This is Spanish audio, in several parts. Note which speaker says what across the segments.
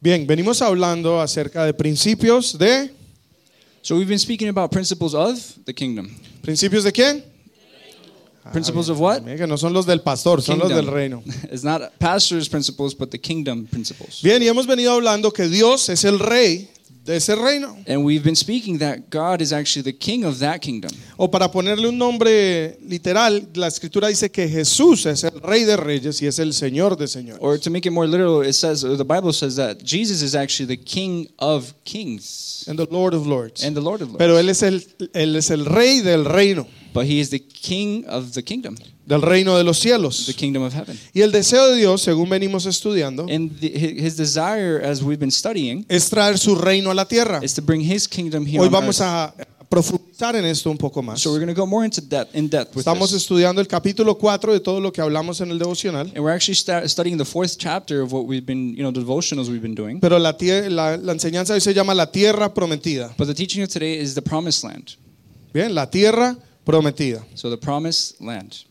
Speaker 1: Bien, venimos hablando acerca de principios de
Speaker 2: So we've been speaking about principles of the kingdom.
Speaker 1: principios de quién?
Speaker 2: Principles of what?
Speaker 1: Mira que no son los del pastor, Ah, son los del reino.
Speaker 2: It's not pastor's principles, but the kingdom principles.
Speaker 1: Bien, y hemos venido hablando que Dios es el rey de ese reino.
Speaker 2: And we've been speaking that God is actually the king of that kingdom.
Speaker 1: O para ponerle un nombre literal, la escritura dice que Jesús es el rey de reyes y es el señor de señores.
Speaker 2: Or to make it more literal, it says or the Bible says that Jesus is actually the king of kings
Speaker 1: And the Lord of Lords.
Speaker 2: and the Lord of lords.
Speaker 1: Pero él es el él es el rey del reino,
Speaker 2: but he is the king of the kingdom,
Speaker 1: del reino de los
Speaker 2: the
Speaker 1: cielos.
Speaker 2: kingdom of heaven.
Speaker 1: Y el deseo de Dios, según venimos estudiando,
Speaker 2: And the, hi- his desire as we've been studying
Speaker 1: es traer su reino a la tierra.
Speaker 2: is to bring his kingdom here
Speaker 1: Hoy
Speaker 2: on
Speaker 1: vamos
Speaker 2: earth.
Speaker 1: a profundizar en esto un poco más.
Speaker 2: So we're going to go more into depth in depth with
Speaker 1: Estamos
Speaker 2: this.
Speaker 1: estudiando el capítulo 4 de todo lo que hablamos en el devocional,
Speaker 2: And we're actually sta studying the fourth chapter of what we've been, you know, devotionals we've been doing.
Speaker 1: pero la, tie- la- la enseñanza hoy se llama la tierra prometida.
Speaker 2: But the teaching of today is the promised land.
Speaker 1: Bien, la tierra prometida.
Speaker 2: So the promised land,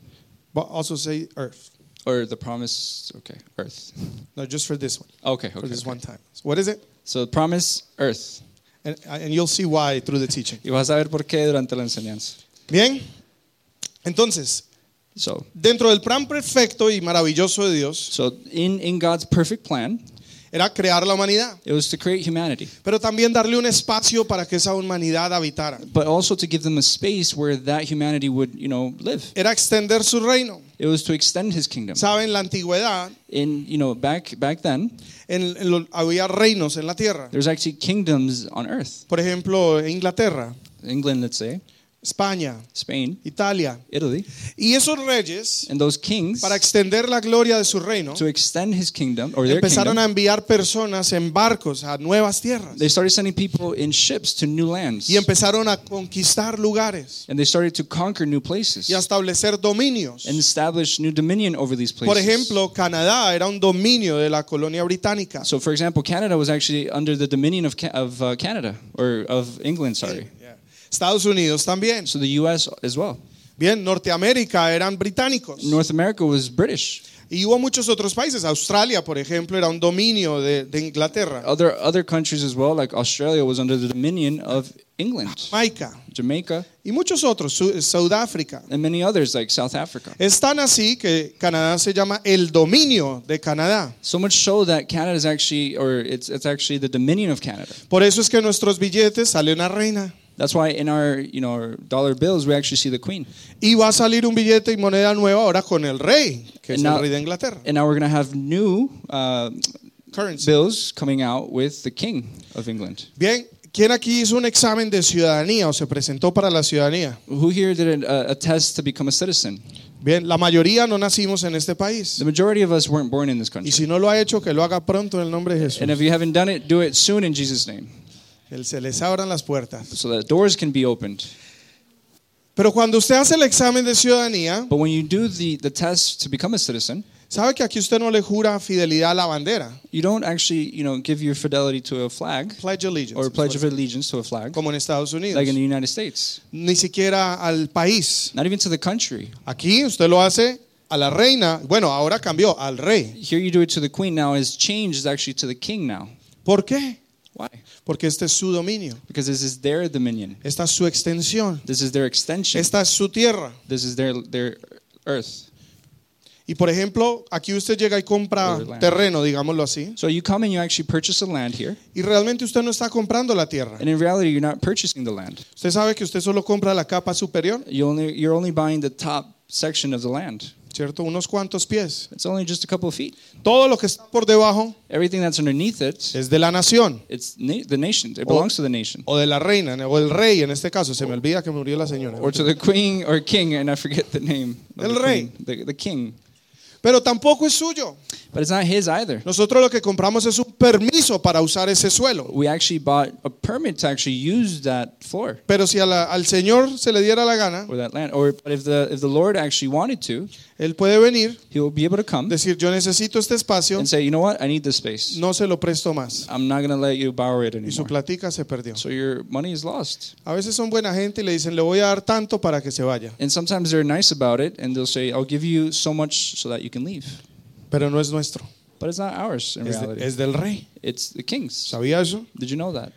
Speaker 1: But also say earth.
Speaker 2: or the promised, okay, earth.
Speaker 1: No, just for this one.
Speaker 2: Okay,
Speaker 1: For
Speaker 2: okay.
Speaker 1: this
Speaker 2: okay.
Speaker 1: one time. What is it?
Speaker 2: So the promised earth.
Speaker 1: And, uh, and you'll see why through the teaching.
Speaker 2: Y vas a ver por qué durante la enseñanza.
Speaker 1: Bien. Entonces,
Speaker 2: So,
Speaker 1: dentro del plan perfecto y maravilloso de Dios
Speaker 2: so in, in God's perfect plan,
Speaker 1: era crear la humanidad,
Speaker 2: it was to create humanity,
Speaker 1: pero también darle un espacio para que esa humanidad habitara.
Speaker 2: but also to give them a space where that humanity would, you know, live.
Speaker 1: Era extender su reino.
Speaker 2: It was to extend His kingdom.
Speaker 1: Saben, la antigüedad
Speaker 2: In you know, back back then,
Speaker 1: en- en lo- había reinos en la tierra.
Speaker 2: there's actually kingdoms on earth.
Speaker 1: Por ejemplo, Inglaterra,
Speaker 2: England, let's say,
Speaker 1: España,
Speaker 2: Spain,
Speaker 1: Italia.
Speaker 2: Italy,
Speaker 1: Y esos reyes,
Speaker 2: and those kings
Speaker 1: para extender la gloria de su reino,
Speaker 2: to extend His kingdom or their
Speaker 1: empezaron
Speaker 2: kingdom.
Speaker 1: a enviar personas en barcos a nuevas tierras.
Speaker 2: They started sending people in ships to new lands,
Speaker 1: Y empezaron a conquistar lugares
Speaker 2: and they started to conquer new places
Speaker 1: y a establecer dominios.
Speaker 2: and establish new dominion over these places.
Speaker 1: Por ejemplo, Canadá era un dominio de la colonia británica.
Speaker 2: So, for example, Canada was actually under the dominion of, Ca- of uh, Canada or of England, sorry.
Speaker 1: Yeah. Eh, Estados Unidos también.
Speaker 2: So the U.S. as well.
Speaker 1: Bien, Norteamérica eran británicos.
Speaker 2: North America was British.
Speaker 1: Y hubo muchos otros países. Australia, por ejemplo, era un dominio de, de Inglaterra.
Speaker 2: Other other countries as well, like Australia, was under the dominion of England,
Speaker 1: Jamaica
Speaker 2: Jamaica,
Speaker 1: y muchos otros. Su- Sudáfrica.
Speaker 2: and many others like South Africa.
Speaker 1: Es tan así que Canadá se llama el dominio de Canadá.
Speaker 2: So much so that Canada is actually, or it's it's actually the dominion of Canada.
Speaker 1: Por eso es que en nuestros billetes sale una reina.
Speaker 2: That's why in our you know our dollar bills we actually see the Queen.
Speaker 1: Y va a salir un billete y moneda nueva ahora con el rey, que es
Speaker 2: And now-
Speaker 1: el rey de Inglaterra.
Speaker 2: And now we're gonna have new uh,
Speaker 1: Currency.
Speaker 2: bills coming out with the King of England.
Speaker 1: Bien, ¿quién aquí hizo un examen de ciudadanía o se presentó para la ciudadanía?
Speaker 2: Who here did a, a test to become a citizen?
Speaker 1: Bien, la mayoría no nacimos en este país.
Speaker 2: The majority of us weren't born in this
Speaker 1: Y
Speaker 2: country.
Speaker 1: si no lo ha hecho, que lo haga pronto en el nombre de
Speaker 2: And
Speaker 1: Jesús.
Speaker 2: if you haven't done it, do it soon in Jesus' name
Speaker 1: Que se les abran las puertas.
Speaker 2: so that doors can be opened.
Speaker 1: Pero cuando usted hace el examen de ciudadanía,
Speaker 2: But when you do the, the test to become a citizen,
Speaker 1: sabe que aquí usted no le jura fidelidad a la bandera.
Speaker 2: you don't actually you know, give your fidelity to a flag
Speaker 1: Pledge allegiance.
Speaker 2: or pledge of allegiance to a flag
Speaker 1: Como en Estados Unidos.
Speaker 2: like in the United States,
Speaker 1: Ni siquiera al país.
Speaker 2: not even to the country.
Speaker 1: Aquí usted lo hace a la reina. Bueno, ahora cambió, al rey.
Speaker 2: Here you do it to the queen now, His change is actually to the king now.
Speaker 1: ¿Por qué?
Speaker 2: Why?
Speaker 1: Porque este es su dominio.
Speaker 2: Because this is their dominion,
Speaker 1: Esta es su extensión.
Speaker 2: this is their extension,
Speaker 1: Esta es su tierra.
Speaker 2: this is their, their earth.
Speaker 1: Y por ejemplo, aquí usted llega y compra
Speaker 2: Overland.
Speaker 1: terreno, digámoslo así,
Speaker 2: So you come and you actually purchase a land here.
Speaker 1: y realmente usted no está comprando la tierra.
Speaker 2: And in reality, you're not purchasing the land.
Speaker 1: Usted sabe que usted solo compra la capa superior,
Speaker 2: You only, you're only buying the top section of the land.
Speaker 1: ¿cierto? Unos cuantos pies.
Speaker 2: It's only just a couple of feet.
Speaker 1: Todo lo que está por debajo
Speaker 2: Everything that's underneath it,
Speaker 1: es de la nación
Speaker 2: it's na- the nation. It belongs to the nation.
Speaker 1: o de la reina o el rey en este caso. Se me olvida que murió la señora.
Speaker 2: Or to the queen or king, and I forget the name. of
Speaker 1: El
Speaker 2: the
Speaker 1: rey.
Speaker 2: queen, The, the king.
Speaker 1: Pero tampoco es suyo.
Speaker 2: But it's not his either.
Speaker 1: Nosotros lo que compramos es un permiso para usar ese suelo.
Speaker 2: We actually bought a permit to actually use that floor
Speaker 1: Pero si a la- al Señor se le diera la gana,
Speaker 2: or that land. Or but if the, if the Lord actually wanted to,
Speaker 1: Él puede venir,
Speaker 2: he will be able to come
Speaker 1: decir, yo necesito este espacio,
Speaker 2: and say, you know what? I need this space.
Speaker 1: no se lo presto más.
Speaker 2: I'm not going to let you borrow it
Speaker 1: Y su
Speaker 2: anymore.
Speaker 1: platica se perdió.
Speaker 2: So your money is lost.
Speaker 1: A veces son buena gente y le dicen, le voy a dar tanto para que se vaya.
Speaker 2: And sometimes they're nice about it and they'll say, I'll give you so much so that you can leave.
Speaker 1: Pero no es nuestro.
Speaker 2: But it's not ours in
Speaker 1: es, de-
Speaker 2: reality.
Speaker 1: es del rey.
Speaker 2: it's the king's.
Speaker 1: ¿Sabía eso?
Speaker 2: Did you know that?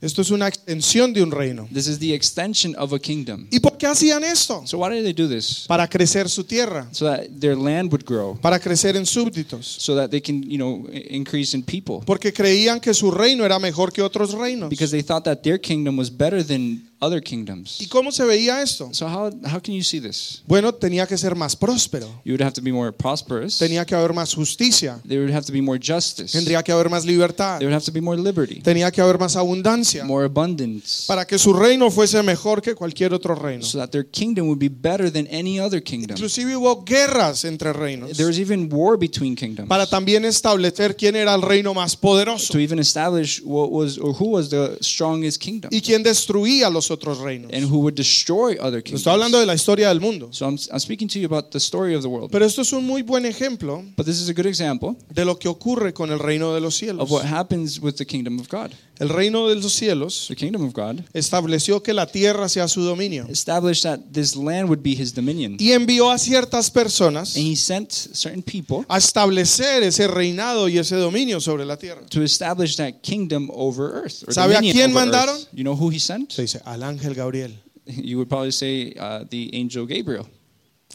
Speaker 1: Esto es una extensión de un reino.
Speaker 2: This is the extension of a kingdom.
Speaker 1: ¿Y por qué hacían esto?
Speaker 2: So why did they do this?
Speaker 1: Para crecer su tierra,
Speaker 2: So that their land would grow,
Speaker 1: para crecer en súbditos,
Speaker 2: so that they can, you know, i- increase in people.
Speaker 1: porque creían que su reino era mejor que otros reinos.
Speaker 2: Because they thought that their kingdom was better than other kingdoms.
Speaker 1: ¿Y cómo se veía esto?
Speaker 2: So how how can you see this?
Speaker 1: Bueno, tenía que ser más próspero,
Speaker 2: You would have to be more prosperous.
Speaker 1: tenía que haber más justicia,
Speaker 2: There would have to be more justice. There
Speaker 1: tendría que haber más libertad,
Speaker 2: would have to be more liberty,
Speaker 1: tenía que haber más abundancia,
Speaker 2: more abundance,
Speaker 1: para que su reino fuese mejor que cualquier otro reino.
Speaker 2: so that their kingdom would be better than any other kingdom.
Speaker 1: Inclusive hubo guerras entre reinos
Speaker 2: There was even war between kingdoms
Speaker 1: para también establecer quién era el reino más poderoso
Speaker 2: to even establish what was or who was the strongest kingdom
Speaker 1: y quién destruía los otros reinos.
Speaker 2: and who would destroy other kingdoms.
Speaker 1: Estoy hablando de la historia del mundo.
Speaker 2: So I'm, I'm speaking to you about the story of the world.
Speaker 1: Pero esto es un muy buen ejemplo
Speaker 2: But this is a good example
Speaker 1: de lo que ocurre con el reino de los cielos.
Speaker 2: of what happens with the kingdom of God.
Speaker 1: El reino de los cielos
Speaker 2: The kingdom of God
Speaker 1: estableció que la tierra sea su dominio
Speaker 2: established that this land would be his dominion. And
Speaker 1: y envió a ciertas personas
Speaker 2: he sent certain people
Speaker 1: a establecer ese reinado y ese dominio sobre la tierra.
Speaker 2: to establish that kingdom over earth. Or
Speaker 1: ¿Sabe a
Speaker 2: dominion
Speaker 1: quién
Speaker 2: over earth.
Speaker 1: mandaron?
Speaker 2: You know who he sent?
Speaker 1: Se dice al ángel Gabriel,
Speaker 2: You would probably say uh, the angel Gabriel.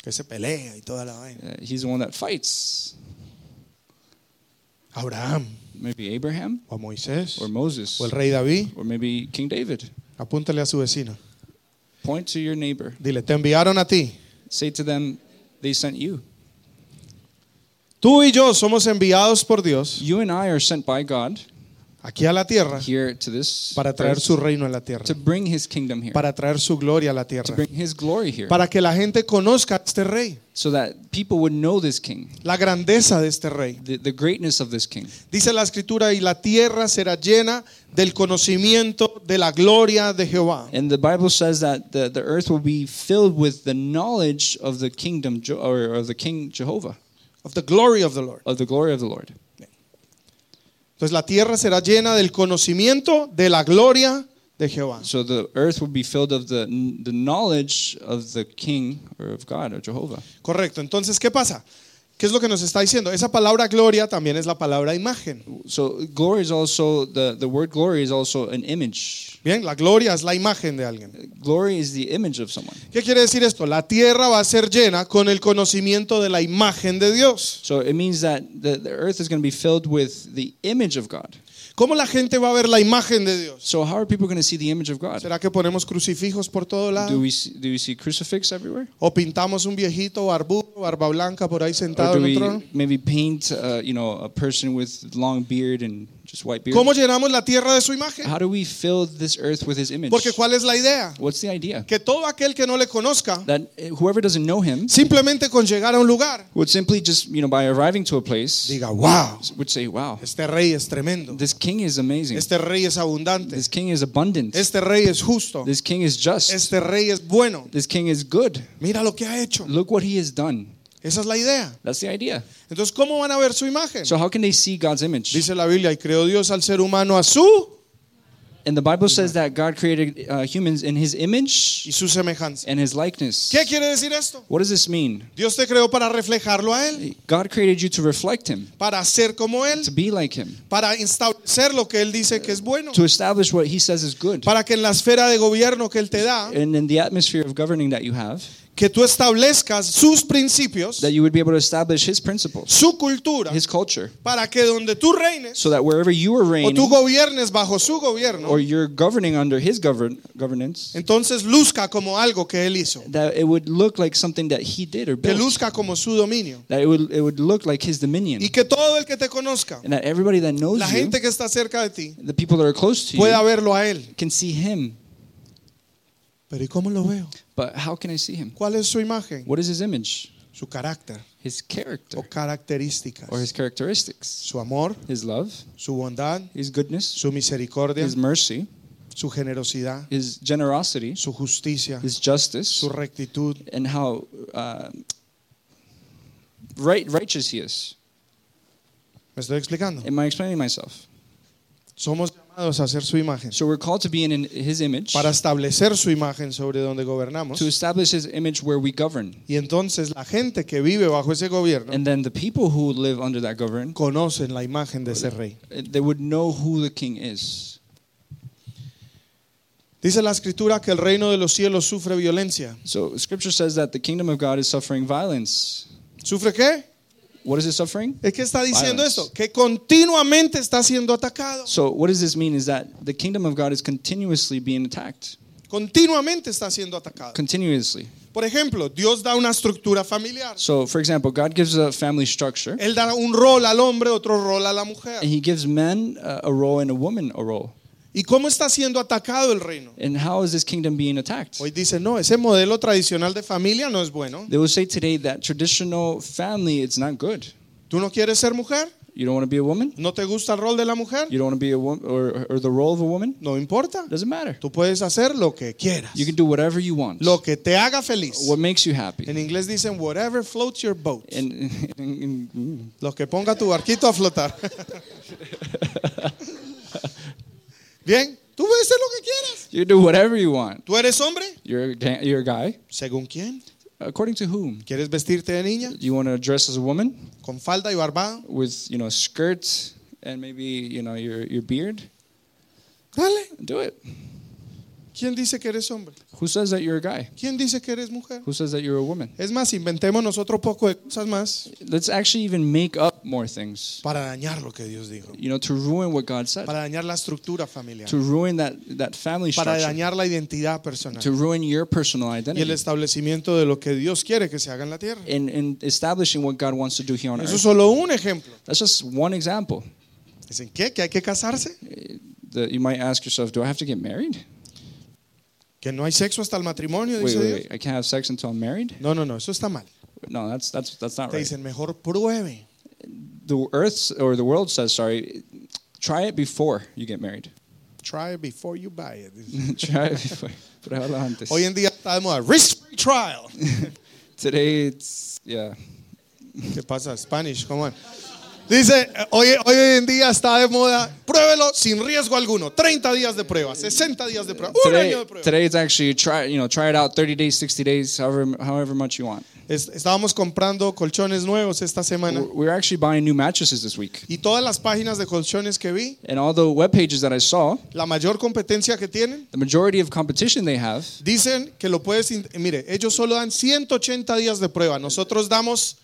Speaker 1: que se pelea y toda la vaina.
Speaker 2: Uh, he's the one that fights.
Speaker 1: Abraham
Speaker 2: Maybe Abraham
Speaker 1: o a Moisés
Speaker 2: or Moses
Speaker 1: o el rey David.
Speaker 2: or maybe King David.
Speaker 1: Apúntale a su vecino.
Speaker 2: Point to your neighbor.
Speaker 1: Dile, te enviaron a ti.
Speaker 2: Say to them, they sent you.
Speaker 1: Tú y yo somos enviados por Dios
Speaker 2: You and I are sent by God
Speaker 1: aquí a la tierra
Speaker 2: here to this
Speaker 1: para traer
Speaker 2: earth
Speaker 1: su reino a la tierra,
Speaker 2: to bring his kingdom here,
Speaker 1: para traer su gloria a la
Speaker 2: to
Speaker 1: tierra.
Speaker 2: bring his glory here,
Speaker 1: para que la gente conozca a este rey,
Speaker 2: so that people would know this king,
Speaker 1: la grandeza de este rey.
Speaker 2: the, the greatness of this king.
Speaker 1: Dice la escritura, y la tierra será llena del conocimiento de la gloria de Jehová.
Speaker 2: And the Bible says that the, the earth will be filled with the knowledge of the kingdom Je- or of the King Jehovah,
Speaker 1: Of the glory of the Lord.
Speaker 2: of the glory of the Lord.
Speaker 1: Entonces la tierra será llena del conocimiento de la gloria de Jehová.
Speaker 2: So the earth will be filled of the the knowledge of the King or of God or Jehovah.
Speaker 1: Correcto. Entonces, ¿qué pasa? ¿Qué es lo que nos está diciendo? Esa palabra gloria también es la palabra imagen.
Speaker 2: So glory is also the the word glory is also an image.
Speaker 1: Bien, la gloria es la imagen de alguien.
Speaker 2: Glory is the image of someone.
Speaker 1: ¿Qué quiere decir esto? La tierra va a ser llena con el conocimiento de la imagen de Dios.
Speaker 2: So it means that the, the earth is going to be filled with the image of God.
Speaker 1: ¿Cómo la gente va a ver la imagen de Dios?
Speaker 2: So how are people going to see the image of God?
Speaker 1: ¿Será que ponemos crucifijos por todo
Speaker 2: Do
Speaker 1: lado?
Speaker 2: we see, do we see crucifix everywhere?
Speaker 1: ¿O pintamos un viejito barbudo, barba blanca por ahí
Speaker 2: Or
Speaker 1: sentado
Speaker 2: do
Speaker 1: en un
Speaker 2: we
Speaker 1: trono?
Speaker 2: maybe paint, uh, you know, a person with long beard and just white beard?
Speaker 1: ¿Cómo llenamos la tierra de su imagen?
Speaker 2: How do we fill this earth with His image?
Speaker 1: Porque ¿cuál es la idea?
Speaker 2: What's the idea?
Speaker 1: Que todo aquel que no le conozca,
Speaker 2: That eh, whoever doesn't know Him
Speaker 1: simplemente con llegar a un lugar,
Speaker 2: would simply just, you know, by arriving to a place,
Speaker 1: diga, wow,
Speaker 2: would say, "Wow,
Speaker 1: este rey es tremendo,
Speaker 2: this King is amazing.
Speaker 1: este rey es abundante,
Speaker 2: This King is abundant.
Speaker 1: este rey es justo,
Speaker 2: This King is just.
Speaker 1: este rey es bueno.
Speaker 2: This King is good.
Speaker 1: Mira lo que ha hecho.
Speaker 2: Look what He has done."
Speaker 1: Esa es la idea.
Speaker 2: That's the idea.
Speaker 1: Entonces, ¿cómo van a ver su imagen?
Speaker 2: So how can they see God's image?
Speaker 1: Dice la Biblia, y creó Dios al ser humano a su
Speaker 2: And the Bible says that God created uh, humans in His image
Speaker 1: y su semejanza.
Speaker 2: and His likeness.
Speaker 1: ¿Qué quiere decir esto?
Speaker 2: What does this mean?
Speaker 1: Dios te creó para reflejarlo a Él,
Speaker 2: God created you to reflect Him.
Speaker 1: para ser como
Speaker 2: to
Speaker 1: Él,
Speaker 2: be like him,
Speaker 1: para establecer lo que Él dice que es bueno,
Speaker 2: to establish what he says is good.
Speaker 1: para que en la esfera de gobierno que Él te da,
Speaker 2: And in the atmosphere of governing that you have,
Speaker 1: que tú establezcas sus principios,
Speaker 2: that you would be able to establish his principles,
Speaker 1: su cultura,
Speaker 2: his culture,
Speaker 1: para que donde tú reines
Speaker 2: so that wherever you are
Speaker 1: o tú
Speaker 2: reigning
Speaker 1: gobiernes bajo su gobierno,
Speaker 2: or you're governing under his govern- governance,
Speaker 1: entonces luzca como algo que Él hizo,
Speaker 2: that it would look like something that he did or
Speaker 1: que
Speaker 2: built,
Speaker 1: luzca como su dominio
Speaker 2: that it would, it would look like his dominion,
Speaker 1: y que todo el que te conozca,
Speaker 2: and that everybody that knows
Speaker 1: la
Speaker 2: you,
Speaker 1: gente que está cerca de ti,
Speaker 2: the people that are close to
Speaker 1: pueda
Speaker 2: you,
Speaker 1: verlo a Él.
Speaker 2: can see him.
Speaker 1: Pero ¿y cómo lo veo?
Speaker 2: But how can I see him?
Speaker 1: ¿Cuál es su imagen?
Speaker 2: What is his image?
Speaker 1: Su carácter Pues,
Speaker 2: His character
Speaker 1: o características,
Speaker 2: or his characteristics,
Speaker 1: su amor,
Speaker 2: his love,
Speaker 1: su bondad.
Speaker 2: his goodness,
Speaker 1: su misericordia,
Speaker 2: his mercy,
Speaker 1: su generosidad,
Speaker 2: his generosity,
Speaker 1: su justicia,
Speaker 2: his justice
Speaker 1: su rectitud.
Speaker 2: and how uh, right righteous he is.
Speaker 1: ¿Me estoy explicando?
Speaker 2: Am I explaining myself?
Speaker 1: Somos llamados a hacer su imagen.
Speaker 2: So we're called to be in in his image,
Speaker 1: Para establecer su imagen sobre donde gobernamos.
Speaker 2: to establish his image where we govern.
Speaker 1: Y entonces la gente que vive bajo ese gobierno
Speaker 2: And then the people who live under that govern,
Speaker 1: conocen la imagen de ese rey.
Speaker 2: they would know who the king is.
Speaker 1: Dice la escritura que el reino de los cielos sufre violencia.
Speaker 2: So scripture says that the kingdom of God is suffering violence.
Speaker 1: ¿Sufre qué?
Speaker 2: What is it suffering?
Speaker 1: Es que está diciendo
Speaker 2: Violence.
Speaker 1: esto, que continuamente está siendo atacado.
Speaker 2: So what does this mean is that the kingdom of God is continuously being attacked.
Speaker 1: Continuamente está siendo atacado.
Speaker 2: Continuously.
Speaker 1: Por ejemplo, Dios da una estructura familiar.
Speaker 2: So for example, God gives a family structure
Speaker 1: Él da un rol al hombre, otro rol a la mujer.
Speaker 2: and he gives men uh, a role and a woman a role.
Speaker 1: ¿Y cómo está siendo atacado el reino?
Speaker 2: And how is this kingdom being attacked?
Speaker 1: Hoy dice, no, ese modelo tradicional de familia no es bueno.
Speaker 2: They will say today that traditional family it's not good.
Speaker 1: ¿Tú no quieres ser mujer?
Speaker 2: You don't want to be a woman?
Speaker 1: ¿No te gusta el rol de la mujer?
Speaker 2: You don't want to be a woman or, or the role of a woman?
Speaker 1: No importa.
Speaker 2: Doesn't matter.
Speaker 1: Tú puedes hacer lo que quieras.
Speaker 2: You can do whatever you want.
Speaker 1: Lo que te haga feliz.
Speaker 2: What makes you happy.
Speaker 1: En inglés dicen whatever floats your boat.
Speaker 2: And, and- and-
Speaker 1: Lo que ponga tu barquito a flotar. Bien, tú puedes hacer lo que quieras.
Speaker 2: you do whatever you want.
Speaker 1: ¿Tú eres hombre?
Speaker 2: You're a, ga- you're a guy.
Speaker 1: ¿Según quién?
Speaker 2: According to whom?
Speaker 1: ¿Quieres vestirte de niña?
Speaker 2: You want to dress as a woman
Speaker 1: ¿Con falda y barbado?
Speaker 2: with, you know, skirts and maybe, you know, your, your beard?
Speaker 1: Dale.
Speaker 2: Do it.
Speaker 1: ¿Quién dice que eres hombre?
Speaker 2: Who says that you're a guy?
Speaker 1: ¿Quién dice que eres mujer?
Speaker 2: Who says that you're a woman?
Speaker 1: Es más, inventémonos otro poco de cosas más
Speaker 2: Let's actually even make up more things,
Speaker 1: para dañar lo que Dios dijo,
Speaker 2: you know, to ruin what God said,
Speaker 1: para dañar la estructura familiar,
Speaker 2: to ruin that, that family
Speaker 1: para
Speaker 2: structure,
Speaker 1: dañar la identidad
Speaker 2: to
Speaker 1: personal
Speaker 2: ruin your personal
Speaker 1: y el
Speaker 2: identity,
Speaker 1: establecimiento de lo que Dios quiere que se haga en la tierra.
Speaker 2: and, and establishing what God wants to do here on
Speaker 1: Eso es
Speaker 2: earth.
Speaker 1: solo un ejemplo.
Speaker 2: That's just one example.
Speaker 1: Dicen, ¿qué? ¿Que hay que casarse?
Speaker 2: That you might ask yourself, do I have to get married?
Speaker 1: ¿Que no hay sexo hasta el matrimonio?
Speaker 2: Wait, wait,
Speaker 1: Dice
Speaker 2: wait.
Speaker 1: Dios.
Speaker 2: I can't have sex until I'm married?
Speaker 1: No, no, no, eso está mal.
Speaker 2: No, that's that's that's not
Speaker 1: Te
Speaker 2: right.
Speaker 1: dicen, mejor pruebe.
Speaker 2: The earth or the world says, sorry, try it before you get married.
Speaker 1: Try before you buy it.
Speaker 2: try it before. Pruébalo antes.
Speaker 1: Hoy en día está de moda. Risk free trial.
Speaker 2: Today it's yeah.
Speaker 1: ¿Qué pasa? Spanish, come on. Dice, eh, hoy, hoy en día está de moda, pruébelo sin riesgo alguno. 30 días de prueba, 60 días de prueba, un año
Speaker 2: Today,
Speaker 1: de prueba.
Speaker 2: today it's actually try you know try it out 30 days, 60 days, however however much you want.
Speaker 1: Es- estábamos comprando colchones nuevos esta semana
Speaker 2: We're we're actually buying new mattresses this week,
Speaker 1: y todas las páginas de colchones que vi,
Speaker 2: and all the web pages that I saw,
Speaker 1: la mayor competencia que tienen,
Speaker 2: the majority of competition they have,
Speaker 1: dicen que lo puedes... in- Mire, ellos solo dan 180 días de prueba, nosotros damos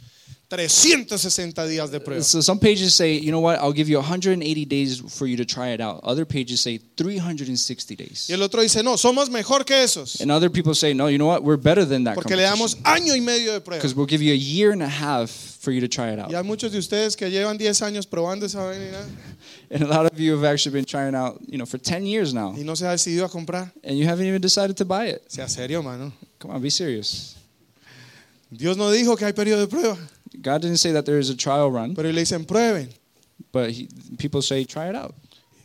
Speaker 1: 360 días de prueba.
Speaker 2: So some pages say, you know what, I'll give you 180 days for you to try it out. Other pages say 360
Speaker 1: Y
Speaker 2: days.
Speaker 1: el otro dice, no, somos mejor que esos,
Speaker 2: And other people say, no, you know what, we're better than that
Speaker 1: porque le damos año y medio de prueba.
Speaker 2: because we'll give you a year and a half for you to try it out.
Speaker 1: Y hay muchos de ustedes que llevan 10 años probando esa vaina
Speaker 2: And a lot of you have actually been trying out, you know, for 10 years now,
Speaker 1: y no se ha decidido a comprar.
Speaker 2: and you haven't even decided to buy it.
Speaker 1: Sea serio, mano.
Speaker 2: Come on, be serious.
Speaker 1: Dios no dijo que hay periodo de prueba,
Speaker 2: God didn't say that there is a trial run,
Speaker 1: pero le dicen prueben.
Speaker 2: but he, people say try it out.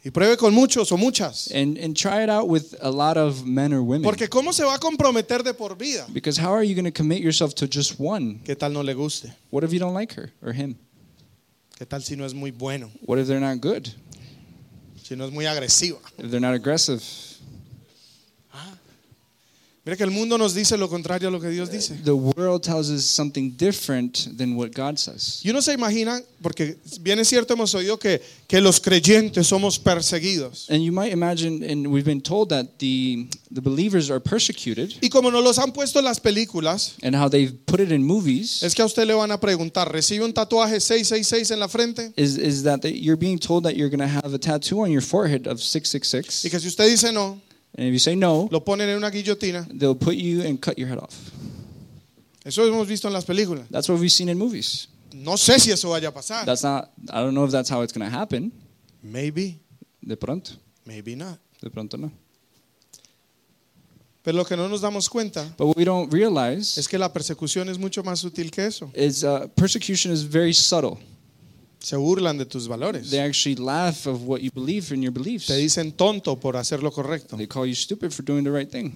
Speaker 1: Y pruebe con muchos o muchas.
Speaker 2: And and try it out with a lot of men or women.
Speaker 1: Porque ¿cómo se va a comprometer de por vida?
Speaker 2: Because how are you going to commit yourself to just one?
Speaker 1: ¿Qué tal no le guste?
Speaker 2: What if you don't like her or him?
Speaker 1: ¿Qué tal si no es muy bueno?
Speaker 2: What if they're not good?
Speaker 1: Si no es muy agresiva.
Speaker 2: if they're not aggressive.
Speaker 1: Mira que el mundo nos dice lo contrario a lo que Dios dice.
Speaker 2: The world tells us something different than what God says.
Speaker 1: Y uno se imagina, porque bien es cierto, hemos oído que, que los creyentes somos perseguidos.
Speaker 2: And you might imagine, and we've been told that the, the believers are persecuted
Speaker 1: Y como nos los han puesto en las películas,
Speaker 2: and how they've put it in movies
Speaker 1: es que a usted le van a preguntar, ¿recibe un tatuaje 666 en la frente?
Speaker 2: is, is that they, you're being told that you're going to have a tattoo on your forehead of
Speaker 1: Y
Speaker 2: 666.
Speaker 1: que si usted dice no,
Speaker 2: And if you say no,
Speaker 1: lo ponen en una guillotina.
Speaker 2: they'll put you and cut your head off.
Speaker 1: Eso hemos visto en las películas.
Speaker 2: That's what we've seen in movies.
Speaker 1: No sé si eso vaya a pasar.
Speaker 2: That's not, I don't know if that's how it's going to happen.
Speaker 1: Maybe,
Speaker 2: De pronto.
Speaker 1: maybe not.
Speaker 2: De pronto no.
Speaker 1: Pero lo que no nos damos cuenta
Speaker 2: But what we don't realize
Speaker 1: es que la persecución es mucho más sutil que eso.
Speaker 2: is uh, persecution is very subtle.
Speaker 1: Se burlan de tus valores.
Speaker 2: They actually laugh of what you believe in your beliefs.
Speaker 1: Te dicen tonto por hacer lo correcto.
Speaker 2: They call you stupid for doing the right thing.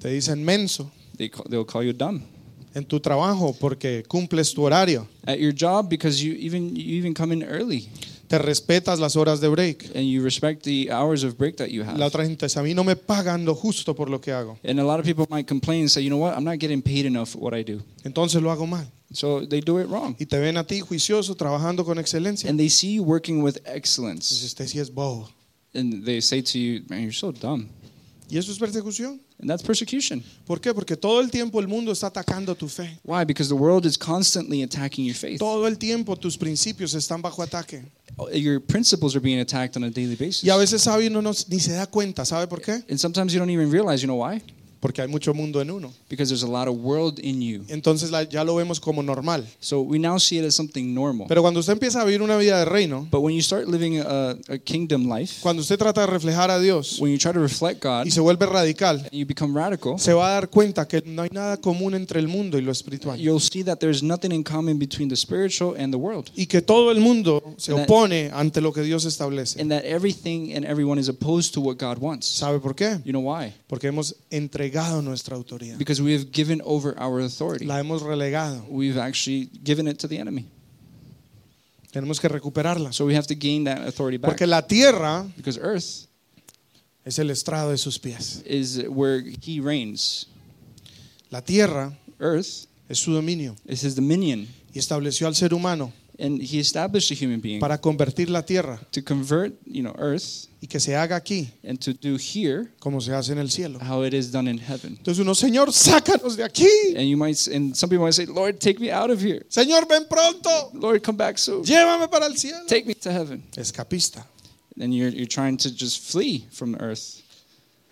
Speaker 1: Te dicen menso
Speaker 2: They call, they'll call you dumb
Speaker 1: en tu trabajo porque cumples tu horario.
Speaker 2: at your job because you even you even come in early.
Speaker 1: Te respetas las horas de break.
Speaker 2: and you respect the hours of break that you have.
Speaker 1: La otra gente dice, a mí no me pagan lo justo por lo que hago.
Speaker 2: And a lot of people might complain and say, you know what, I'm not getting paid enough for what I do.
Speaker 1: Entonces lo hago mal.
Speaker 2: So they do it wrong.
Speaker 1: Y te ven a ti juicioso, trabajando con excelencia.
Speaker 2: And they see you working with
Speaker 1: Dice,
Speaker 2: excellence.
Speaker 1: usted sí es bobo.
Speaker 2: And they say to you, man, you're so dumb.
Speaker 1: Y eso es persecución.
Speaker 2: And that's persecution.
Speaker 1: ¿Por qué? Porque todo el tiempo el mundo está atacando tu fe.
Speaker 2: Why? Because the world is constantly attacking your faith.
Speaker 1: Todo el tiempo tus principios están bajo ataque.
Speaker 2: Your principles are being attacked on a daily basis.
Speaker 1: Y a veces sabe uno no- ni se da cuenta. ¿Sabe por qué?
Speaker 2: And sometimes you don't even realize, you know why?
Speaker 1: Porque hay mucho mundo en uno.
Speaker 2: Because there's a lot of world in you.
Speaker 1: Entonces la- ya lo vemos como normal.
Speaker 2: So we now see it as something normal.
Speaker 1: Pero cuando usted empieza a vivir una vida de reino,
Speaker 2: But when you start living a, a kingdom life,
Speaker 1: cuando usted trata de reflejar a Dios
Speaker 2: when you try to reflect God
Speaker 1: y
Speaker 2: and
Speaker 1: se vuelve radical,
Speaker 2: you become radical,
Speaker 1: se va a dar cuenta que no hay nada común entre el mundo y lo espiritual.
Speaker 2: you'll see that there's nothing in common between the spiritual and the world.
Speaker 1: Y que todo el mundo se opone ante lo que Dios establece.
Speaker 2: And that everything and everyone is opposed to what God wants.
Speaker 1: ¿Sabe por qué?
Speaker 2: You know why?
Speaker 1: Porque hemos entregado nuestra autoridad.
Speaker 2: Because we have given over our authority.
Speaker 1: La hemos relegado.
Speaker 2: We've actually given it to the enemy.
Speaker 1: Tenemos que recuperarla.
Speaker 2: So we have to gain that authority back.
Speaker 1: Porque la tierra
Speaker 2: Because earth
Speaker 1: es el estrado de sus pies.
Speaker 2: is where he reigns.
Speaker 1: La tierra
Speaker 2: Earth
Speaker 1: es su dominio.
Speaker 2: is his dominion.
Speaker 1: Y estableció al ser humano
Speaker 2: And he established a human being
Speaker 1: para convertir la tierra
Speaker 2: to convert, you know, earth
Speaker 1: y que se haga aquí
Speaker 2: and to do here
Speaker 1: como se hace en el cielo.
Speaker 2: how it is done in heaven.
Speaker 1: Entonces uno, Señor, sácanos de aquí.
Speaker 2: And you might s- and some people might say, "Lord, take me out of here.
Speaker 1: Señor, ven pronto.
Speaker 2: Lord, come back soon.
Speaker 1: Llévame para el cielo.
Speaker 2: Take me to heaven."
Speaker 1: Escapista.
Speaker 2: And you're you're trying to just flee from earth.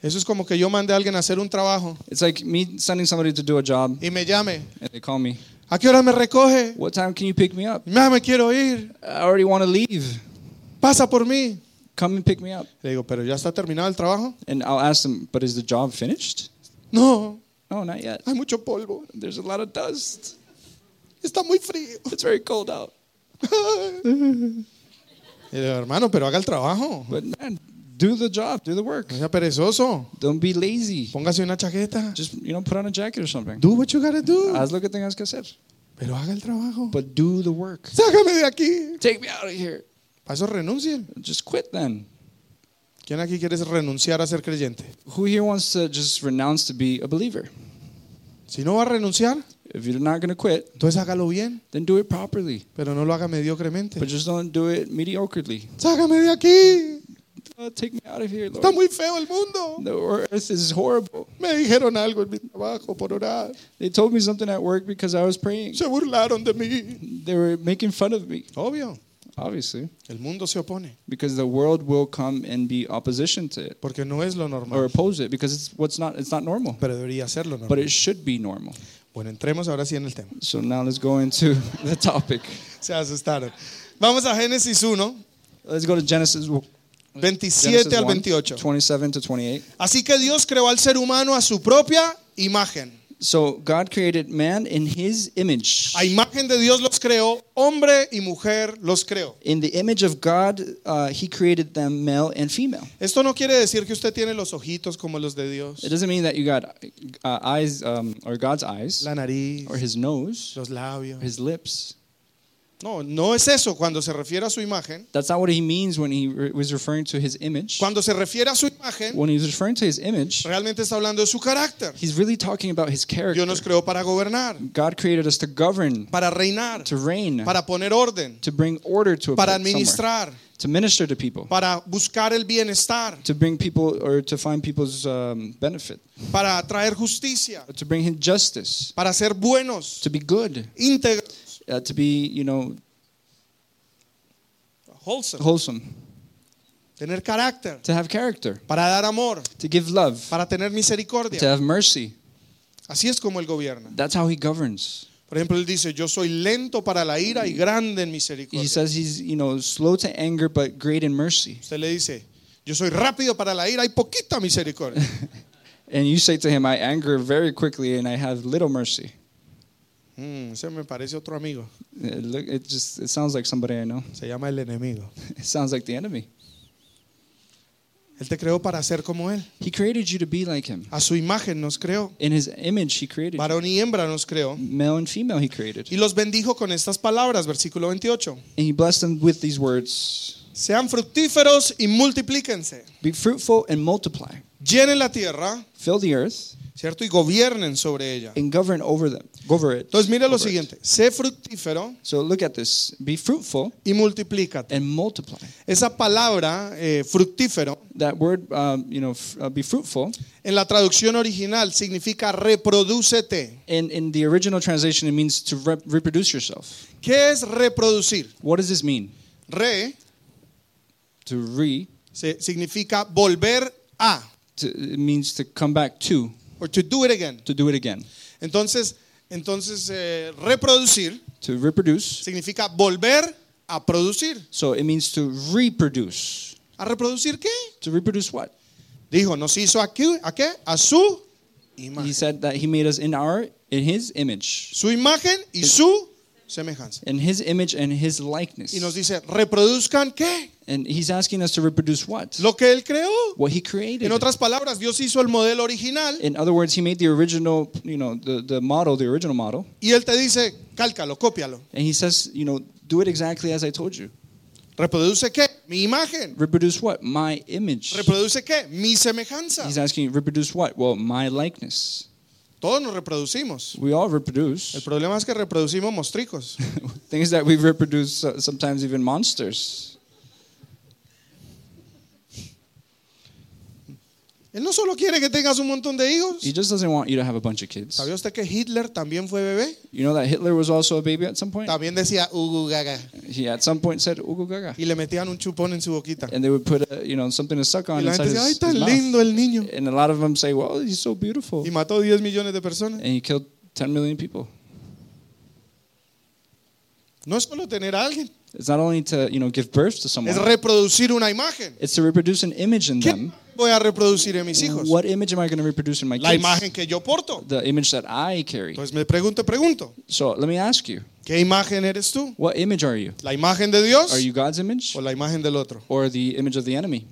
Speaker 1: Eso es como que yo mande a alguien a hacer un trabajo
Speaker 2: It's like me sending somebody to do a job
Speaker 1: y me llame.
Speaker 2: and they call me,
Speaker 1: ¿A qué hora me recoge?
Speaker 2: "What time can you pick me up?
Speaker 1: Ya me quiero ir.
Speaker 2: I already want to leave.
Speaker 1: Pasa por mí.
Speaker 2: Come and pick me up."
Speaker 1: Le digo, pero ya está terminado el trabajo.
Speaker 2: And I'll ask them, "But is the job finished?"
Speaker 1: No,
Speaker 2: "No, not yet.
Speaker 1: hay mucho polvo.
Speaker 2: There's a lot of dust.
Speaker 1: Está muy frío.
Speaker 2: It's very cold out."
Speaker 1: Y le digo, hermano, pero haga el trabajo.
Speaker 2: But man, do the job, do the work.
Speaker 1: No sea perezoso.
Speaker 2: Don't be lazy.
Speaker 1: Póngase una chaqueta.
Speaker 2: Just you know, put on a jacket or something.
Speaker 1: Do what you gotta do.
Speaker 2: Haz lo que tengas que hacer.
Speaker 1: Pero haga el trabajo.
Speaker 2: But do the work.
Speaker 1: Sácame de aquí.
Speaker 2: Take me out of here.
Speaker 1: Para eso renuncien.
Speaker 2: Just quit then.
Speaker 1: ¿Quién aquí quiere renunciar a ser creyente?
Speaker 2: Who here wants to just renounce to be a believer?
Speaker 1: Si no va a renunciar,
Speaker 2: If you're not going to quit,
Speaker 1: entonces hágalo bien,
Speaker 2: then do it properly.
Speaker 1: pero no lo haga mediocremente.
Speaker 2: But just don't do it mediocrely.
Speaker 1: Sácame de aquí.
Speaker 2: Uh, take me out of here,
Speaker 1: Está
Speaker 2: Lord.
Speaker 1: muy feo el mundo.
Speaker 2: The earth is horrible.
Speaker 1: Me dijeron algo en mi trabajo por orar.
Speaker 2: They told me something at work because I was praying.
Speaker 1: Se burlaron de mí.
Speaker 2: They were making fun of me,
Speaker 1: Obvio,
Speaker 2: obviously,
Speaker 1: el mundo se opone
Speaker 2: because the world will come and be opposition to it
Speaker 1: porque no es lo
Speaker 2: or
Speaker 1: normal,
Speaker 2: oppose it because it's what's not it's not normal.
Speaker 1: pero debería ser lo
Speaker 2: But
Speaker 1: normal.
Speaker 2: it should be normal.
Speaker 1: Bueno, entremos ahora sí en el tema.
Speaker 2: So now let's go into the topic.
Speaker 1: Se asustaron. Vamos a Génesis 1,
Speaker 2: Let's go to Genesis Genesis
Speaker 1: 27 al
Speaker 2: 1,
Speaker 1: 28.
Speaker 2: 27 to 28.
Speaker 1: Así que Dios creó al ser humano a su propia imagen.
Speaker 2: So God created man in his image.
Speaker 1: A imagen de Dios los creó, hombre y mujer los creó.
Speaker 2: In the image of God, uh, he created them male and female.
Speaker 1: Esto no quiere decir que usted tiene los ojitos como los de Dios,
Speaker 2: It doesn't mean that you got uh, eyes um, or God's eyes
Speaker 1: la nariz,
Speaker 2: or his nose
Speaker 1: los labios.
Speaker 2: or his lips.
Speaker 1: No, no es eso cuando se refiere a su imagen.
Speaker 2: That's not what he means when he re- was referring to his image.
Speaker 1: Cuando se refiere a su imagen,
Speaker 2: When he's referring to his image,
Speaker 1: realmente está hablando de su carácter.
Speaker 2: he's really talking about his character.
Speaker 1: Dios nos creó para gobernar,
Speaker 2: God created us to govern,
Speaker 1: para reinar,
Speaker 2: to reign,
Speaker 1: para poner orden,
Speaker 2: to bring order to a
Speaker 1: para
Speaker 2: pl- somewhere,
Speaker 1: administrar,
Speaker 2: to minister to people,
Speaker 1: para buscar el bienestar,
Speaker 2: to bring people or to find people's um, benefit,
Speaker 1: para atraer justicia,
Speaker 2: uh, to bring him justice.
Speaker 1: para ser buenos,
Speaker 2: to be good,
Speaker 1: íntegros,
Speaker 2: uh, to be, you know,
Speaker 1: wholesome,
Speaker 2: wholesome,
Speaker 1: tener carácter,
Speaker 2: to have character,
Speaker 1: para dar amor,
Speaker 2: to give love,
Speaker 1: para tener
Speaker 2: to
Speaker 1: misericordia.
Speaker 2: have mercy.
Speaker 1: Así es como él gobierna.
Speaker 2: That's how he governs.
Speaker 1: Por ejemplo, él dice, yo soy lento para la ira y grande en
Speaker 2: He
Speaker 1: misericordia.
Speaker 2: says he's, you know, slow to anger but great in mercy.
Speaker 1: Usted le dice, yo soy rápido para la ira y poquita misericordia.
Speaker 2: And you say to him, I anger very quickly and I have little mercy.
Speaker 1: Mm, ese me parece otro amigo.
Speaker 2: It, Uh, look, it just it sounds like somebody I know.
Speaker 1: Se llama el enemigo.
Speaker 2: It sounds like the enemy.
Speaker 1: Él te creó para ser como Él.
Speaker 2: He created you to be like Him.
Speaker 1: A su imagen nos creó.
Speaker 2: In His image, He created you.
Speaker 1: Varón y hembra nos creó.
Speaker 2: Male and female, He created.
Speaker 1: Y los bendijo con estas palabras, versículo 28.
Speaker 2: And He blessed them with these words
Speaker 1: Sean fructíferos y multiplíquense.
Speaker 2: Be fruitful and multiply,
Speaker 1: Llenen la tierra,
Speaker 2: fill the earth,
Speaker 1: ¿cierto? Y gobiernen sobre ella.
Speaker 2: and govern over them. Govern it.
Speaker 1: Entonces mira lo
Speaker 2: Over it.
Speaker 1: siguiente. Sé fructífero
Speaker 2: So look at this. Be fruitful
Speaker 1: y multiplícate.
Speaker 2: and multiply.
Speaker 1: Esa palabra, eh, fructífero,
Speaker 2: That word, um, you know, f- uh, be fruitful.
Speaker 1: en la traducción original significa reprodúcete.
Speaker 2: In, in the original translation, it means to rep- reproduce yourself.
Speaker 1: ¿Qué es reproducir?
Speaker 2: What does this mean?
Speaker 1: Re
Speaker 2: To re,
Speaker 1: se- significa volver a,
Speaker 2: to, it means to come back to,
Speaker 1: or to do it again.
Speaker 2: to do it again.
Speaker 1: Entonces, entonces eh, reproducir
Speaker 2: To reproduce.
Speaker 1: significa volver a producir.
Speaker 2: So it means to reproduce.
Speaker 1: ¿A reproducir qué?
Speaker 2: To reproduce what?
Speaker 1: Dijo, nos hizo aquí, ¿a qué? A su
Speaker 2: He
Speaker 1: imagen.
Speaker 2: said that he made us in our, in his image,
Speaker 1: Su imagen y su semejanza.
Speaker 2: in his image and his
Speaker 1: Y nos
Speaker 2: likeness.
Speaker 1: dice, reproduzcan qué?
Speaker 2: And he's asking us to reproduce what?
Speaker 1: Lo que él creó.
Speaker 2: What he created.
Speaker 1: En otras palabras, Dios hizo el modelo original
Speaker 2: In other words, he made the original, you know, the, the model, the original model,
Speaker 1: y él te dice, cálcalo, cópialo.
Speaker 2: and he says, you know, do it exactly as I told you.
Speaker 1: ¿Reproduce qué? Mi imagen.
Speaker 2: Reproduce what? My image.
Speaker 1: ¿Reproduce qué? Mi semejanza.
Speaker 2: He's asking, you, reproduce what? Well, my likeness.
Speaker 1: Todos nos reproducimos.
Speaker 2: We all
Speaker 1: El
Speaker 2: reproduce.
Speaker 1: problema es que reproducimos mostricos.
Speaker 2: Things that we reproduce uh, sometimes even monsters.
Speaker 1: Él no solo quiere que tengas un montón de hijos.
Speaker 2: He just doesn't want you to have a bunch of kids.
Speaker 1: ¿Sabía usted que Hitler también fue bebé?
Speaker 2: You know that Hitler was also a baby at some point.
Speaker 1: También decía "Ugu, gaga",
Speaker 2: He at some point said "Ugu gaga,"
Speaker 1: y le metían un chupón en su boquita.
Speaker 2: and they would put a, you know something to suck
Speaker 1: Y
Speaker 2: on
Speaker 1: la gente
Speaker 2: inside
Speaker 1: decía, ay,
Speaker 2: his,
Speaker 1: tan
Speaker 2: his mouth.
Speaker 1: lindo el niño.
Speaker 2: And a lot of them say, "Well, he's so beautiful,"
Speaker 1: Y mató 10 millones de personas.
Speaker 2: and he killed 10 million people.
Speaker 1: No es solo tener a alguien,
Speaker 2: It's not only to you know give birth to
Speaker 1: es
Speaker 2: someone.
Speaker 1: reproducir una imagen.
Speaker 2: It's to reproduce an image in
Speaker 1: ¿Qué
Speaker 2: them.
Speaker 1: voy a reproducir en mis hijos?
Speaker 2: What image am I going to reproduce in my
Speaker 1: La
Speaker 2: kids?
Speaker 1: imagen que yo porto.
Speaker 2: The image that I carry.
Speaker 1: Entonces me pregunto, pregunto,
Speaker 2: So let me ask you,
Speaker 1: ¿qué imagen eres tú?
Speaker 2: what image are you?
Speaker 1: ¿La imagen de Dios
Speaker 2: Are you God's image
Speaker 1: o la imagen del otro?
Speaker 2: or the image of the enemy?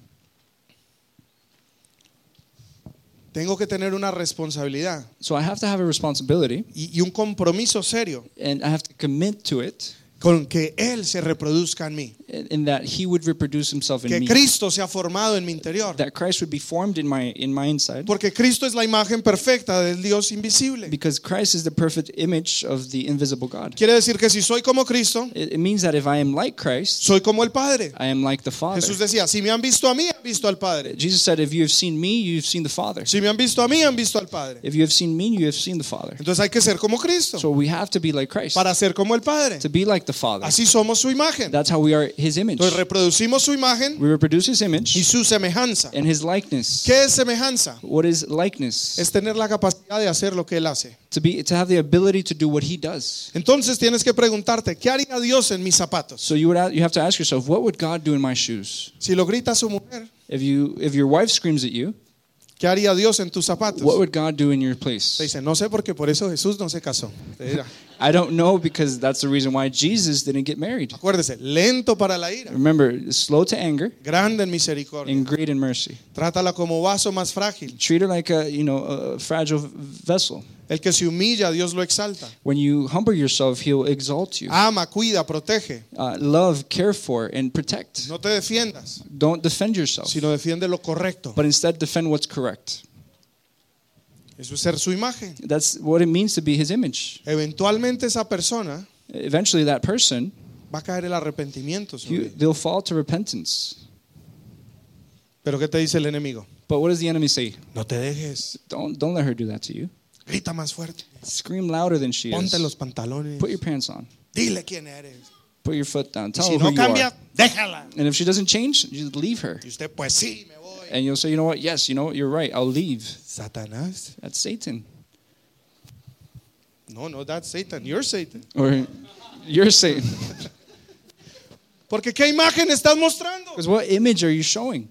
Speaker 1: Tengo que tener una responsabilidad
Speaker 2: So I have to have a responsibility
Speaker 1: y, y un compromiso serio
Speaker 2: and I have to commit to it
Speaker 1: con que Él se reproduzca en mí,
Speaker 2: in in that he would reproduce himself in
Speaker 1: que
Speaker 2: me.
Speaker 1: Cristo sea formado en mi interior,
Speaker 2: That Christ would be formed in my in my inside
Speaker 1: porque Cristo es la imagen perfecta del Dios invisible.
Speaker 2: because Christ is the perfect image of the invisible God.
Speaker 1: Quiere decir que si soy como Cristo,
Speaker 2: It, it means that if I am like Christ,
Speaker 1: soy como el Padre.
Speaker 2: I am like the Father.
Speaker 1: Jesús decía, si me han visto a mí, han visto al Padre.
Speaker 2: Jesus said, If you have seen me, you've seen the Father.
Speaker 1: Si me han visto a mí, han visto al Padre.
Speaker 2: If you have seen me, you have seen the Father.
Speaker 1: Entonces hay que ser como Cristo
Speaker 2: So we have to be like Christ,
Speaker 1: para ser como el Padre.
Speaker 2: to be like the Father.
Speaker 1: Así somos su imagen.
Speaker 2: That's how we are His image.
Speaker 1: Entonces reproducimos su imagen
Speaker 2: We reproduce His
Speaker 1: y
Speaker 2: image
Speaker 1: su semejanza.
Speaker 2: and His likeness.
Speaker 1: ¿Qué es semejanza?
Speaker 2: What is likeness?
Speaker 1: Es tener la capacidad de hacer lo que Él hace.
Speaker 2: To be to have the ability to do what He does.
Speaker 1: Entonces tienes que preguntarte, ¿qué haría Dios en mis zapatos?
Speaker 2: So you would a- you have to ask yourself, what would God do in my shoes?
Speaker 1: Si lo grita su mujer,
Speaker 2: If you if your wife screams at you,
Speaker 1: ¿qué haría Dios en tus zapatos?
Speaker 2: what would God do in your
Speaker 1: Te
Speaker 2: place?
Speaker 1: dice, no sé porque por eso Jesús no se casó. Te dirá,
Speaker 2: I don't know because that's the reason why Jesus didn't get married.
Speaker 1: acuérdese, lento para la ira,
Speaker 2: Remember, slow to anger
Speaker 1: grande en misericordia.
Speaker 2: and great in mercy.
Speaker 1: Trátala como vaso más frágil.
Speaker 2: Treat her like a you know a fragile vessel.
Speaker 1: El que se humilla, Dios lo exalta.
Speaker 2: When you humble yourself, He'll exalt you.
Speaker 1: Ama, cuida, protege.
Speaker 2: Uh, love, care for, and protect.
Speaker 1: No te defiendas,
Speaker 2: Don't defend yourself,
Speaker 1: sino defiende lo correcto.
Speaker 2: but instead defend what's correct.
Speaker 1: Eso es ser su imagen.
Speaker 2: That's what it means to be His image.
Speaker 1: Eventualmente esa persona
Speaker 2: Eventually, that person
Speaker 1: va a caer el arrepentimiento. sobre
Speaker 2: you,
Speaker 1: él.
Speaker 2: they'll fall to repentance.
Speaker 1: Pero ¿qué te dice el enemigo?
Speaker 2: But what does the enemy say?
Speaker 1: No te dejes.
Speaker 2: Don't don't let her do that to you.
Speaker 1: Grita más fuerte.
Speaker 2: Scream louder than she
Speaker 1: Ponte
Speaker 2: is.
Speaker 1: los pantalones.
Speaker 2: Put your pants on.
Speaker 1: Dile quién eres.
Speaker 2: Put your foot down. Tell
Speaker 1: Si
Speaker 2: her
Speaker 1: no
Speaker 2: who you are.
Speaker 1: cambia, déjala.
Speaker 2: And if she doesn't change, you leave her.
Speaker 1: Y usted, pues sí, me voy.
Speaker 2: And you'll say, you know what? Yes, you know what? You're right. I'll leave.
Speaker 1: Satanás.
Speaker 2: That's Satan.
Speaker 1: No, no, that's Satan. You're Satan.
Speaker 2: Or you're Satan.
Speaker 1: Porque ¿qué imagen estás mostrando?
Speaker 2: Because what image are you showing?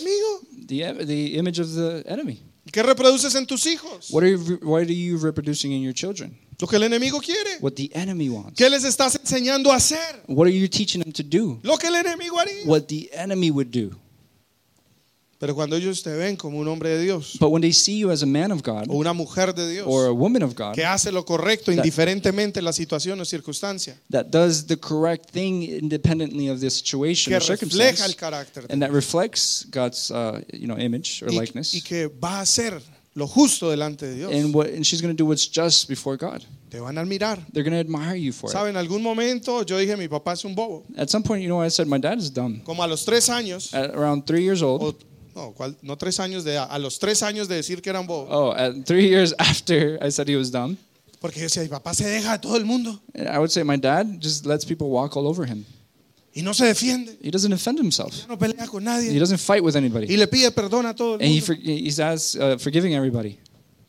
Speaker 1: Amigo.
Speaker 2: The, the image of the enemy.
Speaker 1: ¿Qué reproduces en tus hijos?
Speaker 2: What are you, what are you reproducing in your children?
Speaker 1: Lo que el enemigo quiere.
Speaker 2: What the enemy wants.
Speaker 1: ¿Qué les estás enseñando a hacer?
Speaker 2: What are you teaching them to do?
Speaker 1: Lo que el enemigo haría.
Speaker 2: What the enemy would do.
Speaker 1: Pero cuando ellos te ven como un hombre de Dios
Speaker 2: But when they see you as a man of God
Speaker 1: o una mujer de Dios
Speaker 2: or a woman of God
Speaker 1: que hace lo correcto indiferentemente la situación o circunstancia,
Speaker 2: that does the correct thing independently of the situation
Speaker 1: que
Speaker 2: or
Speaker 1: refleja el
Speaker 2: circumstance,
Speaker 1: carácter de
Speaker 2: and that reflects God's uh, you know image or
Speaker 1: y-
Speaker 2: likeness,
Speaker 1: y que va a hacer lo justo delante de Dios,
Speaker 2: and what and she's going to do what's just before God.
Speaker 1: te van a admirar.
Speaker 2: They're going to admire you for it.
Speaker 1: ¿Sabe? En algún momento yo dije, mi papá es un bobo.
Speaker 2: At some point, you know, I said my dad is dumb.
Speaker 1: Como a los tres años,
Speaker 2: At around three years old,
Speaker 1: o- no, ¿cuál? no tres años de edad, a los tres años de decir que eran bobo.
Speaker 2: oh, at three years after I said he was dumb,
Speaker 1: Porque yo decía, mi papá se deja de todo el mundo
Speaker 2: I would say my dad just lets people walk all over him.
Speaker 1: y no se defiende,
Speaker 2: He doesn't offend himself.
Speaker 1: no pelea con
Speaker 2: He
Speaker 1: nadie
Speaker 2: doesn't fight with anybody.
Speaker 1: y le pide perdón a todo el
Speaker 2: and he
Speaker 1: mundo.
Speaker 2: for, he's asks, uh, forgiving everybody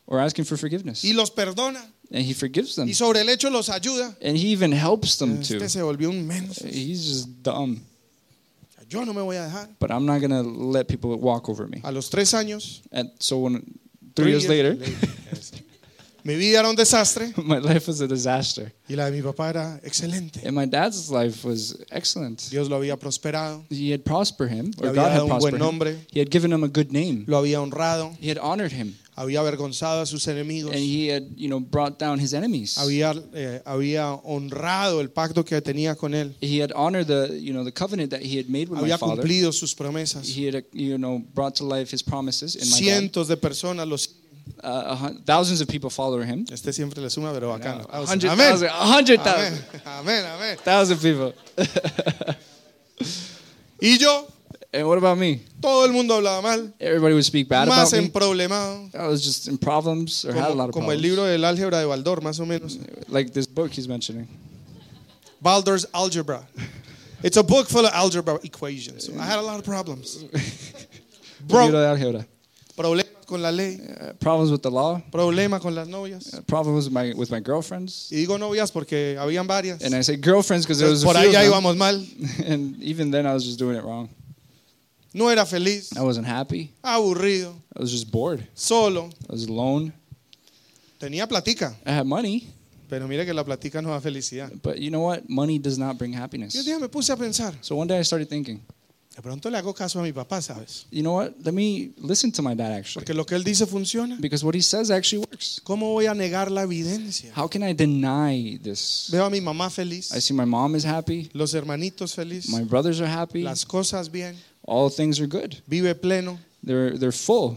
Speaker 2: or asking for forgiveness
Speaker 1: y los perdona
Speaker 2: and he forgives them
Speaker 1: y sobre el hecho los ayuda.
Speaker 2: and he even helps them
Speaker 1: Este
Speaker 2: too
Speaker 1: se volvió un menos.
Speaker 2: he's just dumb
Speaker 1: Yo no me voy a dejar.
Speaker 2: but i'm not gonna let people walk over me
Speaker 1: A los tres años,
Speaker 2: and so when three years later
Speaker 1: yes, mi vida era un desastre
Speaker 2: my life was a disaster
Speaker 1: y la de mi papá era excelente.
Speaker 2: and my dad's life was excellent
Speaker 1: Dios lo había prosperado,
Speaker 2: he had prospered him
Speaker 1: le
Speaker 2: or
Speaker 1: había
Speaker 2: god
Speaker 1: dado
Speaker 2: had
Speaker 1: un buen
Speaker 2: prospered him
Speaker 1: nombre,
Speaker 2: he had given him a good name
Speaker 1: lo había honrado,
Speaker 2: he had honored him
Speaker 1: había avergonzado a sus enemigos,
Speaker 2: and he had you know brought down his enemies
Speaker 1: había, eh, había honrado el pacto que tenía con él,
Speaker 2: he had honored the you know the covenant that he had made with my
Speaker 1: había
Speaker 2: father
Speaker 1: cumplido sus promesas.
Speaker 2: he had you know brought to life his promises in my dad.
Speaker 1: Cientos de personas los
Speaker 2: uh, a hun- thousands of people follow him.
Speaker 1: este siempre le suma, pero bacano.
Speaker 2: A
Speaker 1: Amén.
Speaker 2: hundred thousand, a hundred thousand,
Speaker 1: Amén. Amén, amén.
Speaker 2: thousand people.
Speaker 1: Y yo,
Speaker 2: and what about me?
Speaker 1: todo el mundo hablaba mal,
Speaker 2: Everybody would speak bad
Speaker 1: más
Speaker 2: about
Speaker 1: en
Speaker 2: me.
Speaker 1: problemado,
Speaker 2: I was just in problems or had a lot
Speaker 1: como, como
Speaker 2: of
Speaker 1: el
Speaker 2: problems.
Speaker 1: libro del álgebra de Baldor, más o menos.
Speaker 2: Like this book he's mentioning.
Speaker 1: Baldor's Algebra. It's a book full of algebra equations. So I had a lot of problems.
Speaker 2: Libro
Speaker 1: Bro,
Speaker 2: de álgebra.
Speaker 1: problemas con la ley,
Speaker 2: Uh, problems with the law. uh,
Speaker 1: problemas con las novias.
Speaker 2: Problems with my with my girlfriends.
Speaker 1: Y digo novias porque habían varias.
Speaker 2: And I say girlfriends because there was
Speaker 1: Entonces,
Speaker 2: a
Speaker 1: por
Speaker 2: few
Speaker 1: ahí ya
Speaker 2: of them.
Speaker 1: íbamos mal.
Speaker 2: And even then I was just doing it wrong.
Speaker 1: No era feliz,
Speaker 2: I wasn't happy.
Speaker 1: aburrido,
Speaker 2: I was just bored.
Speaker 1: solo.
Speaker 2: I was alone.
Speaker 1: Tenía platica,
Speaker 2: I had money,
Speaker 1: pero mire que la platica no da felicidad.
Speaker 2: but you know what? Money does not bring happiness.
Speaker 1: Y un día me puse a pensar,
Speaker 2: So one day I started thinking,
Speaker 1: de pronto le hago caso a mi papá, ¿sabes?
Speaker 2: you know what? Let me listen to my dad actually.
Speaker 1: Porque lo que él dice funciona.
Speaker 2: Because what he says actually works.
Speaker 1: ¿Cómo voy a negar la evidencia?
Speaker 2: How can I deny this?
Speaker 1: Veo a mi mamá
Speaker 2: I
Speaker 1: feliz,
Speaker 2: see my mom is happy,
Speaker 1: los hermanitos felices,
Speaker 2: my brothers are happy,
Speaker 1: las cosas bien,
Speaker 2: all things are good.
Speaker 1: vive pleno,
Speaker 2: They're they're full.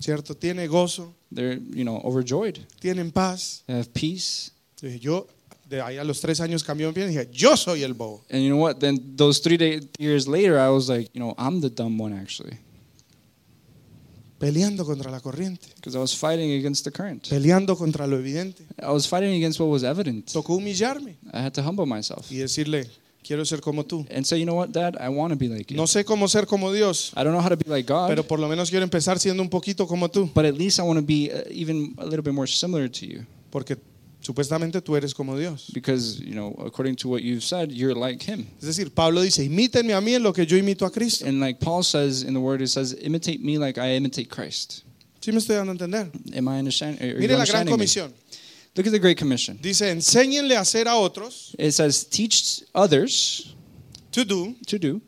Speaker 1: ¿cierto? Tiene gozo,
Speaker 2: They're, you know, overjoyed.
Speaker 1: tienen paz.
Speaker 2: They have peace.
Speaker 1: Dije, yo, de ahí a los tres años cambió mi piel y dije, yo soy el bobo.
Speaker 2: And you know what? Then those 3 day, years later I was like, you know, I'm the dumb one actually
Speaker 1: Peleando contra la corriente,
Speaker 2: because I was fighting against the current.
Speaker 1: peleando contra lo evidente.
Speaker 2: I was fighting against what was evident.
Speaker 1: Tocó humillarme
Speaker 2: I had to humble myself
Speaker 1: y decirle, quiero ser como tú.
Speaker 2: and say, you know what, dad, I want to be like you.
Speaker 1: No sé cómo ser como Dios,
Speaker 2: I don't know how to be like God.
Speaker 1: pero por lo menos quiero empezar siendo un poquito como tú,
Speaker 2: but at least I want to be uh, even a little bit more similar to you
Speaker 1: porque supuestamente tú eres como Dios.
Speaker 2: because you know according to what you've said you're like him
Speaker 1: Es decir, Pablo dice, imítenme a mí en lo que yo imito a Cristo.
Speaker 2: and like Paul says in the word it says imitate me like I imitate Christ
Speaker 1: ¿Sí me estoy dando a entender?
Speaker 2: am I understand, are you
Speaker 1: Mire la gran
Speaker 2: understanding me?
Speaker 1: comisión.
Speaker 2: look at the great commission
Speaker 1: Dice, enséñenle a hacer a otros
Speaker 2: it says teach others
Speaker 1: to do
Speaker 2: to do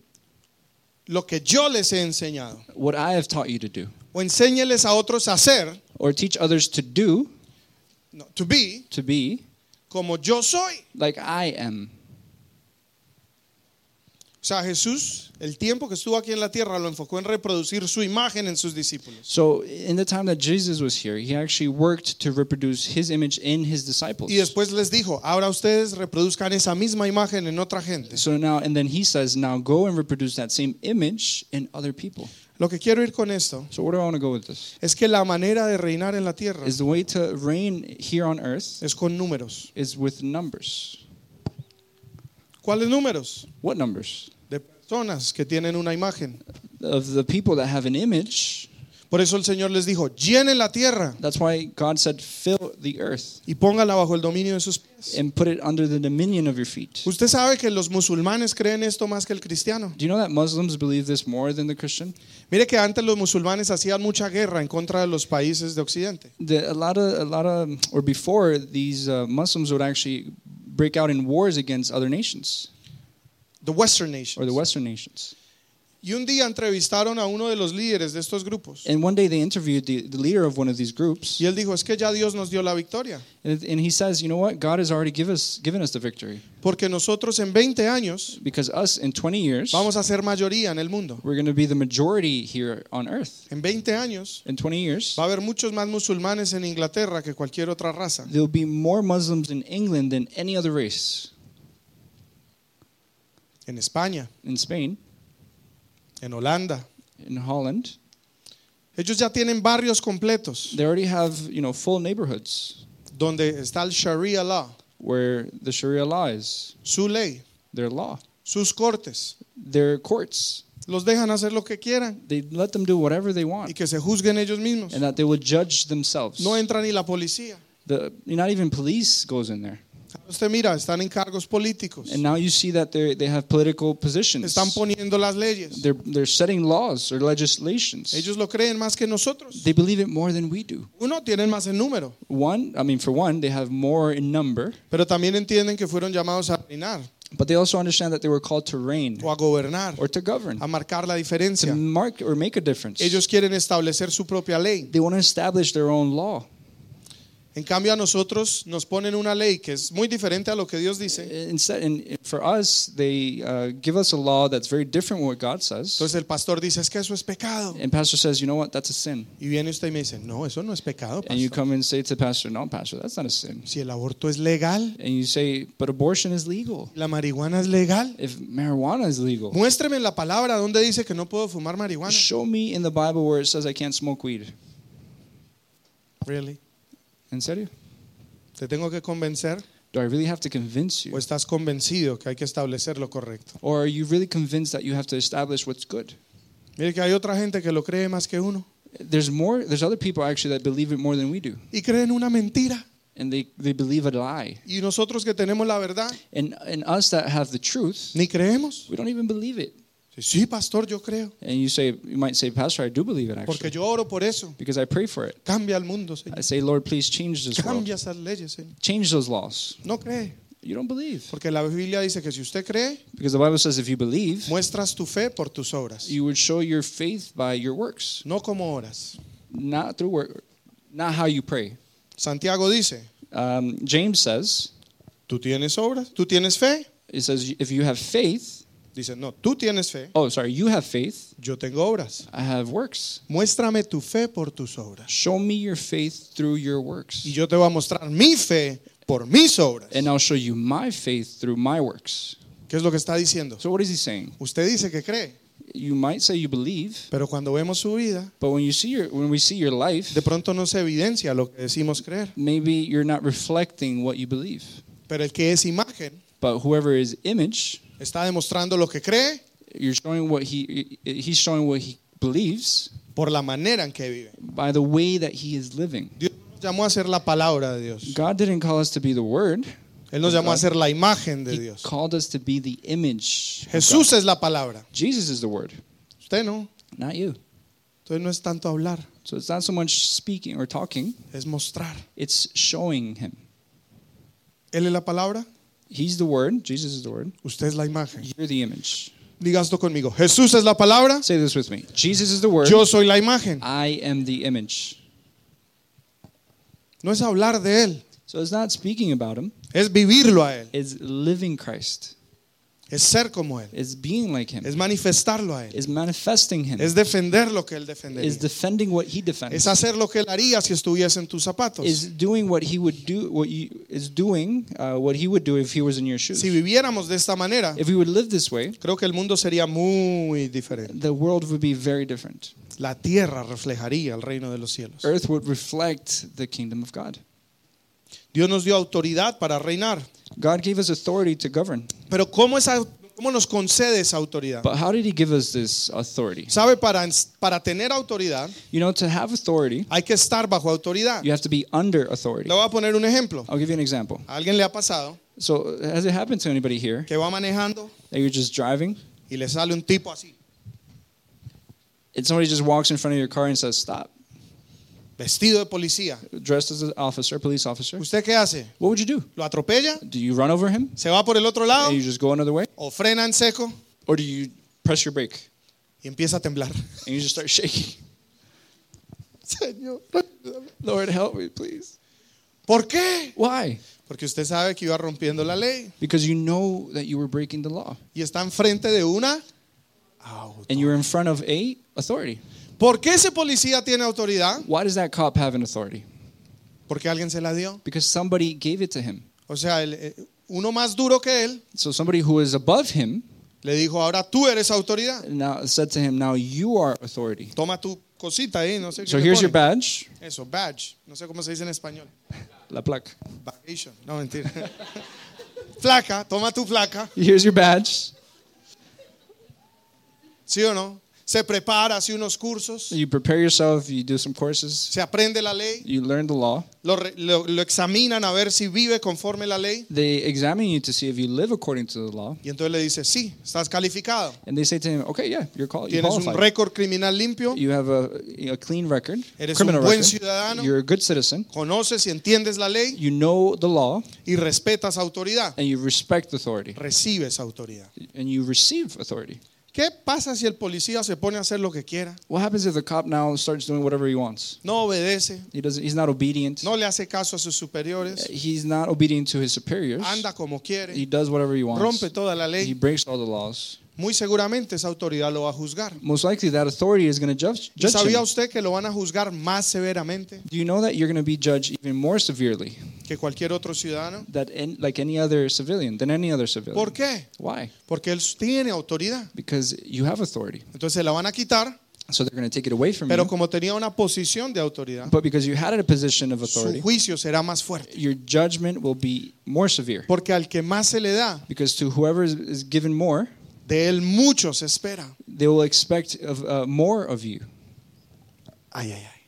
Speaker 1: lo que yo les he enseñado.
Speaker 2: what I have taught you to do
Speaker 1: O enséñeles a otros a hacer,
Speaker 2: or teach others to do
Speaker 1: no, to be,
Speaker 2: to be
Speaker 1: como yo soy.
Speaker 2: like I am
Speaker 1: O sea, Jesús, el tiempo que estuvo aquí en la tierra, lo enfocó en reproducir su imagen en sus discípulos.
Speaker 2: so in the time that Jesus was here he actually worked to reproduce his image in his disciples
Speaker 1: Y después les dijo, ahora ustedes reproduzcan esa misma imagen en otra gente.
Speaker 2: So now, and then he says, now go and reproduce that same image in other people.
Speaker 1: Lo que quiero ir con esto
Speaker 2: So where do I want to go with this?
Speaker 1: es que la manera de reinar en la tierra
Speaker 2: Is the way to reign here on earth
Speaker 1: es con números.
Speaker 2: is with numbers.
Speaker 1: ¿Cuáles números?
Speaker 2: What numbers?
Speaker 1: De personas que tienen una imagen.
Speaker 2: Of the people that have an image.
Speaker 1: Por eso el Señor les dijo, llenen la tierra
Speaker 2: That's why God said, fill the earth
Speaker 1: y póngala bajo el dominio de sus pies.
Speaker 2: and put it under the dominion of your feet.
Speaker 1: Usted sabe que los musulmanes creen esto más que el cristiano.
Speaker 2: Do you know that Muslims believe this more than the Christian?
Speaker 1: Mire que antes los musulmanes hacían mucha guerra en contra de los países de Occidente.
Speaker 2: The, a lot of, a lot of, or before these uh, Muslims would actually break out in wars against other nations
Speaker 1: The Western nations.
Speaker 2: or the Western nations.
Speaker 1: Y un día entrevistaron a uno de los líderes de estos grupos.
Speaker 2: And one day they interviewed the, the leader of one of these groups,
Speaker 1: Y él dijo, es que ya Dios nos dio la victoria.
Speaker 2: and, and he says, "You know what? God has already give us, given us the victory
Speaker 1: Porque nosotros en 20 años
Speaker 2: because us in 20 years
Speaker 1: vamos a ser mayoría en el mundo.
Speaker 2: we're going to be the majority here on Earth.
Speaker 1: En 20 años
Speaker 2: In 20 years,
Speaker 1: va a haber muchos más musulmanes en Inglaterra que cualquier otra raza.
Speaker 2: there'll be more Muslims in England than any other race
Speaker 1: En España,
Speaker 2: in Spain,
Speaker 1: en Holanda.
Speaker 2: in Holland.
Speaker 1: Ellos ya tienen barrios completos
Speaker 2: They already have you know full neighborhoods
Speaker 1: donde está el Sharia law,
Speaker 2: where the Sharia law is
Speaker 1: su ley,
Speaker 2: their law,
Speaker 1: sus cortes.
Speaker 2: their courts.
Speaker 1: Los dejan hacer lo que quieran
Speaker 2: They let them do whatever they
Speaker 1: y
Speaker 2: want,
Speaker 1: que se juzguen ellos mismos.
Speaker 2: and that they will judge themselves.
Speaker 1: No entra ni la policía.
Speaker 2: The, not even police goes in there.
Speaker 1: Usted mira, están en cargos políticos.
Speaker 2: And now you see that they they have political positions.
Speaker 1: Están poniendo las leyes.
Speaker 2: They're they're setting laws or legislations.
Speaker 1: Ellos lo creen más que nosotros.
Speaker 2: They believe it more than we do.
Speaker 1: Uno, tienen más en número,
Speaker 2: One, I mean, for one, they have more in number,
Speaker 1: pero también entienden que fueron llamados a reinar
Speaker 2: but they also understand that they were called to reign
Speaker 1: o a gobernar,
Speaker 2: or to govern,
Speaker 1: a marcar la
Speaker 2: to
Speaker 1: diferencia.
Speaker 2: mark or make a difference.
Speaker 1: Ellos quieren establecer su propia ley.
Speaker 2: They want to establish their own law.
Speaker 1: En cambio, a nosotros nos ponen una ley que es muy diferente a lo que Dios dice.
Speaker 2: Uh, Instead, and for us, they uh, give us a law that's very different from what God says.
Speaker 1: Entonces el pastor dice, es que eso es pecado.
Speaker 2: And pastor says, you know what? That's a sin.
Speaker 1: Y viene usted y me dice, no, eso no es pecado.
Speaker 2: And you
Speaker 1: pastor.
Speaker 2: come and say to pastor, no, pastor, that's not a sin.
Speaker 1: Si el aborto es legal,
Speaker 2: And you say, but abortion is legal.
Speaker 1: la marihuana es legal.
Speaker 2: If marijuana is legal,
Speaker 1: Muéstreme en la palabra donde dice que no puedo fumar marihuana.
Speaker 2: show me in the Bible where it says I can't smoke weed.
Speaker 1: Really?
Speaker 2: En serio?
Speaker 1: ¿Te tengo que convencer?
Speaker 2: Do I really have to convince
Speaker 1: ¿O
Speaker 2: you?
Speaker 1: estás convencido que hay que establecer lo correcto?
Speaker 2: Or are you really convinced that you have to establish what's good?
Speaker 1: Mire que hay otra gente que lo cree más que uno
Speaker 2: There's more, there's other people actually that believe it more than we do.
Speaker 1: y creen una mentira.
Speaker 2: And they, they believe a lie.
Speaker 1: Y nosotros que tenemos la verdad,
Speaker 2: And, and us that have the truth,
Speaker 1: ni creemos.
Speaker 2: we don't even believe it.
Speaker 1: Sí, Sí, pastor, yo creo.
Speaker 2: And you say, you might say, Pastor, I do believe it
Speaker 1: Porque
Speaker 2: actually.
Speaker 1: yo oro por eso.
Speaker 2: Because I pray for it.
Speaker 1: Cambia el mundo, Señor.
Speaker 2: I say, Lord, please change this world.
Speaker 1: Cambia esas leyes, Señor.
Speaker 2: Change those laws.
Speaker 1: No cree.
Speaker 2: You don't believe.
Speaker 1: Porque la Biblia dice que si usted cree,
Speaker 2: Because the Bible says if you believe,
Speaker 1: muestras tu fe por tus obras,
Speaker 2: you would show your faith by your works,
Speaker 1: no como oras.
Speaker 2: not through work, not how you pray.
Speaker 1: Santiago dice,
Speaker 2: Um, James says,
Speaker 1: ¿tú tienes obras? ¿Tú tienes fe?
Speaker 2: it says, if you have faith,
Speaker 1: Dice, no, tú tienes fe,
Speaker 2: oh, sorry, you have faith,
Speaker 1: yo tengo obras.
Speaker 2: I have works.
Speaker 1: Muéstrame tu fe por tus obras.
Speaker 2: Show me your faith through your
Speaker 1: y
Speaker 2: works,
Speaker 1: yo te voy a mostrar mi fe por mis obras.
Speaker 2: and I'll show you my faith through my works.
Speaker 1: ¿Qué es lo que está diciendo?
Speaker 2: So, what is he saying?
Speaker 1: Usted dice que cree,
Speaker 2: You might say you believe,
Speaker 1: pero cuando vemos su vida,
Speaker 2: but when you see your, when we see your life,
Speaker 1: de pronto no se evidencia lo que decimos creer.
Speaker 2: maybe you're not reflecting what you believe.
Speaker 1: Pero el que es imagen
Speaker 2: But whoever is image,
Speaker 1: está demostrando lo que cree
Speaker 2: you're showing what he he's showing what he believes
Speaker 1: por la manera en que vive.
Speaker 2: by the way that he is living.
Speaker 1: Dios nos llamó a ser la palabra de Dios.
Speaker 2: God didn't call us to be the word.
Speaker 1: Él nos llamó a ser la imagen de
Speaker 2: He
Speaker 1: Dios.
Speaker 2: called us to be the image. of
Speaker 1: Jesús
Speaker 2: God.
Speaker 1: es la palabra.
Speaker 2: Jesus is the word,
Speaker 1: Usted no.
Speaker 2: not you.
Speaker 1: Entonces no es tanto hablar,
Speaker 2: So it's not so much speaking or talking,
Speaker 1: es mostrar.
Speaker 2: it's showing him.
Speaker 1: Él es la palabra,
Speaker 2: He's the word, Jesus is the word.
Speaker 1: usted es la imagen.
Speaker 2: You're the image.
Speaker 1: Diga esto conmigo. Jesús es la palabra,
Speaker 2: Say this with me. Jesus is the word.
Speaker 1: yo soy la imagen.
Speaker 2: I am the image.
Speaker 1: No es hablar de Él,
Speaker 2: So it's not speaking about him,
Speaker 1: es vivirlo a Él,
Speaker 2: it's living Christ.
Speaker 1: es ser como Él,
Speaker 2: It's being like him.
Speaker 1: es manifestarlo a Él,
Speaker 2: It's manifesting him.
Speaker 1: es defender lo que Él
Speaker 2: is
Speaker 1: defendería,
Speaker 2: defending what he defends.
Speaker 1: es hacer lo que Él haría si estuviese en tus zapatos.
Speaker 2: is doing what he would do. What you is doing uh, what he would do if he was in your shoes.
Speaker 1: Si viviéramos de esta manera,
Speaker 2: if we would live this way,
Speaker 1: creo que el mundo sería muy diferente.
Speaker 2: the world would be very different.
Speaker 1: La tierra reflejaría el reino de los cielos.
Speaker 2: Earth would reflect the kingdom of God.
Speaker 1: Dios nos dio autoridad para reinar,
Speaker 2: God gave us authority to govern,
Speaker 1: pero ¿cómo, esa, cómo nos concede esa autoridad?
Speaker 2: but how did he give us this authority?
Speaker 1: ¿Sabe? Para, para tener autoridad
Speaker 2: You know, to have authority,
Speaker 1: hay que estar bajo autoridad.
Speaker 2: you
Speaker 1: Le
Speaker 2: have to be under authority.
Speaker 1: voy a poner un ejemplo.
Speaker 2: I'll give you an example.
Speaker 1: ¿A alguien le ha pasado
Speaker 2: So, has it happened to anybody here
Speaker 1: que va manejando
Speaker 2: that you're just driving
Speaker 1: y le sale un tipo así?
Speaker 2: and somebody just walks in front of your car and says, "Stop,"
Speaker 1: vestido de policía.
Speaker 2: dressed as an officer, police officer?
Speaker 1: ¿Usted qué hace?
Speaker 2: What would you do?
Speaker 1: ¿Lo atropella?
Speaker 2: Do you run over him?
Speaker 1: ¿Se va por el otro lado?
Speaker 2: and you just go another way,
Speaker 1: ¿O frena en seco?
Speaker 2: or do you press your brake?
Speaker 1: y empieza a temblar.
Speaker 2: and you just start shaking.
Speaker 1: Señor, ayúdame.
Speaker 2: Lord, help me, please.
Speaker 1: ¿por qué?
Speaker 2: Why?
Speaker 1: Porque usted sabe que iba rompiendo la ley
Speaker 2: Because you know that you were breaking the law
Speaker 1: y está enfrente de una auto.
Speaker 2: and you were in front of a authority.
Speaker 1: ¿Por qué ese policía tiene autoridad?
Speaker 2: Why does that cop have an authority?
Speaker 1: Porque alguien se la dio.
Speaker 2: Because somebody gave it to him.
Speaker 1: O sea, el, eh, uno más duro que él
Speaker 2: So somebody who is above him
Speaker 1: le dijo, ahora tú eres autoridad.
Speaker 2: now said to him, "Now you are authority."
Speaker 1: Toma tu cosita ahí, no sé qué
Speaker 2: So
Speaker 1: le
Speaker 2: here's your
Speaker 1: ponen.
Speaker 2: badge,
Speaker 1: Eso, badge. No sé cómo se dice en español.
Speaker 2: la plaque.
Speaker 1: Vacation. No, mentira. flaca, toma tu flaca.
Speaker 2: Here's your badge.
Speaker 1: ¿Sí o no? Se prepara, hace unos cursos,
Speaker 2: You prepare yourself. You do some courses.
Speaker 1: se aprende la ley,
Speaker 2: You learn the law.
Speaker 1: lo, re- lo- lo examinan a ver si vive conforme la ley.
Speaker 2: They examine you to see if you live according to the law,
Speaker 1: Y entonces le dice, sí, estás calificado.
Speaker 2: and they say to him, "Okay, yeah, you're called. You
Speaker 1: Tienes un
Speaker 2: qualified.
Speaker 1: récord criminal limpio,
Speaker 2: You have a, a clean record,
Speaker 1: Eres
Speaker 2: criminal
Speaker 1: un buen
Speaker 2: record.
Speaker 1: ciudadano.
Speaker 2: You're a good citizen.
Speaker 1: conoces y entiendes la ley
Speaker 2: You know the law,
Speaker 1: y respetas autoridad.
Speaker 2: and you respect authority,
Speaker 1: Recibes autoridad.
Speaker 2: and you receive authority."
Speaker 1: ¿Qué pasa si el policía se pone a hacer lo que quiera?
Speaker 2: What happens if the cop now starts doing whatever he wants?
Speaker 1: No obedece,
Speaker 2: He doesn't. He's not obedient.
Speaker 1: no le hace caso a sus superiores,
Speaker 2: He's not obedient to his superiors.
Speaker 1: anda como
Speaker 2: He
Speaker 1: quiere,
Speaker 2: does whatever he wants.
Speaker 1: rompe toda la
Speaker 2: He
Speaker 1: ley.
Speaker 2: breaks all the laws.
Speaker 1: Muy seguramente esa autoridad lo va a juzgar.
Speaker 2: Most likely, that authority is going to judge,
Speaker 1: ¿Y
Speaker 2: judge
Speaker 1: sabía
Speaker 2: him.
Speaker 1: usted que lo van a juzgar más severamente
Speaker 2: Do you know that you're going to be judged even more severely
Speaker 1: que cualquier otro ciudadano?
Speaker 2: that an- like any other civilian than any other civilian?
Speaker 1: ¿Por qué?
Speaker 2: Why?
Speaker 1: Porque él tiene autoridad.
Speaker 2: Because you have authority,
Speaker 1: Entonces se la van a quitar,
Speaker 2: so they're going to take it away from
Speaker 1: pero
Speaker 2: you.
Speaker 1: como tenía una posición de autoridad,
Speaker 2: But because you had a position of
Speaker 1: su
Speaker 2: authority,
Speaker 1: juicio será más fuerte.
Speaker 2: your judgment will be more severe.
Speaker 1: Porque al que más se le da,
Speaker 2: Because to whoever is, is given more,
Speaker 1: de él mucho se espera.
Speaker 2: they will expect of, uh, more of you.
Speaker 1: Ay, ay, ay.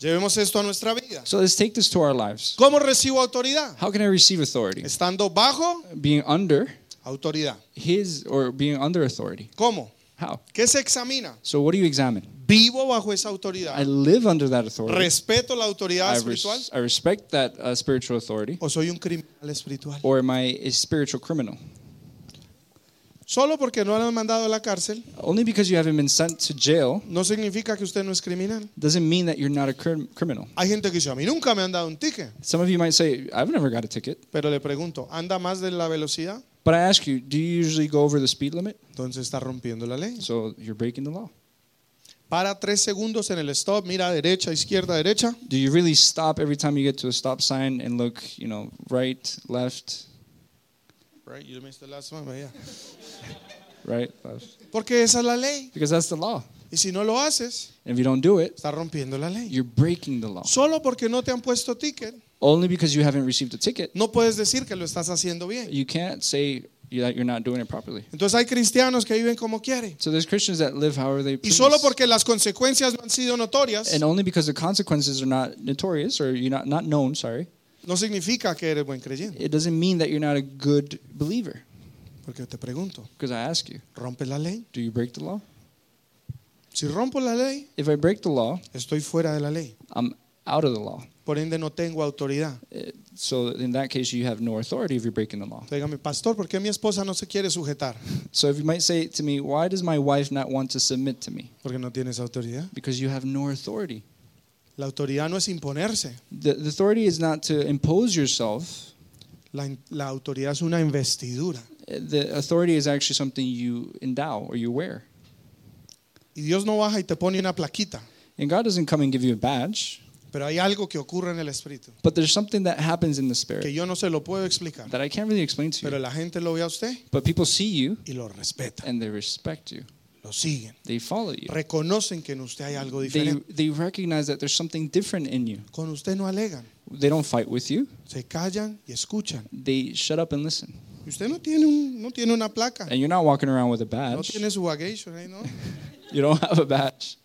Speaker 1: Llevemos esto a nuestra vida.
Speaker 2: So let's take this to our lives.
Speaker 1: ¿Cómo recibo autoridad?
Speaker 2: How can I receive authority?
Speaker 1: Estando bajo
Speaker 2: Being under
Speaker 1: autoridad.
Speaker 2: his or being under authority.
Speaker 1: ¿Cómo?
Speaker 2: How?
Speaker 1: ¿Qué se examina?
Speaker 2: So what do you examine?
Speaker 1: Vivo bajo esa
Speaker 2: I
Speaker 1: autoridad.
Speaker 2: live under that authority.
Speaker 1: ¿Respeto la autoridad
Speaker 2: I, res-
Speaker 1: espiritual?
Speaker 2: I respect that uh, spiritual authority.
Speaker 1: ¿O soy un criminal espiritual?
Speaker 2: Or am I a spiritual criminal?
Speaker 1: Solo porque no lo han mandado a la cárcel
Speaker 2: Only because you haven't been sent to jail
Speaker 1: no significa que usted no es criminal.
Speaker 2: doesn't mean that you're not a crim- criminal.
Speaker 1: Hay gente que dice, a mí nunca me han dado un ticket.
Speaker 2: Some of you might say, I've never got a ticket.
Speaker 1: Pero le pregunto, ¿anda más de la velocidad?
Speaker 2: But I ask you, do you usually go over the speed limit?
Speaker 1: Entonces está rompiendo la ley.
Speaker 2: So you're breaking the law.
Speaker 1: Para tres segundos en el stop, mira derecha, izquierda, derecha.
Speaker 2: Do you really stop every time you get to a stop sign and look, you know, right, left,
Speaker 1: Right, you missed the last one, but yeah.
Speaker 2: right, left?
Speaker 1: Porque esa es la ley.
Speaker 2: Because that's the law.
Speaker 1: Y si no lo haces,
Speaker 2: And if you don't do it,
Speaker 1: está rompiendo la ley.
Speaker 2: you're breaking the law.
Speaker 1: Solo porque no te han puesto ticket,
Speaker 2: Only because you haven't received a ticket,
Speaker 1: no puedes decir que lo estás haciendo bien.
Speaker 2: you can't say you- that you're not doing it properly.
Speaker 1: Entonces hay cristianos que viven como quieren.
Speaker 2: So there's Christians that live however they
Speaker 1: Y
Speaker 2: please.
Speaker 1: solo porque las consecuencias no han sido notorias,
Speaker 2: and only because the consequences are not notorious or you're not, not known, sorry,
Speaker 1: no significa que eres buen creyente.
Speaker 2: it doesn't mean that you're not a good believer.
Speaker 1: Porque te pregunto,
Speaker 2: Because I ask you,
Speaker 1: ¿rompes la ley?
Speaker 2: do you break the law?
Speaker 1: Si rompo la ley,
Speaker 2: If I break the law,
Speaker 1: estoy fuera de la ley.
Speaker 2: I'm out of the law.
Speaker 1: Por ende, no tengo autoridad.
Speaker 2: Uh, So in that case, you have no authority if you're breaking the law.
Speaker 1: Entonces, Dígame, pastor, ¿por qué mi esposa no se quiere sujetar?
Speaker 2: So if you might say to me, why does my wife not want to submit to me?
Speaker 1: Porque no tienes autoridad.
Speaker 2: Because you have no authority.
Speaker 1: La autoridad no es imponerse.
Speaker 2: The, the authority is not to impose yourself.
Speaker 1: La, la autoridad es una investidura.
Speaker 2: Uh, The authority is actually something you endow or you wear.
Speaker 1: Y Dios no baja y te pone una plaquita.
Speaker 2: And God doesn't come and give you a badge,
Speaker 1: Pero hay algo que ocurre en el espíritu
Speaker 2: but there's something that happens in
Speaker 1: que
Speaker 2: the spirit
Speaker 1: yo no se lo puedo explicar.
Speaker 2: that I can't really explain to
Speaker 1: Pero
Speaker 2: you.
Speaker 1: la gente lo ve a usted
Speaker 2: But people see you
Speaker 1: y lo respeta,
Speaker 2: and they respect you.
Speaker 1: lo siguen.
Speaker 2: They follow you.
Speaker 1: Reconocen que en usted hay algo
Speaker 2: They,
Speaker 1: diferente.
Speaker 2: they recognize that there's something different in you.
Speaker 1: Con usted no alegan,
Speaker 2: They don't fight with you.
Speaker 1: se callan y escuchan.
Speaker 2: They shut up and listen.
Speaker 1: Y usted no tiene, un- no tiene una placa,
Speaker 2: And you're not walking around with a
Speaker 1: no
Speaker 2: badge.
Speaker 1: tiene su vacation, ahí, ¿no?
Speaker 2: You don't have a badge.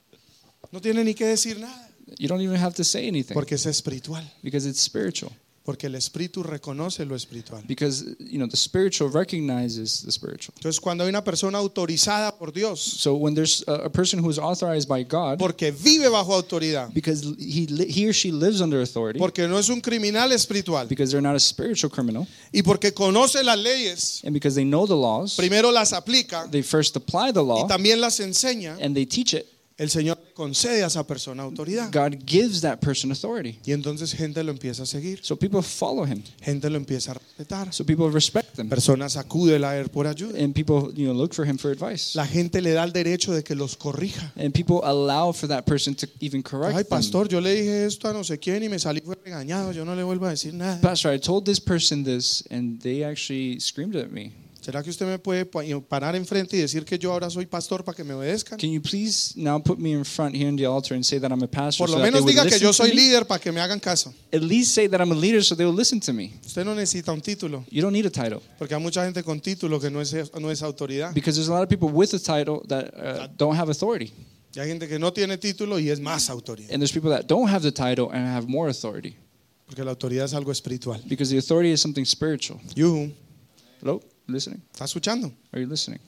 Speaker 1: no tiene ni que decir nada,
Speaker 2: You don't even have to say anything
Speaker 1: porque es espiritual.
Speaker 2: because it's spiritual.
Speaker 1: Porque el espíritu reconoce lo espiritual.
Speaker 2: because you know the spiritual recognizes the spiritual.
Speaker 1: Entonces, cuando hay una persona autorizada por Dios,
Speaker 2: So when there's a, a person who is authorized by God,
Speaker 1: porque vive bajo autoridad,
Speaker 2: because he li- he or she lives under authority,
Speaker 1: porque no es un criminal espiritual
Speaker 2: because they're not a spiritual criminal,
Speaker 1: y porque conoce las leyes,
Speaker 2: and because they know the laws,
Speaker 1: primero las aplica
Speaker 2: they first apply the
Speaker 1: y
Speaker 2: law
Speaker 1: también las enseña,
Speaker 2: and they teach it.
Speaker 1: el Señor le concede a esa persona autoridad.
Speaker 2: God gives that person authority,
Speaker 1: Y entonces gente lo empieza a seguir,
Speaker 2: so people follow him.
Speaker 1: gente lo empieza a respetar,
Speaker 2: So people respect them,
Speaker 1: personas acuden a él por ayuda.
Speaker 2: and people you know look for him for advice,
Speaker 1: La gente le da el derecho de que los corrija.
Speaker 2: and people allow for that person to even correct
Speaker 1: Ay,
Speaker 2: them.
Speaker 1: pastor, yo le dije esto a no sé quién y me salí fue regañado, yo no le vuelvo a decir nada.
Speaker 2: Pastor, I told this person this, and they actually screamed at me.
Speaker 1: ¿Será que usted me puede pa- parar enfrente y decir que yo ahora soy pastor para que me obedezcan?
Speaker 2: Can you please now put me in front here in the altar and say that I'm a pastor?
Speaker 1: Por lo
Speaker 2: so that they
Speaker 1: menos
Speaker 2: would
Speaker 1: diga que
Speaker 2: listen
Speaker 1: yo
Speaker 2: to
Speaker 1: soy
Speaker 2: me?
Speaker 1: líder para que me hagan caso.
Speaker 2: At least say that I'm a leader so they will listen to me.
Speaker 1: Usted no necesita un título,
Speaker 2: You don't need a title
Speaker 1: porque hay mucha gente con título que no es, no es autoridad.
Speaker 2: because there's a lot of people with a title that uh, don't have authority,
Speaker 1: Y hay gente que no tiene título y es más autoridad.
Speaker 2: and there's people that don't have the title and have more authority
Speaker 1: Porque la autoridad es algo espiritual.
Speaker 2: because the authority is something spiritual.
Speaker 1: Yuhu,
Speaker 2: Hello, listening?
Speaker 1: ¿está escuchando?
Speaker 2: Are you listening?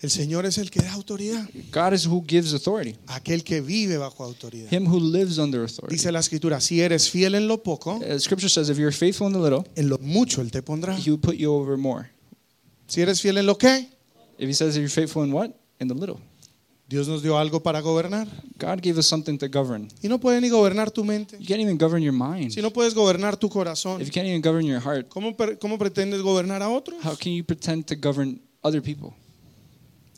Speaker 1: El Señor es el que da autoridad.
Speaker 2: God is who gives authority.
Speaker 1: Aquel que vive bajo autoridad.
Speaker 2: Him who lives under authority.
Speaker 1: Dice la escritura, si eres fiel en lo poco,
Speaker 2: Uh, scripture says, if you're faithful in the little,
Speaker 1: en lo mucho Él te pondrá.
Speaker 2: he will put you over more.
Speaker 1: Si eres fiel en lo que,
Speaker 2: If he says, if you're faithful in what? In the little.
Speaker 1: Dios nos dio algo para gobernar.
Speaker 2: God gave us something to govern.
Speaker 1: Y no puede ni gobernar tu mente.
Speaker 2: You can't even govern your mind.
Speaker 1: Si no puedes gobernar tu corazón,
Speaker 2: If you can't even govern your heart,
Speaker 1: ¿cómo, per- cómo pretendes gobernar a otros?
Speaker 2: how can you pretend to govern other people?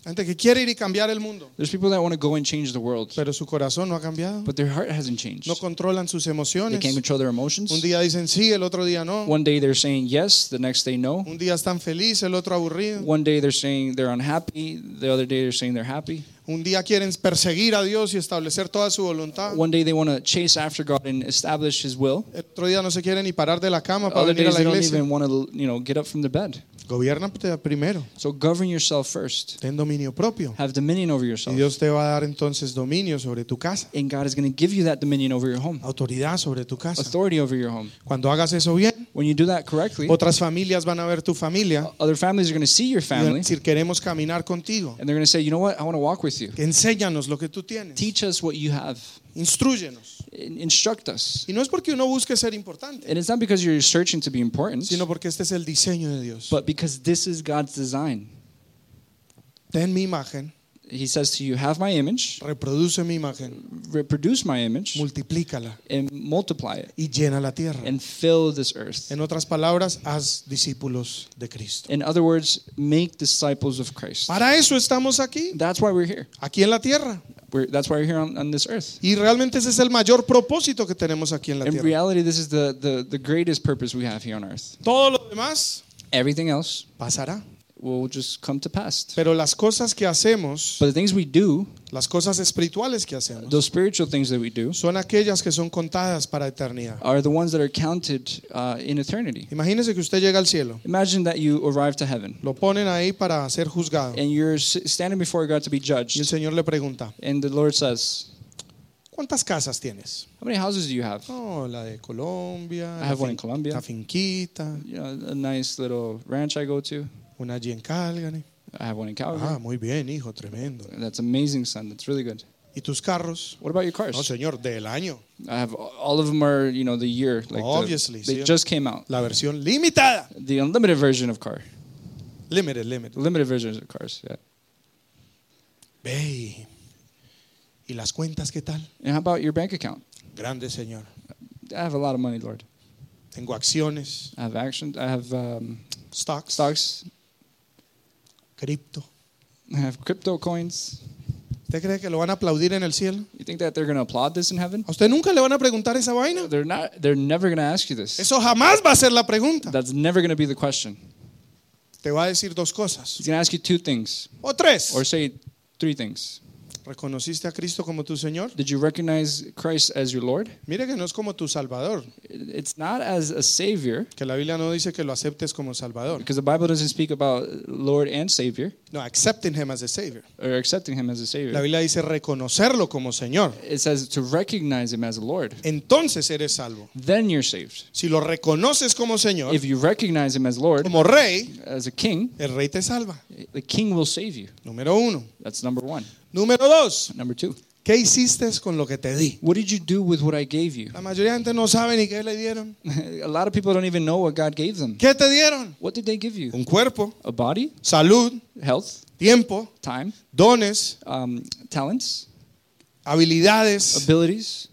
Speaker 1: Gente que quiere ir y cambiar el mundo,
Speaker 2: There's people that want to go and change the world,
Speaker 1: pero su corazón no ha cambiado.
Speaker 2: but their heart hasn't changed.
Speaker 1: No controlan sus
Speaker 2: They
Speaker 1: emociones.
Speaker 2: can't control their emotions.
Speaker 1: Un día dicen sí, el otro día no.
Speaker 2: One day they're saying yes, the next day no.
Speaker 1: Un día están felices, el otro aburrido.
Speaker 2: One day they're saying they're unhappy, the other day they're saying they're happy.
Speaker 1: Un día quieren perseguir a Dios y establecer toda su voluntad.
Speaker 2: One day they want to chase after God and establish His will.
Speaker 1: El otro día no se quieren ni parar de la cama para
Speaker 2: Other
Speaker 1: venir a
Speaker 2: days
Speaker 1: la
Speaker 2: they don't
Speaker 1: iglesia.
Speaker 2: even want to, you know, get up from the bed.
Speaker 1: Gobiernate primero,
Speaker 2: So govern yourself first.
Speaker 1: ten dominio propio.
Speaker 2: Have dominion over
Speaker 1: Y
Speaker 2: yourself,
Speaker 1: Dios te va a dar entonces dominio sobre tu casa,
Speaker 2: and God is going to give you that dominion over your home,
Speaker 1: autoridad sobre tu casa.
Speaker 2: authority over your home.
Speaker 1: Cuando hagas eso bien,
Speaker 2: When you do that correctly,
Speaker 1: otras familias van a ver tu familia
Speaker 2: other families are going to see your
Speaker 1: y van a
Speaker 2: family
Speaker 1: decir, queremos caminar contigo.
Speaker 2: and they're going to say, you know what? I want to walk with you.
Speaker 1: Que enséñanos lo que tú tienes.
Speaker 2: Teach us what you have.
Speaker 1: Instruyenos.
Speaker 2: In- Instruct us.
Speaker 1: Y no es porque uno busque ser importante,
Speaker 2: And it's not because you're searching to be important,
Speaker 1: sino porque este es el diseño de Dios.
Speaker 2: but because this is God's design.
Speaker 1: Ten mi imagen,
Speaker 2: He says to you, have my image,
Speaker 1: reproduce mi imagen,
Speaker 2: reproduce my image,
Speaker 1: multiplícala
Speaker 2: and multiply it,
Speaker 1: y llena la tierra.
Speaker 2: and fill this earth.
Speaker 1: En otras palabras, haz discípulos de Cristo.
Speaker 2: In other words, make disciples of Christ.
Speaker 1: Para eso estamos aquí,
Speaker 2: That's why we're here.
Speaker 1: aquí en la tierra.
Speaker 2: We're, that's why we're here on, on this earth.
Speaker 1: Y realmente ese es el mayor propósito que tenemos aquí en la
Speaker 2: In
Speaker 1: tierra.
Speaker 2: reality, this is the, the, the greatest purpose we have here on earth.
Speaker 1: Todo lo demás
Speaker 2: Everything else
Speaker 1: pasará.
Speaker 2: will just come to pass.
Speaker 1: Pero las cosas que hacemos,
Speaker 2: But the things we do,
Speaker 1: las cosas espirituales que hacemos,
Speaker 2: those spiritual things that we do,
Speaker 1: son aquellas que son contadas para eternidad.
Speaker 2: are the ones that are counted uh, in eternity.
Speaker 1: Imagínese que usted llega al cielo,
Speaker 2: Imagine that you arrive to heaven
Speaker 1: lo ponen ahí para ser juzgado.
Speaker 2: and you're s- standing before God to be
Speaker 1: Y el
Speaker 2: judged,
Speaker 1: Señor le pregunta,
Speaker 2: and the Lord says,
Speaker 1: ¿cuántas casas tienes?
Speaker 2: How many houses do you have?
Speaker 1: No, la de Colombia,
Speaker 2: I
Speaker 1: la,
Speaker 2: have one in
Speaker 1: fin-
Speaker 2: Colombia.
Speaker 1: la finquita,
Speaker 2: You know, a nice little ranch I go to.
Speaker 1: una allí en Calgary.
Speaker 2: I have one in
Speaker 1: Ah,
Speaker 2: Calgary.
Speaker 1: muy bien, hijo, tremendo.
Speaker 2: That's amazing, son. That's really good.
Speaker 1: ¿Y tus carros?
Speaker 2: What about your
Speaker 1: No,
Speaker 2: cars?
Speaker 1: señor, del año.
Speaker 2: I have all of them are, you know, the year. Like the-
Speaker 1: Obviously,
Speaker 2: They
Speaker 1: sí.
Speaker 2: just came out.
Speaker 1: La versión limitada.
Speaker 2: The unlimited version of car.
Speaker 1: Limited, limited.
Speaker 2: Limited versions of cars, yeah.
Speaker 1: Ve. ¿Y las cuentas qué tal?
Speaker 2: And how about your bank account?
Speaker 1: Grande, señor.
Speaker 2: I have a lot of money, Lord.
Speaker 1: Tengo acciones,
Speaker 2: I have action. I have um,
Speaker 1: stocks,
Speaker 2: stocks.
Speaker 1: cripto.
Speaker 2: I have crypto coins.
Speaker 1: ¿Usted cree que lo van a aplaudir en el cielo?
Speaker 2: You think that they're going to applaud this in heaven?
Speaker 1: A usted nunca le van a preguntar esa vaina.
Speaker 2: They're not. They're never going to ask you this.
Speaker 1: Eso jamás va a ser la pregunta.
Speaker 2: That's never going to be the question.
Speaker 1: Te va a decir dos cosas.
Speaker 2: He's going to ask you two things,
Speaker 1: O tres.
Speaker 2: or say three things.
Speaker 1: ¿Reconociste a Cristo como tu Señor?
Speaker 2: Did you recognize Christ as your Lord?
Speaker 1: Mire que no es como tu Salvador,
Speaker 2: It's not as a Savior,
Speaker 1: que la Biblia no dice que lo aceptes como Salvador.
Speaker 2: because the Bible doesn't speak about Lord and Savior
Speaker 1: No, accepting Him as a Savior.
Speaker 2: or accepting Him as a
Speaker 1: La
Speaker 2: Savior.
Speaker 1: Biblia dice reconocerlo como Señor.
Speaker 2: It says to recognize Him as a Lord.
Speaker 1: Entonces eres salvo.
Speaker 2: Then you're saved.
Speaker 1: Si lo reconoces como Señor,
Speaker 2: If you recognize Him as Lord,
Speaker 1: como Rey,
Speaker 2: as a King,
Speaker 1: el Rey te salva.
Speaker 2: the King will save you.
Speaker 1: Número uno.
Speaker 2: That's number one.
Speaker 1: Número dos.
Speaker 2: Number two,
Speaker 1: ¿Qué hiciste con lo que te di?
Speaker 2: what did you do with what I gave you?
Speaker 1: La mayoría de gente no sabe ni qué le dieron.
Speaker 2: a lot of people don't even know what God gave them.
Speaker 1: ¿Qué te dieron?
Speaker 2: What did they give you?
Speaker 1: Un cuerpo,
Speaker 2: A body,
Speaker 1: salud,
Speaker 2: health,
Speaker 1: tiempo,
Speaker 2: time,
Speaker 1: dones,
Speaker 2: um, talents,
Speaker 1: habilidades.
Speaker 2: abilities,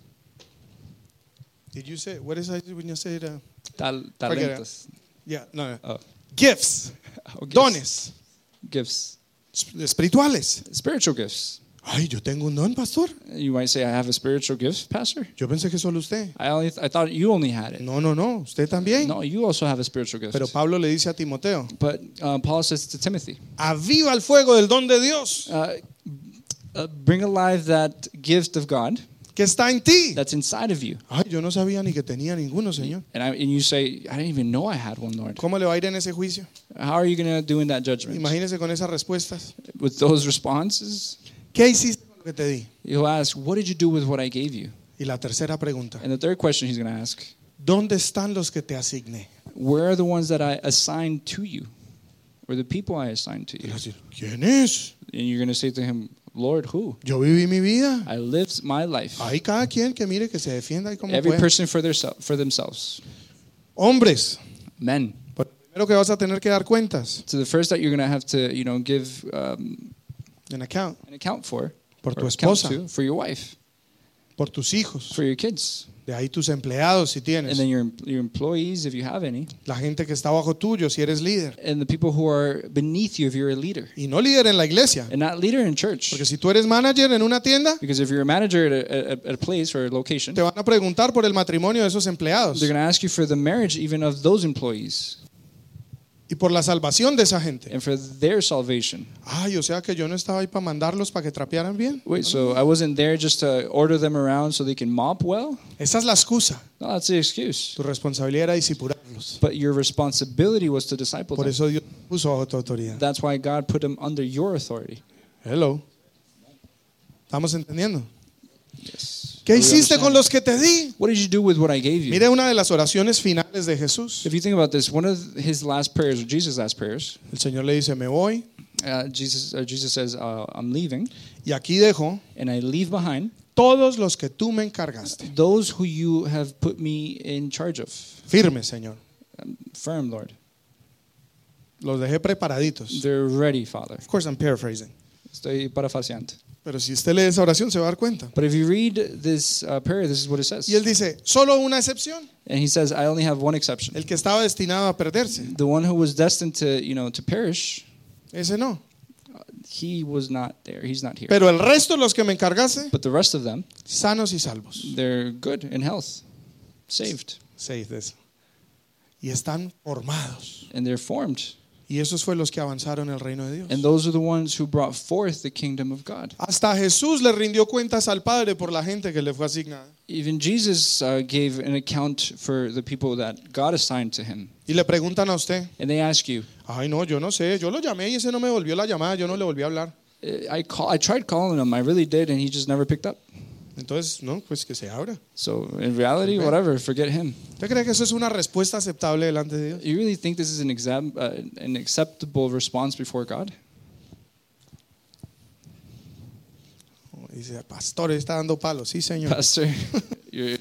Speaker 1: Did you say what is that when you say it, uh,
Speaker 2: tal- talentos.
Speaker 1: yeah, no, no.
Speaker 2: Oh.
Speaker 1: Gifts,
Speaker 2: Oh, gifts.
Speaker 1: dones
Speaker 2: Gifts.
Speaker 1: esp- espirituales.
Speaker 2: Spiritual gifts.
Speaker 1: Ay, yo tengo un don, pastor.
Speaker 2: You might say, I have a spiritual gift, Pastor.
Speaker 1: Yo pensé que solo usted.
Speaker 2: I, only I thought you only had it.
Speaker 1: No, no, no, usted también.
Speaker 2: No, you also have a spiritual gift.
Speaker 1: Pero Pablo le dice a Timoteo,
Speaker 2: But uh, Paul says to Timothy,
Speaker 1: aviva el fuego del don de Dios
Speaker 2: uh, uh, bring alive that gift of God
Speaker 1: que está en ti.
Speaker 2: that's inside of you.
Speaker 1: Ay, yo no sabía ni que tenía ninguno, Señor.
Speaker 2: And, I, and you say, I didn't even know I had one, Lord.
Speaker 1: ¿Cómo le va a ir en ese juicio?
Speaker 2: How are you going to do in that judgment?
Speaker 1: Imagínese con esas respuestas.
Speaker 2: With those responses,
Speaker 1: ¿Qué hiciste con lo que te di?
Speaker 2: He'll ask, What did you do with what I gave you?
Speaker 1: Y la tercera pregunta,
Speaker 2: And the third question he's going to ask,
Speaker 1: ¿dónde están los que te asigné?
Speaker 2: Where are the ones that I assigned to you? Or the people I assigned to
Speaker 1: Y le
Speaker 2: you?
Speaker 1: va a decir, ¿quién es?
Speaker 2: And you're going to say to him, Lord, who?
Speaker 1: Yo viví mi vida.
Speaker 2: I lived my life.
Speaker 1: Ahí cada quien que mire que se defienda y como
Speaker 2: Every
Speaker 1: pueda.
Speaker 2: person for, their self, for themselves.
Speaker 1: Hombres,
Speaker 2: Men.
Speaker 1: por lo primero que vas a tener que dar cuentas,
Speaker 2: So the first that you're going to have to, you know, give um,
Speaker 1: en account,
Speaker 2: an account for,
Speaker 1: por tu
Speaker 2: or account
Speaker 1: esposa,
Speaker 2: to, for your wife,
Speaker 1: por tus hijos,
Speaker 2: for your kids,
Speaker 1: de ahí tus empleados si
Speaker 2: and
Speaker 1: tienes,
Speaker 2: then your your employees if you have any,
Speaker 1: la gente que está bajo tuyo si eres líder.
Speaker 2: and the people who are beneath you if you're a leader,
Speaker 1: Y no líder en la iglesia,
Speaker 2: and not leader in church.
Speaker 1: porque si tú eres manager en una tienda,
Speaker 2: Because if you're a manager at a, at a- at a place or a location,
Speaker 1: te van a preguntar por el matrimonio de esos empleados
Speaker 2: they're going to ask you for the marriage even of those employees
Speaker 1: y por la salvación de esa gente.
Speaker 2: and for their salvation.
Speaker 1: Ay, o sea que yo no estaba ahí para mandarlos para que trapearan bien.
Speaker 2: Wait, so I wasn't there just to order them around so they can mop well?
Speaker 1: Esa es la excusa.
Speaker 2: No, that's the excuse.
Speaker 1: Tu responsabilidad era disipularlos.
Speaker 2: But your responsibility was to disciple
Speaker 1: Por
Speaker 2: them.
Speaker 1: eso Dios te puso bajo tu autoridad.
Speaker 2: That's why God put them under your authority.
Speaker 1: Hello. ¿Estamos entendiendo?
Speaker 2: Yes.
Speaker 1: ¿Qué
Speaker 2: Do you
Speaker 1: hiciste con
Speaker 2: understand?
Speaker 1: los que te di?
Speaker 2: What did you do with what I gave you?
Speaker 1: Mire una de las oraciones finales de Jesús.
Speaker 2: If you think about this, one of his last prayers, or Jesus' last prayers,
Speaker 1: El Señor le dice, me voy
Speaker 2: uh, Jesus, uh, Jesus says, uh, I'm leaving,
Speaker 1: y aquí dejo
Speaker 2: and I leave behind
Speaker 1: todos los que tú me encargaste.
Speaker 2: those who you have put me in charge of.
Speaker 1: Firme, Señor.
Speaker 2: Firm, Lord.
Speaker 1: Los dejé preparaditos.
Speaker 2: They're ready, Father.
Speaker 1: Of course, I'm paraphrasing.
Speaker 2: Estoy parafaseando.
Speaker 1: Pero si usted lee esa oración, se va a dar cuenta.
Speaker 2: But if you read this uh, prayer, this is what it says.
Speaker 1: Y él dice, solo una excepción,
Speaker 2: And he says, I only have one exception.
Speaker 1: el que estaba destinado a perderse.
Speaker 2: The one who was destined to, you know, to perish,
Speaker 1: Ese no.
Speaker 2: he was not there. He's not here.
Speaker 1: Pero el resto, los que me encargaste,
Speaker 2: But the rest of them,
Speaker 1: sanos y salvos.
Speaker 2: they're good in health, saved,
Speaker 1: Se dice eso. Y están formados.
Speaker 2: and they're formed.
Speaker 1: Y esos fue los que avanzaron el reino de
Speaker 2: And
Speaker 1: Dios.
Speaker 2: those are the ones who brought forth the kingdom of God.
Speaker 1: Hasta Jesús le rindió cuentas al Padre por la gente que le fue asignada.
Speaker 2: Even Jesus uh, gave an account for the people that God assigned to him.
Speaker 1: Y le preguntan a usted,
Speaker 2: And they ask you,
Speaker 1: ay no, yo no sé, yo lo llamé y ese no me volvió la llamada, yo no le volví a hablar.
Speaker 2: "Uh, I, call, I tried calling him, I really did, and he just never picked up.
Speaker 1: Entonces, no, pues que se abra.
Speaker 2: So in reality,
Speaker 1: Amen.
Speaker 2: whatever, forget him.
Speaker 1: ¿Usted cree que eso es una respuesta aceptable delante de Dios?
Speaker 2: You really think this is an exam, uh, an acceptable response before God?
Speaker 1: Dice, pastor, está dando palos. Sí, señor.
Speaker 2: Pastor, you're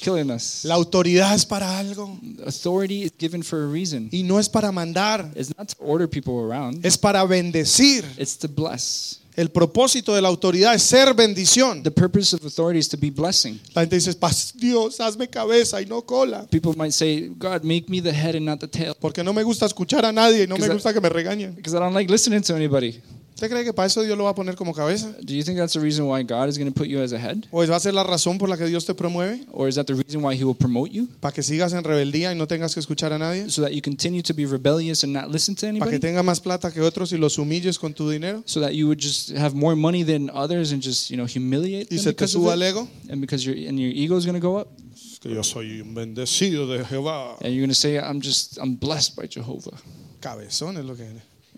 Speaker 2: killing us.
Speaker 1: La autoridad es para algo
Speaker 2: Authority is given for a reason.
Speaker 1: y no es para mandar,
Speaker 2: It's not to order people around.
Speaker 1: es para bendecir.
Speaker 2: It's to bless.
Speaker 1: El propósito de la autoridad es ser bendición.
Speaker 2: The purpose of authority is to be blessing.
Speaker 1: La gente dice, "Pas- Dios, hazme cabeza y no cola.
Speaker 2: People might say, God, make me the head and not the tail.
Speaker 1: Porque no me gusta escuchar a nadie y no me
Speaker 2: Because I-
Speaker 1: gusta que me regañen.
Speaker 2: Because I don't like listening to anybody.
Speaker 1: ¿Usted cree que para eso Dios lo va a poner como cabeza?
Speaker 2: Do you think that's the reason why God is going to put you as a head?
Speaker 1: ¿O va a ser la razón por la que Dios te promueve?
Speaker 2: Or is that the reason why He will promote you?
Speaker 1: ¿Para que sigas en rebeldía y no tengas que escuchar a nadie?
Speaker 2: So that you continue to be rebellious and not listen to
Speaker 1: ¿Para que
Speaker 2: anybody?
Speaker 1: tenga más plata que otros y los humilles con tu dinero?
Speaker 2: So that you would just have more money than others and just, you know, humiliate
Speaker 1: ¿Y
Speaker 2: them
Speaker 1: se te
Speaker 2: because of
Speaker 1: suba el
Speaker 2: it?
Speaker 1: ego?
Speaker 2: And because your, and your ego is going to go up?
Speaker 1: Es que yo soy un bendecido de Jehová.
Speaker 2: And you're going to say, I'm just, I'm blessed by Jehovah.
Speaker 1: Cabezón es lo que...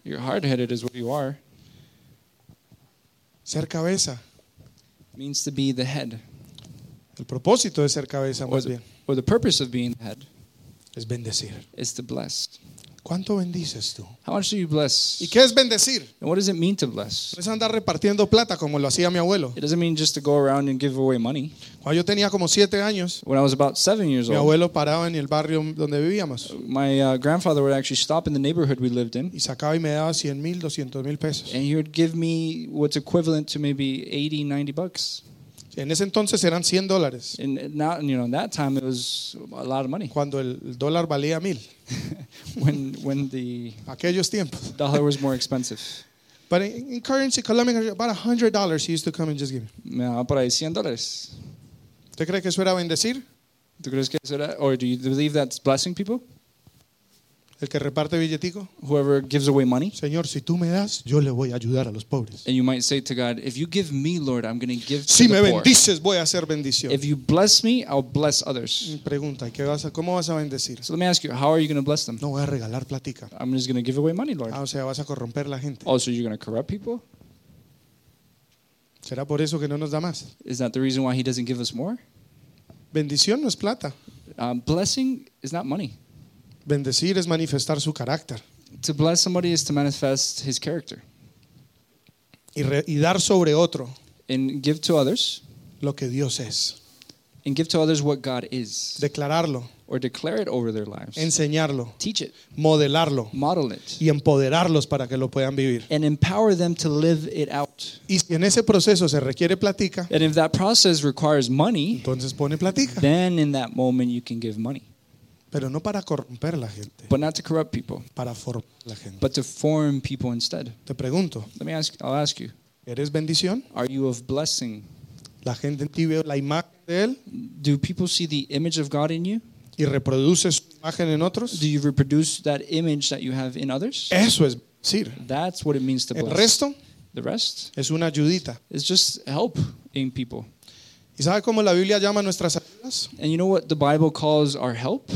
Speaker 2: You're hard-headed is what you are.
Speaker 1: Ser cabeza.
Speaker 2: It means to be the head.
Speaker 1: El propósito de ser cabeza,
Speaker 2: Or
Speaker 1: más
Speaker 2: the,
Speaker 1: bien,
Speaker 2: or the purpose of being the head
Speaker 1: es bendecir.
Speaker 2: is to bless.
Speaker 1: ¿Cuánto bendices tú?
Speaker 2: How much do you bless?
Speaker 1: ¿Y qué es bendecir?
Speaker 2: And what does it mean to bless?
Speaker 1: No es andar repartiendo plata como lo hacía mi abuelo.
Speaker 2: It doesn't mean just to go around and give away money.
Speaker 1: Cuando yo tenía como siete años,
Speaker 2: When I was about seven years
Speaker 1: mi
Speaker 2: old,
Speaker 1: abuelo paraba en el barrio donde vivíamos
Speaker 2: my uh, grandfather would actually stop in the neighborhood we lived in,
Speaker 1: y sacaba y me daba 100 mil, 200 mil pesos.
Speaker 2: and he would give me what's equivalent to maybe 80, 90 bucks.
Speaker 1: En ese entonces eran 100 dólares,
Speaker 2: And now, you know, in that time it was a lot of money
Speaker 1: cuando el dólar valía mil,
Speaker 2: when when the
Speaker 1: aquellos tiempos.
Speaker 2: dollar was more expensive.
Speaker 1: But in in currency, Colombian currency, about $100 he used to come and just give me.
Speaker 2: Me daba por ahí 100 dólares.
Speaker 1: ¿Usted cree que eso era bendecir?
Speaker 2: ¿Tú crees que eso era? Or do you believe that's blessing people?
Speaker 1: El que reparte billetico.
Speaker 2: Whoever gives away money?
Speaker 1: Señor, si tú me das, yo le voy a ayudar a los pobres.
Speaker 2: And you might say to God, if you give me, Lord, I'm going to give to
Speaker 1: Si me
Speaker 2: the poor.
Speaker 1: bendices, voy a hacer bendición.
Speaker 2: If you bless me, I'll bless others.
Speaker 1: Mi Pregunta, ¿qué vas a, ¿cómo vas a bendecir?
Speaker 2: So let me ask you, how are you going to bless them?
Speaker 1: No voy a regalar platica.
Speaker 2: I'm just going to give away money, Lord.
Speaker 1: Ah, o sea, vas a corromper la gente.
Speaker 2: Oh, so you're going to corrupt people?
Speaker 1: ¿Será por eso que no nos da más?
Speaker 2: Is that the reason why he doesn't give us more?
Speaker 1: Bendición no es plata.
Speaker 2: Um, blessing is not money.
Speaker 1: Bendecir es manifestar su carácter.
Speaker 2: To bless somebody is to manifest his character
Speaker 1: Y, re- y dar sobre otro
Speaker 2: and give to others
Speaker 1: lo que Dios es.
Speaker 2: and give to others what God is
Speaker 1: Declararlo,
Speaker 2: or declare it over their lives.
Speaker 1: enseñarlo,
Speaker 2: Teach it,
Speaker 1: modelarlo
Speaker 2: model it,
Speaker 1: y empoderarlos para que lo puedan vivir.
Speaker 2: and empower them to live it out.
Speaker 1: Y si en ese proceso se requiere platica,
Speaker 2: And if that process requires money,
Speaker 1: entonces pone platica.
Speaker 2: then in that moment you can give money,
Speaker 1: Pero no para corromper la gente,
Speaker 2: but not to corrupt people,
Speaker 1: para formar la gente.
Speaker 2: but to form people instead.
Speaker 1: Te pregunto,
Speaker 2: Let me ask. I'll ask you.
Speaker 1: ¿eres bendición?
Speaker 2: Are you of blessing?
Speaker 1: La gente en ti ve la imagen de Él
Speaker 2: Do people see the image of God in you?
Speaker 1: y reproduce su imagen en otros.
Speaker 2: Do you reproduce that image that you have in others?
Speaker 1: Eso es decir.
Speaker 2: That's what it means to
Speaker 1: El
Speaker 2: bless.
Speaker 1: resto
Speaker 2: the rest
Speaker 1: es una ayudita.
Speaker 2: is just help in people.
Speaker 1: ¿Y sabe cómo la Biblia llama nuestras ayudas
Speaker 2: And you know what the Bible calls our help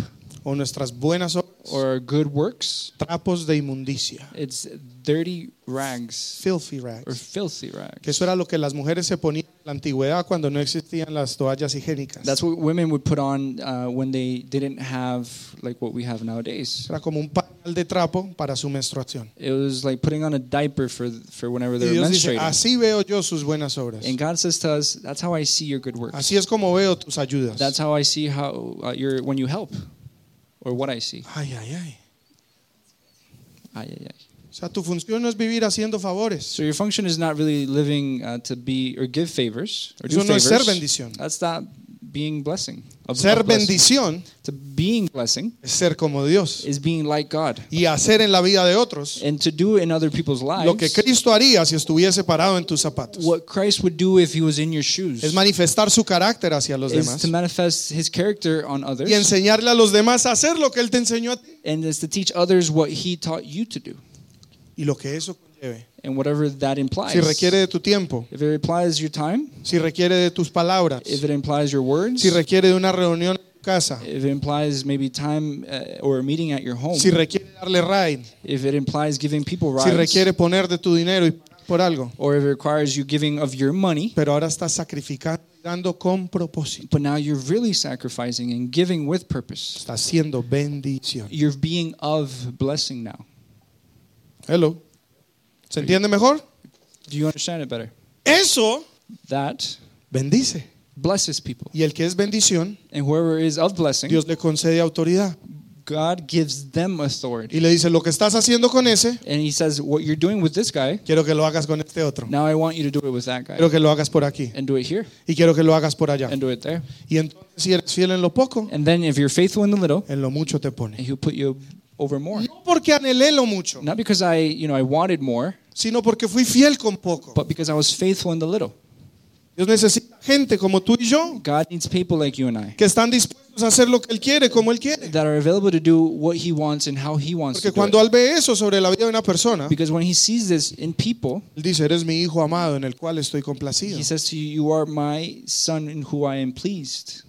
Speaker 1: o nuestras buenas obras?
Speaker 2: or our good works?
Speaker 1: Trapos de inmundicia.
Speaker 2: It's dirty rags
Speaker 1: Filthy
Speaker 2: or
Speaker 1: rags.
Speaker 2: filthy
Speaker 1: Que
Speaker 2: rags.
Speaker 1: eso era lo que las mujeres se ponían en la antigüedad cuando no existían las toallas higiénicas.
Speaker 2: That's what women would put on uh, when they didn't have like what we have nowadays.
Speaker 1: Era como un panal de trapo para su menstruación.
Speaker 2: It was like putting on a diaper for for whenever
Speaker 1: Y
Speaker 2: they're
Speaker 1: Dios dice,
Speaker 2: menstruating.
Speaker 1: así veo yo sus buenas obras.
Speaker 2: And God says to us, "That's how I see your good works.
Speaker 1: Así es como veo tus ayudas.
Speaker 2: That's how I see how uh, you're when you help, or what I see."
Speaker 1: Ay, ay, ay.
Speaker 2: Ay, ay, ay.
Speaker 1: O sea, tu función no es vivir haciendo favores.
Speaker 2: So your function is not really living uh, to be or give favors or do
Speaker 1: Eso no es ser
Speaker 2: favors.
Speaker 1: bendición.
Speaker 2: That's not being blessing. Of-
Speaker 1: Ser
Speaker 2: of blessing.
Speaker 1: bendición
Speaker 2: To being blessing
Speaker 1: es ser como Dios
Speaker 2: is being like God,
Speaker 1: y hacer en la vida de otros
Speaker 2: and to do in other people's lives
Speaker 1: lo que Cristo haría si estuviese parado en tus zapatos.
Speaker 2: Ah, what Christ would do if He was in your shoes
Speaker 1: Es manifestar su carácter hacia los
Speaker 2: is
Speaker 1: demás
Speaker 2: to manifest His character on others,
Speaker 1: y enseñarle a los demás a hacer lo que Él te enseñó a ti
Speaker 2: and is to teach others what He taught you to do,
Speaker 1: y lo que eso conlleve.
Speaker 2: and whatever that implies.
Speaker 1: Si requiere de tu tiempo,
Speaker 2: if it implies your time,
Speaker 1: si requiere de tus palabras,
Speaker 2: if it implies your words,
Speaker 1: si requiere de una reunión en tu casa,
Speaker 2: if it implies maybe time uh, or a meeting at your home,
Speaker 1: si requiere darle ride,
Speaker 2: if it implies giving people rides,
Speaker 1: si requiere poner de tu dinero y pagar por algo.
Speaker 2: or if it requires you giving of your money,
Speaker 1: Pero ahora estás sacrificando, y dando con propósito.
Speaker 2: but now you're really sacrificing and giving with purpose.
Speaker 1: Estás siendo bendición.
Speaker 2: You're being of blessing now.
Speaker 1: Hello. ¿Se entiende mejor?
Speaker 2: Do you understand it better?
Speaker 1: Eso
Speaker 2: That
Speaker 1: bendice.
Speaker 2: blesses people.
Speaker 1: Y el que es bendición,
Speaker 2: And whoever is of blessing,
Speaker 1: Dios le concede autoridad.
Speaker 2: God gives them
Speaker 1: Y
Speaker 2: authority.
Speaker 1: le dice, lo que estás haciendo con ese,
Speaker 2: And he says, What you're doing with this guy,
Speaker 1: quiero que lo hagas con este otro.
Speaker 2: now I want you to do it with that guy.
Speaker 1: Quiero que lo hagas por aquí.
Speaker 2: And do it here,
Speaker 1: Y quiero que lo hagas por allá.
Speaker 2: and do it there.
Speaker 1: Y entonces si eres fiel en lo poco,
Speaker 2: And then if you're faithful in the little,
Speaker 1: en lo mucho te pone.
Speaker 2: he'll put you over more.
Speaker 1: No porque anhelé lo mucho,
Speaker 2: Not because I, you know, I wanted more,
Speaker 1: sino porque fui fiel con poco.
Speaker 2: but because I was faithful in the little.
Speaker 1: Dios necesita gente como tú y yo
Speaker 2: God needs people like you and I
Speaker 1: que están dispuestos a hacer lo que Él quiere, como Él quiere.
Speaker 2: that are available to do what He wants and how He wants
Speaker 1: Porque
Speaker 2: to do
Speaker 1: cuando
Speaker 2: it.
Speaker 1: Él ve eso sobre la vida de una persona,
Speaker 2: Because when He sees this in people,
Speaker 1: Él dice, eres mi hijo amado en el cual estoy complacido.
Speaker 2: He says to you, You are my son in who I am pleased.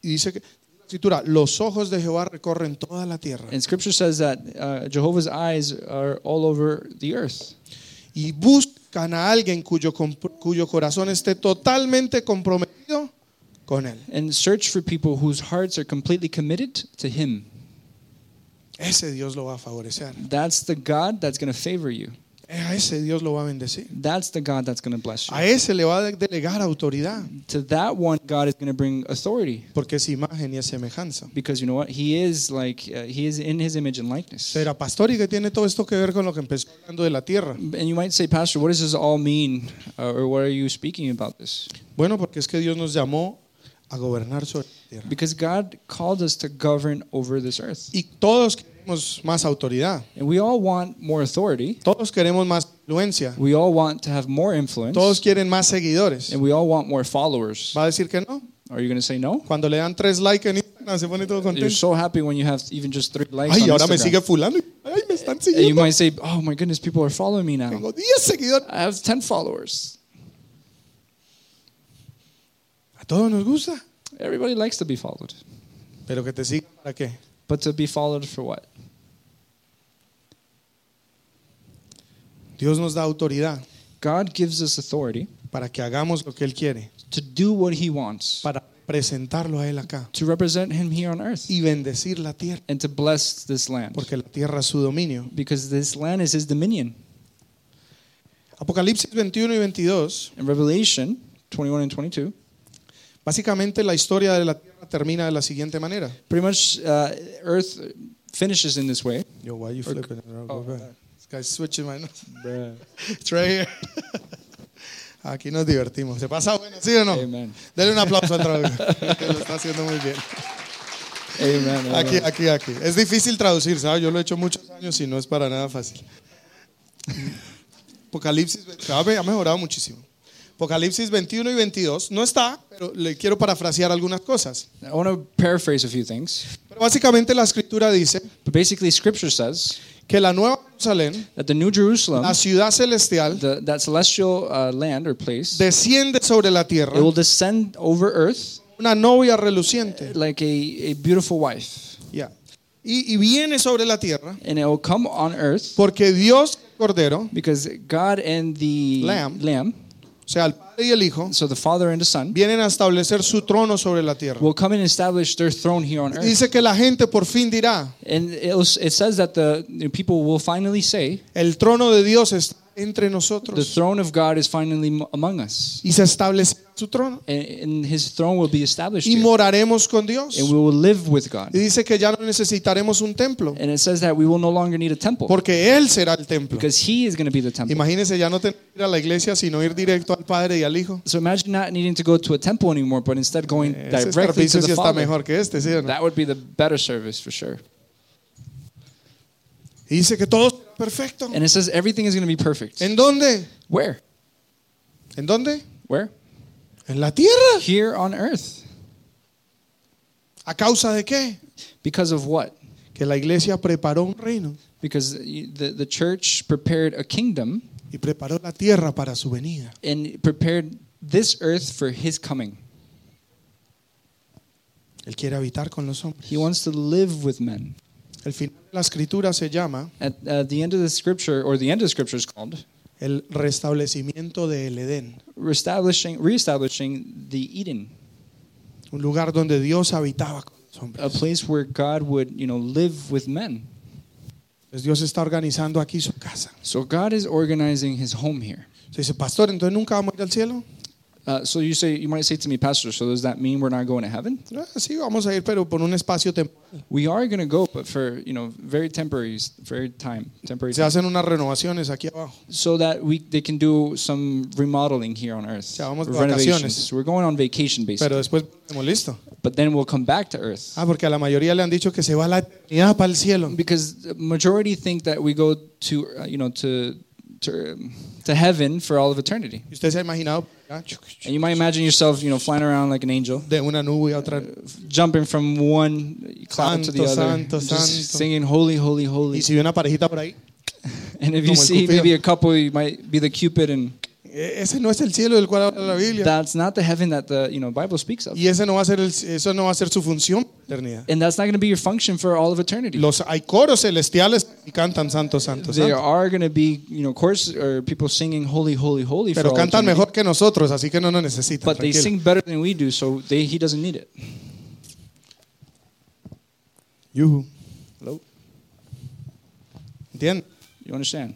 Speaker 1: Y dice que, la escritura, los ojos de Jehová recorren toda la tierra
Speaker 2: And scripture says that uh, Jehovah's eyes are all over the earth.
Speaker 1: y buscan a alguien cuyo, comp- cuyo corazón esté totalmente comprometido con Él.
Speaker 2: And search for people whose hearts are completely committed to Him.
Speaker 1: Ese Dios lo va a favorecer.
Speaker 2: That's the God that's going to favor you.
Speaker 1: A ese Dios lo va a bendecir.
Speaker 2: That's the God that's going to bless you.
Speaker 1: A ese le va a delegar autoridad,
Speaker 2: to that one, God is going to bring authority
Speaker 1: porque es imagen y es semejanza.
Speaker 2: because you know what? He is like, uh, He is in His image and likeness.
Speaker 1: Será pastor y que tiene todo esto que ver con lo que empezó hablando de la tierra.
Speaker 2: And you might say, Pastor, what does this all mean? Uh, or what are you speaking about this?
Speaker 1: Bueno, porque es que Dios nos llamó a gobernar sobre la tierra.
Speaker 2: Because God called us to govern over this earth.
Speaker 1: Y todos queremos más autoridad,
Speaker 2: And we all want more authority.
Speaker 1: todos queremos más influencia,
Speaker 2: We all want to have more influence.
Speaker 1: todos quieren más seguidores.
Speaker 2: And we all want more followers.
Speaker 1: Va a decir que no.
Speaker 2: Are you going to say no?
Speaker 1: Cuando le dan tres likes en Instagram se pone todo
Speaker 2: You're
Speaker 1: contento.
Speaker 2: so happy when you have even just three likes.
Speaker 1: Ay,
Speaker 2: on
Speaker 1: ahora me
Speaker 2: Instagram.
Speaker 1: sigue fulano. Ay, me están
Speaker 2: And you
Speaker 1: siguiendo.
Speaker 2: might say, oh my goodness, people are following me now.
Speaker 1: Tengo 10 seguidores.
Speaker 2: I have 10 followers.
Speaker 1: A todos nos gusta.
Speaker 2: Everybody likes to be followed.
Speaker 1: Pero que te sigan para qué?
Speaker 2: But to be followed for what?
Speaker 1: Dios nos da autoridad
Speaker 2: God gives us authority
Speaker 1: para que hagamos lo que Él quiere,
Speaker 2: to do what he wants,
Speaker 1: para presentarlo a Él acá
Speaker 2: to represent him here on earth.
Speaker 1: y bendecir la tierra,
Speaker 2: and to bless this land
Speaker 1: porque la tierra es su dominio.
Speaker 2: because this land is his dominion.
Speaker 1: Apocalipsis 21 y 22,
Speaker 2: In Revelation 21 and 22,
Speaker 1: básicamente la historia de la tierra termina de la siguiente manera.
Speaker 2: pretty much uh, earth finishes in this way.
Speaker 1: Yo, why you flipping it around?
Speaker 2: oh,
Speaker 1: Go back.
Speaker 2: uh,
Speaker 1: This guy's switching my notes. It's right here. Aquí nos divertimos. ¿Se pasa bueno? ¿Sí o no?
Speaker 2: Amen.
Speaker 1: Dele un aplauso al traductor, que lo está haciendo muy bien.
Speaker 2: Amen. amen.
Speaker 1: Aquí, aquí, aquí. Es difícil traducir, ¿sabes? Yo lo he hecho muchos años y no es para nada fácil. Apocalipsis, ¿sabe? Ha mejorado muchísimo. Apocalipsis 21 y 22 no está, pero le quiero parafrasear algunas cosas.
Speaker 2: I want to paraphrase a few things.
Speaker 1: Pero básicamente la escritura dice
Speaker 2: But basically, scripture says
Speaker 1: que la nueva Jerusalén,
Speaker 2: that the New Jerusalem,
Speaker 1: la ciudad celestial,
Speaker 2: the, that celestial uh, land or place,
Speaker 1: desciende sobre la
Speaker 2: it
Speaker 1: tierra
Speaker 2: will descend over earth
Speaker 1: una novia reluciente.
Speaker 2: like a, a beautiful wife.
Speaker 1: Ya. Y, y viene sobre la tierra
Speaker 2: And it will come on earth
Speaker 1: porque Dios, el Cordero,
Speaker 2: because God and the
Speaker 1: Lamb.
Speaker 2: lamb
Speaker 1: o sea, el Padre y el Hijo,
Speaker 2: so the Father and the Son,
Speaker 1: vienen a establecer su trono sobre la tierra.
Speaker 2: will come and establish their throne here on earth.
Speaker 1: Dice que la gente por fin dirá,
Speaker 2: And it, was, it says that the, the people will finally say,
Speaker 1: el trono de Dios está entre
Speaker 2: the
Speaker 1: nosotros
Speaker 2: throne of God is finally m- among us.
Speaker 1: y se establece su trono
Speaker 2: And, and his throne will be established.
Speaker 1: y
Speaker 2: here.
Speaker 1: moraremos con Dios.
Speaker 2: and we will live with God.
Speaker 1: Y dice que ya no necesitaremos un templo
Speaker 2: And it says that we will no longer need a temple
Speaker 1: porque Él será el templo.
Speaker 2: because he is going to be the temple.
Speaker 1: Imagínense ya no tener que ir a la iglesia sino ir directo al Padre y al Hijo.
Speaker 2: So imagine not needing to go to a temple anymore, but instead going
Speaker 1: Eh, Ese
Speaker 2: directly to
Speaker 1: servicio sí
Speaker 2: the
Speaker 1: está
Speaker 2: Father.
Speaker 1: mejor que este, ¿sí o no?
Speaker 2: That would be the better service for sure.
Speaker 1: Y dice que todo será perfecto.
Speaker 2: And it says everything is going to be perfect.
Speaker 1: ¿En dónde?
Speaker 2: Where?
Speaker 1: ¿En dónde?
Speaker 2: Where?
Speaker 1: En la tierra.
Speaker 2: Here on earth.
Speaker 1: ¿A causa de qué?
Speaker 2: Because of what?
Speaker 1: Que la iglesia preparó un reino
Speaker 2: Because the, the, the church prepared a kingdom
Speaker 1: y preparó la tierra para su venida.
Speaker 2: and prepared this earth for his coming.
Speaker 1: Él quiere habitar con los hombres.
Speaker 2: He wants to live with men.
Speaker 1: El final de la escritura se llama
Speaker 2: At uh, the end of the scripture, or the end of the scripture is called
Speaker 1: el restablecimiento del Edén,
Speaker 2: reestablishing, reestablishing the Eden,
Speaker 1: un lugar donde Dios habitaba con los hombres.
Speaker 2: a place where God would, you know, live with men.
Speaker 1: Entonces Dios está organizando aquí su casa.
Speaker 2: So God is organizing His home here.
Speaker 1: Se dice, pastor, entonces nunca vamos a ir al cielo.
Speaker 2: Uh, so you say, you might say to me, Pastor, so does that mean we're not going to heaven?
Speaker 1: "Ah, sí, vamos a ir, pero por un espacio temporal.
Speaker 2: We are going to go, but for you know, very temporary, very time, temporary,
Speaker 1: Se hacen unas renovaciones aquí abajo.
Speaker 2: so that we they can do some remodeling here on earth.
Speaker 1: sea, vamos de
Speaker 2: renovations.
Speaker 1: vacaciones.
Speaker 2: We're going on vacation, basically.
Speaker 1: Pero después, estamos listo.
Speaker 2: but then we'll come back to earth.
Speaker 1: Ah, porque a la mayoría le han dicho que se va a la eternidad para el cielo.
Speaker 2: Because the majority think that we go to, uh, you know, to, to, um, to heaven for all of eternity.
Speaker 1: Y usted se ha imaginado ah, chuc, chuc,
Speaker 2: And you might imagine yourself, you know, flying around like an angel,
Speaker 1: de una nube a otra.
Speaker 2: jumping from one cloud to the
Speaker 1: Santo, santo,
Speaker 2: other, just
Speaker 1: santo.
Speaker 2: singing holy, holy, holy.
Speaker 1: Y si ve una parejita por ahí,
Speaker 2: And
Speaker 1: como
Speaker 2: if you
Speaker 1: el
Speaker 2: see
Speaker 1: Cupido.
Speaker 2: maybe a couple, you might be the Cupid, and
Speaker 1: e- ese no es el cielo del cual habla la Biblia.
Speaker 2: that's not the heaven that the you know Bible speaks of,
Speaker 1: Y ese no va a ser el- eso no va a ser su función eternidad.
Speaker 2: and that's not going to be your function for all of eternity.
Speaker 1: Los hay coros celestiales y cantan santo, santo,
Speaker 2: There
Speaker 1: santo.
Speaker 2: are going to be you know course or people singing holy, holy, holy for
Speaker 1: Pero
Speaker 2: all
Speaker 1: cantan
Speaker 2: eternity,
Speaker 1: mejor que nosotros, así que no nos necesitan.
Speaker 2: but they
Speaker 1: tranquilo.
Speaker 2: sing better than we do, so they, he doesn't need it.
Speaker 1: Yuhu.
Speaker 2: Hello,
Speaker 1: ¿Entienden?
Speaker 2: you understand?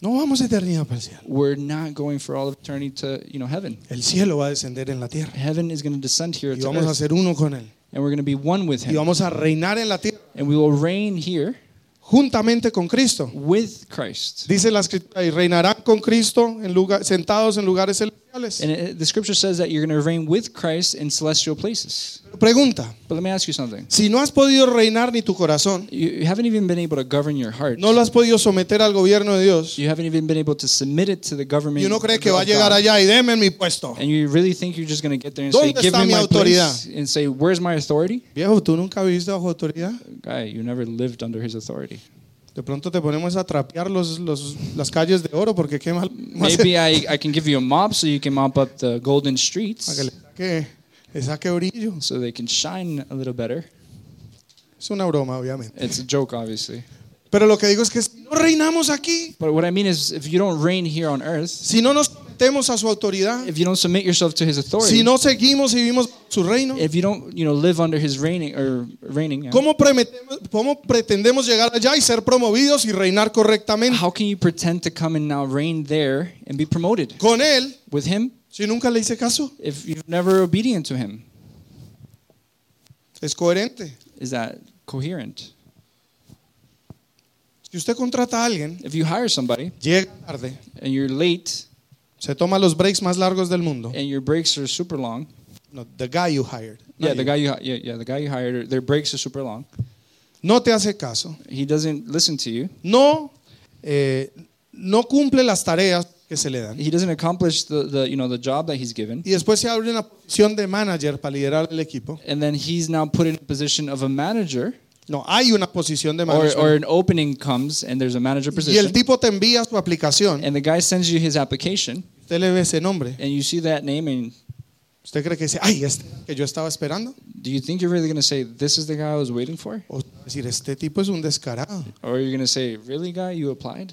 Speaker 1: No vamos a eternidad para el cielo.
Speaker 2: We're not going for all of eternity to you know heaven.
Speaker 1: El cielo va a descender en la tierra.
Speaker 2: Heaven is going to descend here
Speaker 1: Y
Speaker 2: to
Speaker 1: vamos a
Speaker 2: earth,
Speaker 1: ser uno con él.
Speaker 2: and we're going to be one with
Speaker 1: Y
Speaker 2: Him,
Speaker 1: vamos a reinar en la tierra
Speaker 2: and we will reign here
Speaker 1: juntamente con Cristo.
Speaker 2: with Christ.
Speaker 1: Dice la escritura, y reinarán con Cristo en lugar, sentados en lugares celestiales.
Speaker 2: And it, the Scripture says that you're going to reign with Christ in celestial places.
Speaker 1: Pero pregunta,
Speaker 2: But let me ask you something.
Speaker 1: si no has podido reinar ni tu corazón,
Speaker 2: You, you haven't even been able to govern your heart.
Speaker 1: no lo has podido someter al gobierno de Dios,
Speaker 2: You haven't even been able to submit it to the government.
Speaker 1: y uno cree que
Speaker 2: of
Speaker 1: va a llegar
Speaker 2: God.
Speaker 1: allá y deme en mi puesto.
Speaker 2: And you really think you're just going to get there and say,
Speaker 1: ¿Dónde
Speaker 2: "Give
Speaker 1: está
Speaker 2: me
Speaker 1: mi
Speaker 2: my place,"
Speaker 1: autoridad?
Speaker 2: and say, "Where's my authority?"
Speaker 1: Viejo, tú nunca viviste bajo autoridad.
Speaker 2: Guy, you never lived under His authority.
Speaker 1: De pronto te ponemos a trapear los, los- las calles de oro porque qué mal.
Speaker 2: Maybe I, I can give you a mop so you can mop up the
Speaker 1: Para
Speaker 2: golden
Speaker 1: que
Speaker 2: streets
Speaker 1: le saque, le saque brillo.
Speaker 2: so they can shine a little better.
Speaker 1: Es una broma, obviamente.
Speaker 2: It's a joke, obviously.
Speaker 1: Pero lo que digo es que si no reinamos aquí,
Speaker 2: But what I mean is, if you don't reign here on earth,
Speaker 1: si no nos sometemos a su autoridad,
Speaker 2: if you don't submit yourself to His authority,
Speaker 1: si no seguimos y vivimos su reino,
Speaker 2: if you don't, you know, live under His reigning or reigning. yeah.
Speaker 1: ¿cómo, prometemos- cómo pretendemos llegar allá y ser promovidos y reinar correctamente
Speaker 2: How can you pretend to come and now reign there and be promoted
Speaker 1: con él
Speaker 2: with him
Speaker 1: si nunca le hice caso?
Speaker 2: if you're never obedient to him?
Speaker 1: Es coherente.
Speaker 2: Is that coherent?
Speaker 1: Si usted contrata a alguien,
Speaker 2: If you hire somebody
Speaker 1: llega tarde,
Speaker 2: and you're late
Speaker 1: se toma los breaks más largos del mundo.
Speaker 2: and your breaks are super long,
Speaker 1: No, the guy you hired. No,
Speaker 2: yeah, the
Speaker 1: you.
Speaker 2: guy you hi- yeah, yeah, the guy you hired, their breaks are super long.
Speaker 1: No te hace caso.
Speaker 2: He doesn't listen to you.
Speaker 1: No, eh, no cumple las tareas que se le dan.
Speaker 2: He doesn't accomplish the, the you know the job that he's given.
Speaker 1: Y después se abre una posición de manager para liderar el equipo.
Speaker 2: And then he's now put in a position of a manager,
Speaker 1: No, hay una posición de
Speaker 2: or,
Speaker 1: manager.
Speaker 2: or an opening comes and there's a manager
Speaker 1: y el
Speaker 2: position,
Speaker 1: tipo te envía su aplicación.
Speaker 2: and the guy sends you his application,
Speaker 1: Usted le ve ese nombre.
Speaker 2: and you see that name and
Speaker 1: ¿Usted cree que dice, ay, este que yo estaba esperando?
Speaker 2: Do you think you're really going to say, This is the guy I was waiting for?
Speaker 1: O decir, este tipo es un descarado.
Speaker 2: Or are you going to say, Really, guy, you applied?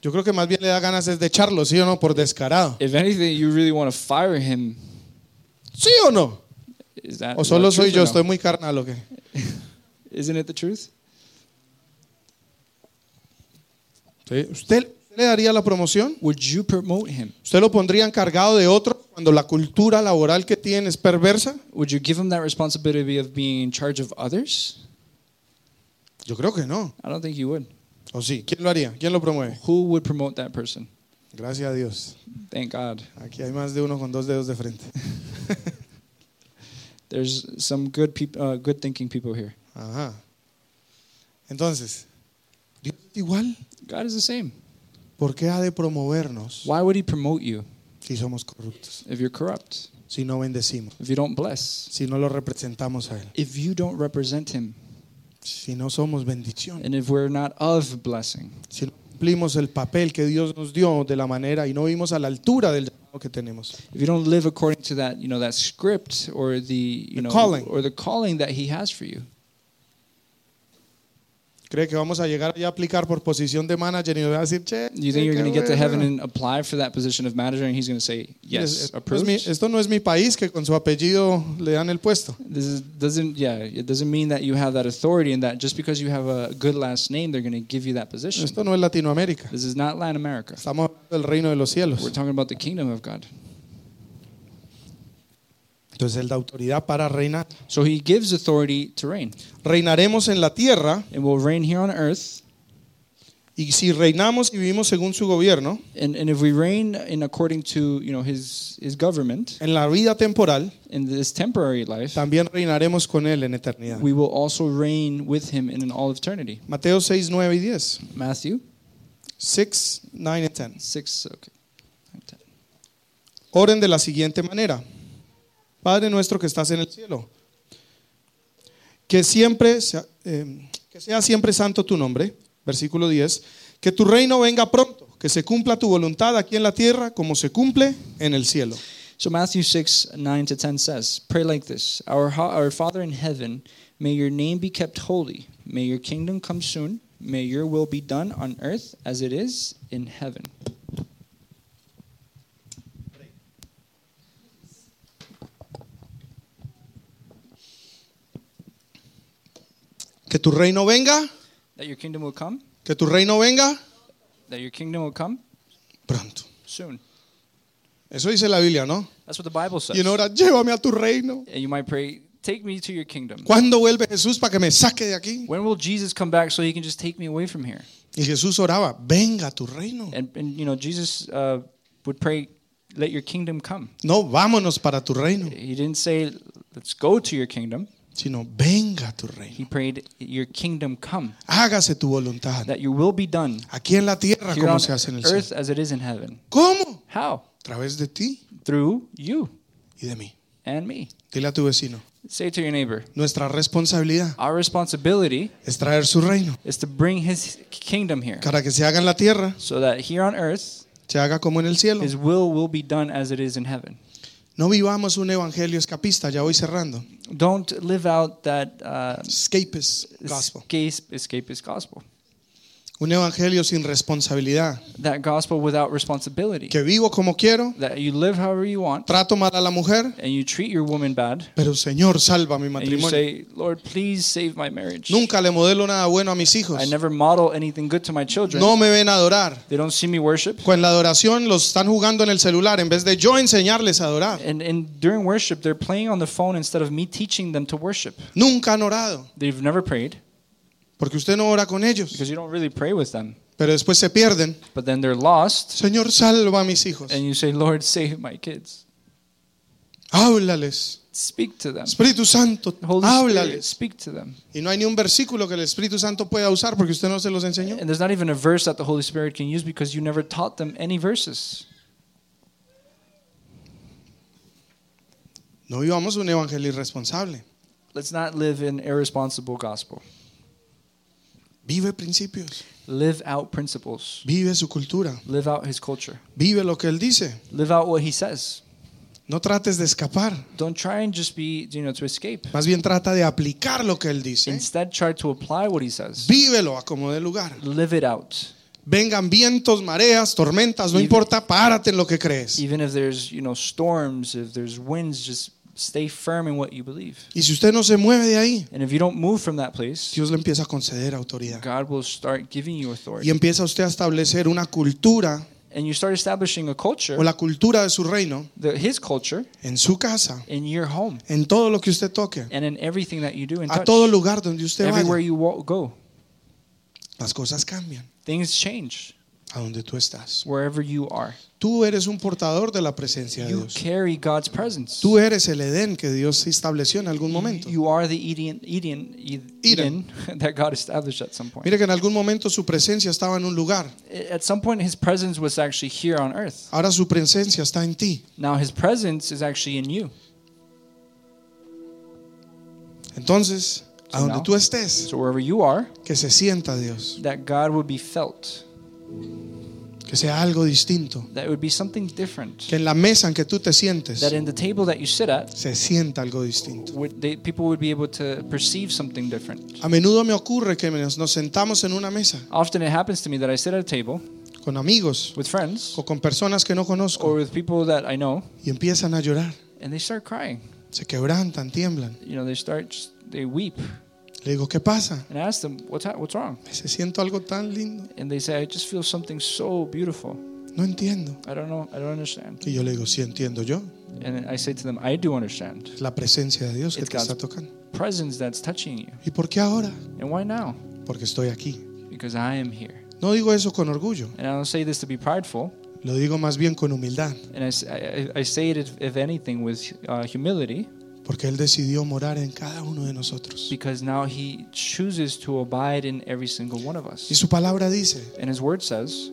Speaker 1: Yo creo que más bien le da ganas es de echarlo, ¿sí o no? Por descarado.
Speaker 2: If anything, you really want to fire him.
Speaker 1: ¿Sí o no?
Speaker 2: Is that
Speaker 1: O solo
Speaker 2: the truth
Speaker 1: soy yo,
Speaker 2: or
Speaker 1: estoy muy carnal o qué.
Speaker 2: Isn't it the truth?
Speaker 1: Sí. ¿Usted le daría la promoción?
Speaker 2: Would you promote him?
Speaker 1: ¿Usted lo pondría encargado de otro cuando la cultura laboral que tiene es perversa?
Speaker 2: Would you give him that responsibility of being in charge of others?
Speaker 1: Yo creo que no.
Speaker 2: I don't think you would.
Speaker 1: ¿O sí? ¿Quién lo haría? ¿Quién lo promueve?
Speaker 2: Who would promote that person?
Speaker 1: Gracias a Dios.
Speaker 2: Thank God.
Speaker 1: Aquí hay más de uno con dos dedos de frente.
Speaker 2: There's some good, peop- uh, good thinking people here.
Speaker 1: Ajá. Entonces, Dios es igual.
Speaker 2: God is the same.
Speaker 1: ¿Por qué ha de promovernos
Speaker 2: Why would he promote you
Speaker 1: si somos corruptos?
Speaker 2: if you're corrupt,
Speaker 1: Si no bendecimos,
Speaker 2: if you don't bless,
Speaker 1: si no lo representamos a Él,
Speaker 2: if you don't represent him,
Speaker 1: si no somos bendición,
Speaker 2: and if we're not of blessing?
Speaker 1: si no cumplimos el papel que Dios nos dio de la manera y no vimos a la altura del llamado que tenemos?
Speaker 2: if you don't live according to that, you know, that script or the, you
Speaker 1: The
Speaker 2: know,
Speaker 1: calling.
Speaker 2: or the calling that he has for you.
Speaker 1: ¿Cree que vamos a llegar allá a aplicar por posición de manager y nos va a decir, che, eh,
Speaker 2: You
Speaker 1: qué
Speaker 2: think you're going to get to
Speaker 1: bueno"?
Speaker 2: heaven and apply for that position of manager and he's going to say,
Speaker 1: Es-
Speaker 2: yes,
Speaker 1: esto, no es
Speaker 2: approved?
Speaker 1: mi, esto no es mi país que con su apellido le dan el puesto.
Speaker 2: This is, doesn't, yeah, it doesn't mean that you have that authority and that just because you have a good last name, they're going to give you that position.
Speaker 1: Esto no es Latinoamérica.
Speaker 2: This is not Latin America.
Speaker 1: Estamos hablando del reino de los
Speaker 2: We're
Speaker 1: cielos.
Speaker 2: talking about the kingdom of God.
Speaker 1: Entonces él da autoridad para reinar.
Speaker 2: So he gives authority to reign
Speaker 1: Reinaremos en la tierra
Speaker 2: and will reign here on earth
Speaker 1: Y si reinamos y vivimos según su gobierno,
Speaker 2: And, and if we reign in according to you know his his government
Speaker 1: en la vida temporal,
Speaker 2: in this temporary life,
Speaker 1: también reinaremos con él en eternidad.
Speaker 2: we will also reign with him in an all eternity.
Speaker 1: Mateo 6, 9 y 10.
Speaker 2: Matthew
Speaker 1: 6, 9 y 10.
Speaker 2: six. Okay. nine, ten.
Speaker 1: Oren de la siguiente manera. Padre nuestro que estás en el cielo, que siempre sea, eh, que sea siempre santo tu nombre, versículo 10, que tu reino venga pronto, que se cumpla tu voluntad aquí en la tierra como se cumple en el cielo.
Speaker 2: So Matthew 6, 9 to 10 says, Pray like this Our, ho- our Father in heaven, may your name be kept holy. May your kingdom come soon. May your will be done on earth as it is in heaven.
Speaker 1: Que tu reino venga,
Speaker 2: That your kingdom will come,
Speaker 1: que tu reino venga
Speaker 2: that your kingdom will come
Speaker 1: pronto.
Speaker 2: soon.
Speaker 1: Eso dice la Biblia, ¿no?
Speaker 2: That's what the Bible says.
Speaker 1: Y en hora, llévame a tu reino.
Speaker 2: and you might pray, Take me to your kingdom.
Speaker 1: ¿Cuándo vuelve Jesús para que me saque de aquí?
Speaker 2: When will Jesus come back so he can just take me away from here?
Speaker 1: Y Jesús oraba, venga tu reino.
Speaker 2: And, and you know, Jesus uh, would pray, Let your kingdom come.
Speaker 1: No, vámonos para tu reino,
Speaker 2: He didn't say, Let's go to your kingdom.
Speaker 1: sino venga tu reino.
Speaker 2: He prayed, Your kingdom come.
Speaker 1: Hágase tu voluntad.
Speaker 2: that your will be done
Speaker 1: Aquí en la tierra
Speaker 2: here
Speaker 1: como
Speaker 2: on
Speaker 1: Ah, se hace en el cielo.
Speaker 2: earth as it is in heaven.
Speaker 1: ¿Cómo?
Speaker 2: How?
Speaker 1: A través de ti
Speaker 2: Through you
Speaker 1: y de mí.
Speaker 2: and me.
Speaker 1: Dile a tu vecino,
Speaker 2: Say to your neighbor,
Speaker 1: nuestra responsabilidad
Speaker 2: our responsibility
Speaker 1: es traer su reino
Speaker 2: is to bring his kingdom here
Speaker 1: para que se haga en la tierra,
Speaker 2: so that here on earth
Speaker 1: se haga como en el cielo.
Speaker 2: his will will be done as it is in heaven.
Speaker 1: No vivamos un evangelio escapista, ya voy cerrando.
Speaker 2: Don't live out that uh,
Speaker 1: Escapist gospel.
Speaker 2: escape, escapist gospel,
Speaker 1: Un evangelio sin responsabilidad,
Speaker 2: that gospel without responsibility,
Speaker 1: que vivo como quiero,
Speaker 2: that you live however you want
Speaker 1: trato mal a la mujer,
Speaker 2: and you treat your woman bad
Speaker 1: pero Señor, salva mi
Speaker 2: and you
Speaker 1: matrimonio.
Speaker 2: say, Lord, please save my marriage.
Speaker 1: Nunca le modelo nada bueno a mis hijos.
Speaker 2: I never model anything good to my children.
Speaker 1: No me ven adorar.
Speaker 2: They don't see me worship.
Speaker 1: Con la adoración los están jugando en el celular en vez de yo enseñarles a adorar.
Speaker 2: And, and during worship, they're playing on the phone instead of me teaching them to worship.
Speaker 1: Nunca han orado,
Speaker 2: They've never prayed
Speaker 1: porque usted no ora con ellos,
Speaker 2: because you don't really pray with them.
Speaker 1: pero después se pierden.
Speaker 2: But then they're lost,
Speaker 1: Señor, salva a mis hijos.
Speaker 2: and you say, Lord, save my kids.
Speaker 1: Háblales.
Speaker 2: Speak to them.
Speaker 1: Espíritu Santo,
Speaker 2: Holy
Speaker 1: Ah,
Speaker 2: Spirit,
Speaker 1: háblales.
Speaker 2: speak to them.
Speaker 1: Y no hay ni un versículo que el Espíritu Santo pueda usar porque usted no se los enseñó.
Speaker 2: And there's not even a verse that the Holy Spirit can use because you never taught them any verses.
Speaker 1: No vivamos un evangelio irresponsable.
Speaker 2: Let's not live an irresponsible gospel.
Speaker 1: Vive principios,
Speaker 2: Live out principles.
Speaker 1: vive su cultura,
Speaker 2: Live out his culture.
Speaker 1: vive lo que Él dice.
Speaker 2: Live out what he says.
Speaker 1: No trates de escapar,
Speaker 2: Don't try and just be, you know, to escape.
Speaker 1: más bien trata de aplicar lo que Él dice.
Speaker 2: Instead, try to apply what he says.
Speaker 1: Vívelo a como de lugar.
Speaker 2: Live it out.
Speaker 1: Vengan vientos, mareas, tormentas, no
Speaker 2: Vive.
Speaker 1: importa, párate en lo que crees.
Speaker 2: even if there's you know storms if there's winds just stay firm in what you believe
Speaker 1: Y si usted no se mueve de ahí,
Speaker 2: and if you don't move from that place
Speaker 1: Dios le empieza a conceder autoridad.
Speaker 2: god will start giving you
Speaker 1: Y
Speaker 2: authority
Speaker 1: empieza usted a establecer una cultura
Speaker 2: and you start establishing a culture
Speaker 1: o la cultura de su reino
Speaker 2: the, his culture
Speaker 1: en su casa,
Speaker 2: in your home
Speaker 1: en todo lo que usted toque,
Speaker 2: and in everything that you do and
Speaker 1: a
Speaker 2: touch
Speaker 1: todo lugar donde usted
Speaker 2: everywhere
Speaker 1: vaya.
Speaker 2: you wa- go
Speaker 1: Las cosas cambian
Speaker 2: things change
Speaker 1: a donde tú estás.
Speaker 2: wherever you are
Speaker 1: Tú eres un portador de la presencia de
Speaker 2: you
Speaker 1: Dios.
Speaker 2: carry god's presence
Speaker 1: Tú eres el Edén que Dios estableció en algún momento.
Speaker 2: you are the Eden, Eden, E-, Eden,
Speaker 1: Eden.
Speaker 2: that God established at some point.
Speaker 1: Mire que en algún momento su presencia estaba en un lugar.
Speaker 2: At some point, His presence was actually here on earth.
Speaker 1: Ahora su presencia está en ti.
Speaker 2: Now, His presence is actually in you.
Speaker 1: Entonces, a
Speaker 2: So
Speaker 1: donde
Speaker 2: now-
Speaker 1: tú estés,
Speaker 2: So, wherever you are,
Speaker 1: que se sienta Dios,
Speaker 2: that God would be felt,
Speaker 1: que sea algo distinto,
Speaker 2: that it would be something different.
Speaker 1: que en la mesa en que tú te sientes
Speaker 2: That in the table that you sit at,
Speaker 1: se sienta algo distinto.
Speaker 2: would they, people would be able to perceive something different.
Speaker 1: A menudo me ocurre que nos nos sentamos en una mesa
Speaker 2: Often it happens to me that I sit at a table
Speaker 1: con amigos
Speaker 2: with friends
Speaker 1: o con personas que no
Speaker 2: or
Speaker 1: conozco
Speaker 2: with people that I know,
Speaker 1: y empiezan a llorar,
Speaker 2: and they start crying.
Speaker 1: se quebrantan, tiemblan.
Speaker 2: You know, they start, just- they weep,
Speaker 1: Le digo, ¿qué pasa?
Speaker 2: and I ask them, "What's ha- what's wrong?"
Speaker 1: Se siento algo tan lindo,
Speaker 2: And they say, "I just feel something so beautiful.
Speaker 1: no entiendo.
Speaker 2: I don't know. I don't understand."
Speaker 1: Y yo le digo, sí entiendo yo,
Speaker 2: And I say to them, "I do understand.
Speaker 1: es la presencia de Dios que
Speaker 2: It's
Speaker 1: te
Speaker 2: God's-
Speaker 1: está tocando.
Speaker 2: Presence that's touching you,
Speaker 1: ¿Y por qué ahora?
Speaker 2: and why now?
Speaker 1: Porque estoy aquí.
Speaker 2: Because I am here.
Speaker 1: No digo eso con orgullo,
Speaker 2: And I don't say this to be prideful,
Speaker 1: lo digo más bien con humildad,
Speaker 2: and I, s- I- I- I say it, if, if anything, with uh, humility,
Speaker 1: porque Él decidió morar en cada uno de nosotros.
Speaker 2: because now He chooses to abide in every single one of
Speaker 1: Y
Speaker 2: us.
Speaker 1: su palabra dice
Speaker 2: And His Word says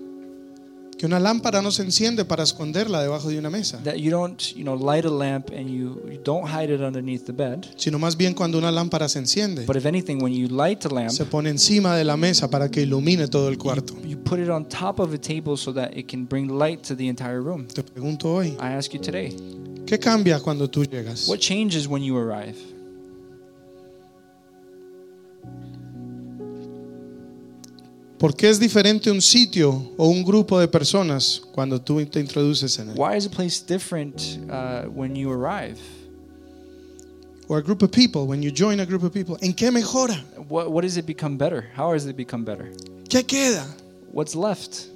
Speaker 1: que una lámpara no se enciende para esconderla debajo de una mesa,
Speaker 2: that you don't, you know, light a lamp and you, you don't hide it underneath the bed.
Speaker 1: sino más bien cuando una lámpara se enciende,
Speaker 2: But if anything, when you light the lamp,
Speaker 1: se pone encima de la mesa para que ilumine todo el cuarto.
Speaker 2: you put it on top of a table so that it can bring light to the entire room.
Speaker 1: Te pregunto hoy,
Speaker 2: I ask you today,
Speaker 1: ¿qué cambia cuando tú llegas?
Speaker 2: what changes when you arrive?
Speaker 1: ¿Por qué es diferente un sitio o un grupo de personas cuando tú te introduces en él?
Speaker 2: Why is a place different uh, when you arrive?
Speaker 1: Or a group of people, when you join a group of people, ¿en qué mejora?
Speaker 2: What, what does it become better? How has it become better?
Speaker 1: ¿Qué queda?
Speaker 2: What's left?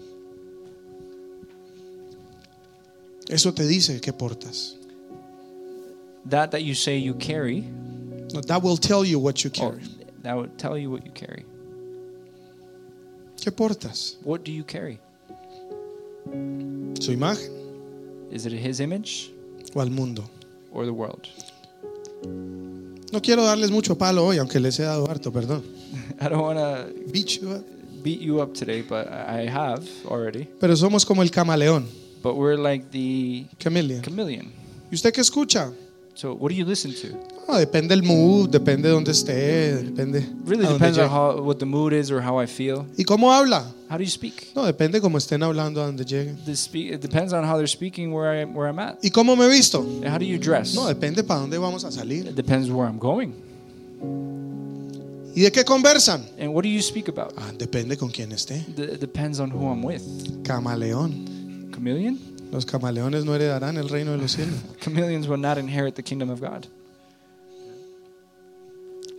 Speaker 1: Eso te dice que portas.
Speaker 2: That that you say you carry,
Speaker 1: No, that will tell you what you
Speaker 2: or
Speaker 1: carry.
Speaker 2: Oh, that would tell you what you carry.
Speaker 1: ¿Qué portas?
Speaker 2: What do you carry?
Speaker 1: ¿Su imagen
Speaker 2: Is it His image
Speaker 1: o al mundo?
Speaker 2: or the world?
Speaker 1: No quiero darles mucho palo hoy, aunque les he dado harto, perdón.
Speaker 2: I don't want to
Speaker 1: Bicho, ¿eh?
Speaker 2: beat you up today, but I I have already.
Speaker 1: Pero somos como el camaleón,
Speaker 2: But we're like the
Speaker 1: Camelia.
Speaker 2: chameleon.
Speaker 1: ¿Y usted qué escucha?
Speaker 2: So what do you listen to?
Speaker 1: No, depende el mood, depende dónde esté, depende.
Speaker 2: Really
Speaker 1: a dónde
Speaker 2: depends on
Speaker 1: llegue.
Speaker 2: how what the mood is or how I feel.
Speaker 1: ¿Y cómo habla?
Speaker 2: How do you speak?
Speaker 1: No, depende cómo estén hablando a donde lleguen.
Speaker 2: The speak it depends on how they're speaking where I where I'm at.
Speaker 1: ¿Y cómo me he visto?
Speaker 2: And how do you dress?
Speaker 1: No, depende para dónde vamos a salir.
Speaker 2: It depends where I'm going.
Speaker 1: ¿Y de qué conversan?
Speaker 2: And what do you speak about?
Speaker 1: Ah, depende con quién esté.
Speaker 2: D- it depends on who I'm with.
Speaker 1: Camaleón.
Speaker 2: Chameleon?
Speaker 1: Los camaleones no heredarán el reino de los cielos.
Speaker 2: Chameleons will not inherit the kingdom of God.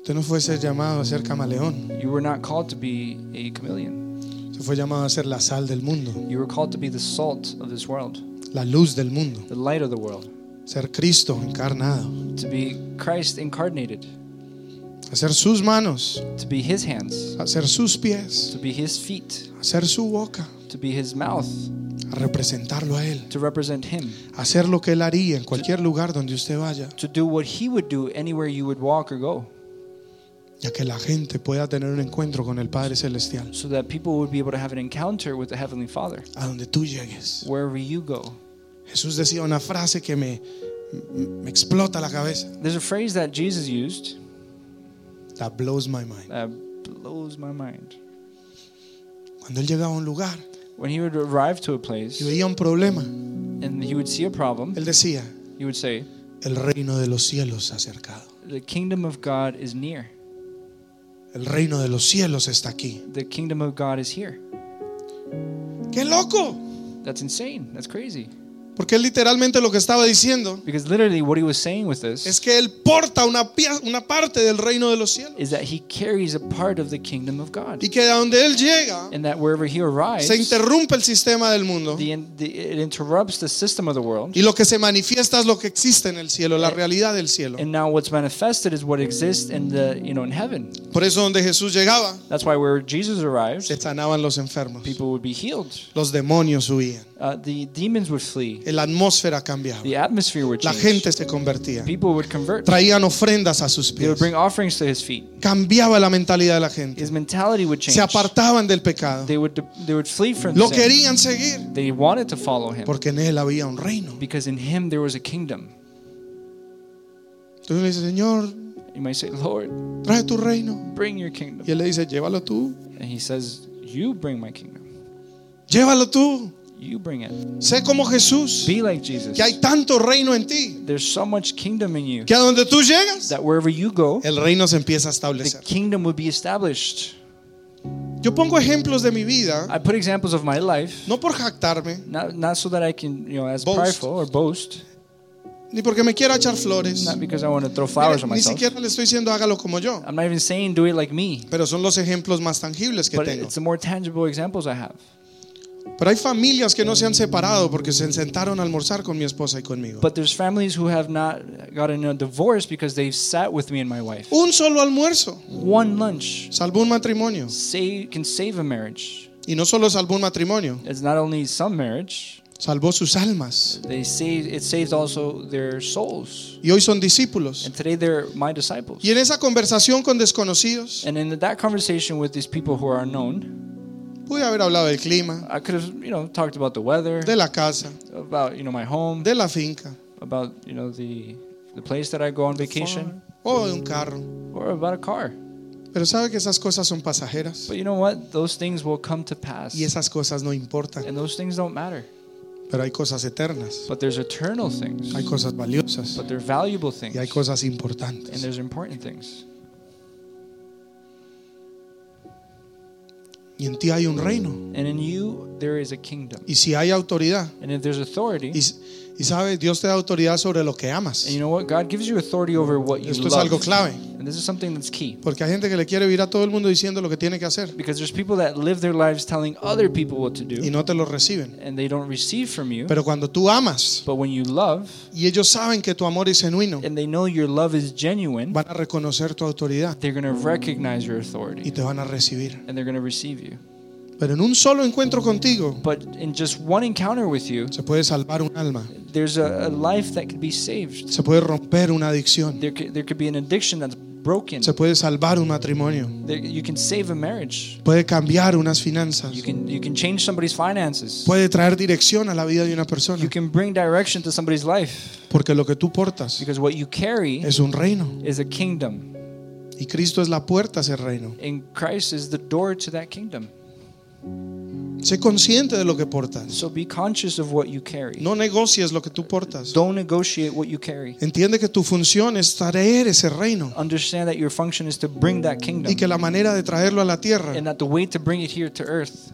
Speaker 1: Usted no fue ser llamado a ser camaleón.
Speaker 2: You were not called to be a chameleon.
Speaker 1: Usted fue llamado a ser la sal del mundo,
Speaker 2: You were called to be the salt of this world,
Speaker 1: la luz del mundo,
Speaker 2: the light of the world,
Speaker 1: ser Cristo encarnado,
Speaker 2: to be Christ incarnated,
Speaker 1: hacer sus manos,
Speaker 2: to be his hands,
Speaker 1: hacer sus pies,
Speaker 2: to be his feet,
Speaker 1: hacer su boca,
Speaker 2: to be his mouth,
Speaker 1: a representarlo a él,
Speaker 2: to represent him,
Speaker 1: hacer lo que él haría en cualquier lugar donde usted vaya,
Speaker 2: to do what he would do anywhere you would walk or go,
Speaker 1: ya que la gente pueda tener un encuentro con el Padre celestial,
Speaker 2: so that people would be able to have an encounter with the heavenly Father
Speaker 1: a donde tú llegues.
Speaker 2: wherever you go.
Speaker 1: Jesús decía una frase que me, me explota la cabeza.
Speaker 2: There's a phrase that Jesus used
Speaker 1: That blows my mind.
Speaker 2: that blows my mind.
Speaker 1: Cuando él llegaba a un lugar
Speaker 2: When he would arrive to a place
Speaker 1: y veía un problema,
Speaker 2: and he would see a problem,
Speaker 1: él decía,
Speaker 2: he would say,
Speaker 1: el reino de los cielos se ha acercado.
Speaker 2: The kingdom of God is near.
Speaker 1: El reino de los cielos está aquí.
Speaker 2: The kingdom of God is here.
Speaker 1: ¡Qué loco!
Speaker 2: That's insane. That's crazy.
Speaker 1: Porque él literalmente lo que estaba diciendo
Speaker 2: Because literally, what he was saying with this
Speaker 1: es que él porta una, pie- una parte del reino de los cielos.
Speaker 2: is that he carries a part of the kingdom of God.
Speaker 1: Y que a donde él llega,
Speaker 2: And that wherever he arrives,
Speaker 1: se interrumpe el sistema del mundo.
Speaker 2: the, the, it interrupts the system of the world.
Speaker 1: Y lo que se manifiesta es lo que existe en el cielo, la realidad del cielo.
Speaker 2: And now what's manifested is what exists in the you know in heaven.
Speaker 1: Por eso donde Jesús llegaba,
Speaker 2: That's why where Jesus arrived,
Speaker 1: se sanaban los enfermos.
Speaker 2: people would be healed.
Speaker 1: Los demonios huían.
Speaker 2: Uh, the demons would flee.
Speaker 1: La atmósfera cambiaba.
Speaker 2: The atmosphere would
Speaker 1: La
Speaker 2: change.
Speaker 1: gente se convertía.
Speaker 2: People would convert.
Speaker 1: Traían ofrendas a sus
Speaker 2: They would
Speaker 1: pies.
Speaker 2: bring offerings to his feet.
Speaker 1: Cambiaba la mentalidad de la gente.
Speaker 2: His mentality would change.
Speaker 1: Se apartaban del pecado.
Speaker 2: They would they would flee from
Speaker 1: Lo
Speaker 2: sin.
Speaker 1: querían seguir
Speaker 2: They wanted to follow him
Speaker 1: porque en él había un reino.
Speaker 2: because in him there was a kingdom.
Speaker 1: Entonces le dice, Señor,
Speaker 2: You might say, "Lord,
Speaker 1: trae tu reino.
Speaker 2: bring your kingdom."
Speaker 1: Y él le dice, llévalo tú,
Speaker 2: And he says, "You bring my kingdom.
Speaker 1: llévalo tú.
Speaker 2: You bring it.
Speaker 1: Sé como Jesús,
Speaker 2: Be like Jesus.
Speaker 1: que hay tanto reino en ti,
Speaker 2: There's so much kingdom in you
Speaker 1: que a donde tú llegas,
Speaker 2: that wherever you go,
Speaker 1: el reino se empieza a
Speaker 2: the
Speaker 1: establecer.
Speaker 2: kingdom would be established."
Speaker 1: Yo pongo ejemplos de mi vida,
Speaker 2: I put examples of my life,
Speaker 1: no por jactarme,
Speaker 2: not not so that I can, you know, as
Speaker 1: Boast.
Speaker 2: prideful or boast,
Speaker 1: ni porque me quiera echar flores.
Speaker 2: not because I want to throw flowers
Speaker 1: Mire,
Speaker 2: on
Speaker 1: Ni
Speaker 2: myself.
Speaker 1: siquiera le estoy diciendo hágalo como yo,
Speaker 2: I'm not even saying do it like me,
Speaker 1: pero son los ejemplos más tangibles que
Speaker 2: but
Speaker 1: tengo.
Speaker 2: it's the more tangible examples I have.
Speaker 1: Pero hay familias que no se han separado porque se sentaron a almorzar con mi esposa y conmigo.
Speaker 2: But there's families who have not gotten a divorce because they've sat with me and my wife.
Speaker 1: Un solo almuerzo
Speaker 2: One lunch
Speaker 1: salvó un matrimonio.
Speaker 2: save, can save a marriage.
Speaker 1: Y no solo salvó un matrimonio,
Speaker 2: It's not only some marriage,
Speaker 1: salvó sus almas.
Speaker 2: they save, it saves also their souls.
Speaker 1: Y hoy son discípulos.
Speaker 2: And today they're my disciples.
Speaker 1: Y en esa conversación con desconocidos,
Speaker 2: And in that conversation with these people who are unknown,
Speaker 1: pude haber hablado del clima,
Speaker 2: I could have, you know, talked about the weather,
Speaker 1: de la casa,
Speaker 2: about, you know, my home,
Speaker 1: de la finca,
Speaker 2: about, you know, the the place that I go on vacation,
Speaker 1: o de un carro.
Speaker 2: or about a car.
Speaker 1: Pero sabe que esas cosas son pasajeras
Speaker 2: But you know what? Those things will come to pass.
Speaker 1: y esas cosas no importan.
Speaker 2: And those things don't matter.
Speaker 1: Pero hay cosas eternas,
Speaker 2: But there's eternal things.
Speaker 1: hay cosas valiosas
Speaker 2: But they're valuable things.
Speaker 1: y hay cosas
Speaker 2: And
Speaker 1: importantes.
Speaker 2: there's important things.
Speaker 1: Y en ti hay un reino.
Speaker 2: And in you there is a kingdom.
Speaker 1: Y si hay autoridad,
Speaker 2: And if there's authority,
Speaker 1: y, y sabe, Dios te da autoridad sobre lo que amas.
Speaker 2: and you know what? God gives you authority over what you
Speaker 1: Esto es
Speaker 2: love.
Speaker 1: algo clave,
Speaker 2: And this is something that's key.
Speaker 1: porque hay gente que le quiere vivir a todo el mundo diciendo lo que tiene que hacer
Speaker 2: Because there's people that live their lives telling other people what to
Speaker 1: y
Speaker 2: do
Speaker 1: no te lo reciben.
Speaker 2: and they don't receive from you.
Speaker 1: Pero cuando tú amas
Speaker 2: But when you love
Speaker 1: y ellos saben que tu amor es genuino,
Speaker 2: and they know your love is genuine,
Speaker 1: van a reconocer tu autoridad
Speaker 2: they're going to recognize your
Speaker 1: y
Speaker 2: authority
Speaker 1: te van a recibir.
Speaker 2: and they're going to receive you.
Speaker 1: Pero en un solo encuentro contigo
Speaker 2: But in just one encounter with you,
Speaker 1: se puede salvar un alma,
Speaker 2: there's a, a life that could be saved.
Speaker 1: se puede romper una adicción,
Speaker 2: There could, there could be an addiction that's broken.
Speaker 1: se puede salvar un matrimonio,
Speaker 2: There, you can save a marriage.
Speaker 1: puede cambiar unas finanzas,
Speaker 2: You can you can change somebody's finances.
Speaker 1: puede traer dirección a la vida de una persona,
Speaker 2: You can bring direction to somebody's life
Speaker 1: porque lo que tú portas
Speaker 2: because what you carry
Speaker 1: es un reino
Speaker 2: is a kingdom,
Speaker 1: y Cristo es la puerta a ese reino.
Speaker 2: and Christ is the door to that kingdom.
Speaker 1: Sé consciente de lo que portas.
Speaker 2: So be conscious of what you carry.
Speaker 1: No negocies lo que tú portas.
Speaker 2: Don't negotiate what you carry.
Speaker 1: Entiende que tu función es traer ese reino
Speaker 2: Understand that your function is to bring that
Speaker 1: y
Speaker 2: kingdom,
Speaker 1: que la manera de traerlo a la tierra
Speaker 2: and that the way to bring it here to earth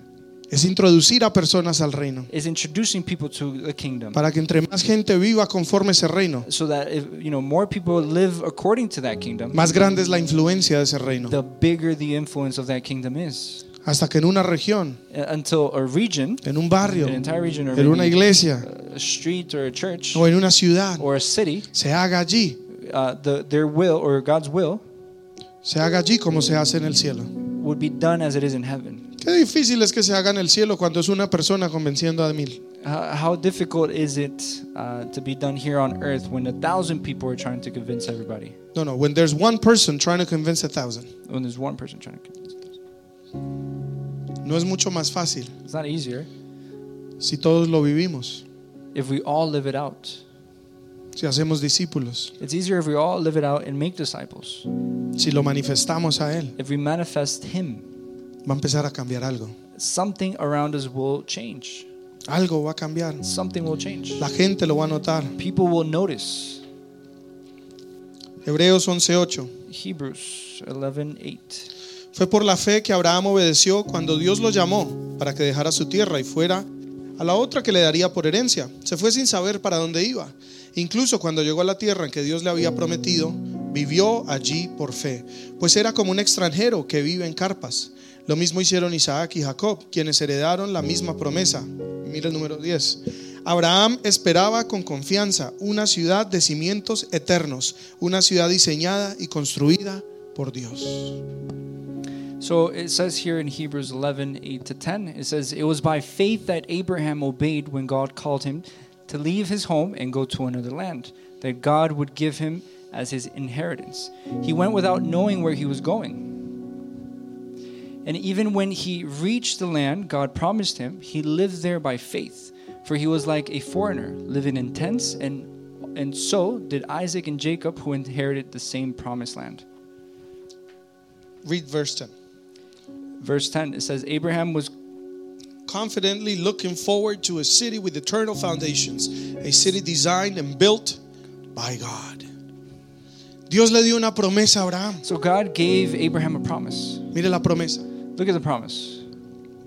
Speaker 1: es introducir a personas al reino
Speaker 2: is introducing people to the kingdom.
Speaker 1: para que entre más gente viva conforme ese reino,
Speaker 2: so that if you know more people live according to that kingdom
Speaker 1: más grande es la influencia de ese reino.
Speaker 2: the bigger the influence of that kingdom is
Speaker 1: Hasta que en una región,
Speaker 2: Uh, until a region
Speaker 1: en un barrio,
Speaker 2: an entire region or
Speaker 1: en una
Speaker 2: maybe
Speaker 1: iglesia
Speaker 2: a street or a church
Speaker 1: o en una ciudad
Speaker 2: or a city
Speaker 1: se haga allí,
Speaker 2: uh, the, their will or God's will
Speaker 1: se haga allí como se hace en el cielo.
Speaker 2: would be done as it is in heaven
Speaker 1: Qué difícil es que se haga en el cielo cuando es una persona convenciendo a mil.
Speaker 2: how, how difficult is it uh, to be done here on earth when a thousand people are trying to convince everybody
Speaker 1: No, no, when there's one person trying to convince a thousand.
Speaker 2: when there's one person trying to convince a thousand?
Speaker 1: No es mucho más fácil
Speaker 2: it's not easier
Speaker 1: si todos lo vivimos.
Speaker 2: if we all live it out
Speaker 1: si hacemos discípulos,
Speaker 2: it's easier if we all live it out and make disciples
Speaker 1: si lo manifestamos a Él,
Speaker 2: if we manifest him
Speaker 1: va a empezar a cambiar algo.
Speaker 2: something around us will change
Speaker 1: Algo va a cambiar.
Speaker 2: something will change
Speaker 1: La gente lo va a notar.
Speaker 2: people will notice
Speaker 1: Hebreos 11:8.
Speaker 2: hebrews 11 8
Speaker 1: Fue por la fe que Abraham obedeció cuando Dios lo llamó para que dejara su tierra y fuera a la otra que le daría por herencia. Se fue sin saber para dónde iba. Incluso cuando llegó a la tierra que Dios le había prometido, vivió allí por fe, pues era como un extranjero que vive en carpas. Lo mismo hicieron Isaac y Jacob, quienes heredaron la misma promesa. Mira el número 10. Abraham esperaba con confianza una ciudad de cimientos eternos, una ciudad diseñada y construida por Dios.
Speaker 2: so it says here in hebrews 11 8 to 10 it says it was by faith that abraham obeyed when god called him to leave his home and go to another land that god would give him as his inheritance he went without knowing where he was going And even when he reached the land God promised him, he lived there by faith, for he was like a foreigner, living in tents, and and so did Isaac and Jacob, who inherited the same promised land.
Speaker 1: Read verse 10.
Speaker 2: Verse 10 it says Abraham was
Speaker 1: confidently looking forward to a city with eternal foundations, a city designed and built by God. Dios le dio una promesa a Abraham.
Speaker 2: so God gave Abraham a promise.
Speaker 1: Mire la promesa.
Speaker 2: Look at the promise.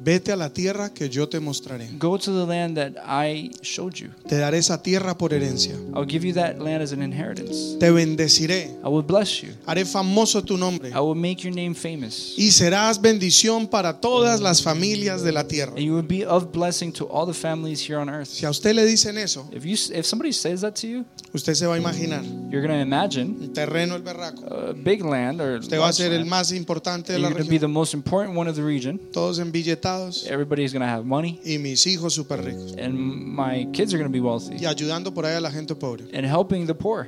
Speaker 1: Vete a la tierra que yo te mostraré.
Speaker 2: Go to the land that I showed you.
Speaker 1: Te daré esa tierra por herencia.
Speaker 2: I'll give you that land as an inheritance.
Speaker 1: Te bendeciré.
Speaker 2: I will bless you.
Speaker 1: Haré famoso tu nombre.
Speaker 2: I will make your name famous.
Speaker 1: Y serás bendición para todas las familias de la tierra.
Speaker 2: And you will be of blessing to all the families here on earth.
Speaker 1: Si a usted le dicen eso,
Speaker 2: If you if somebody says that to you,
Speaker 1: usted se va a imaginar.
Speaker 2: you're going to imagine
Speaker 1: El terreno, el berraco.
Speaker 2: uh, big land or
Speaker 1: Usted va a
Speaker 2: large
Speaker 1: ser el
Speaker 2: land,
Speaker 1: más importante de
Speaker 2: and
Speaker 1: la
Speaker 2: you're going to be
Speaker 1: región.
Speaker 2: the most important one of the region.
Speaker 1: Todos conectados
Speaker 2: Everybody's going to have money,
Speaker 1: y mis hijos súper ricos.
Speaker 2: and my kids are going to be
Speaker 1: Y
Speaker 2: wealthy.
Speaker 1: ayudando por ahí a la gente pobre.
Speaker 2: And helping the poor.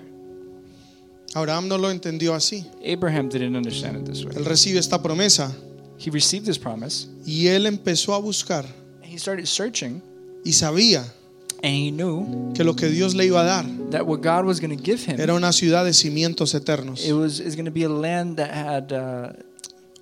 Speaker 1: Abraham no lo entendió así.
Speaker 2: Abraham didn't understand it this way.
Speaker 1: Él recibe esta promesa
Speaker 2: He received this promise.
Speaker 1: y él empezó a buscar
Speaker 2: He started searching,
Speaker 1: y sabía
Speaker 2: and he knew
Speaker 1: que lo que Dios le iba a dar
Speaker 2: that what God was going to give him
Speaker 1: era una ciudad de cimientos eternos.
Speaker 2: it was is going to be a land that had uh,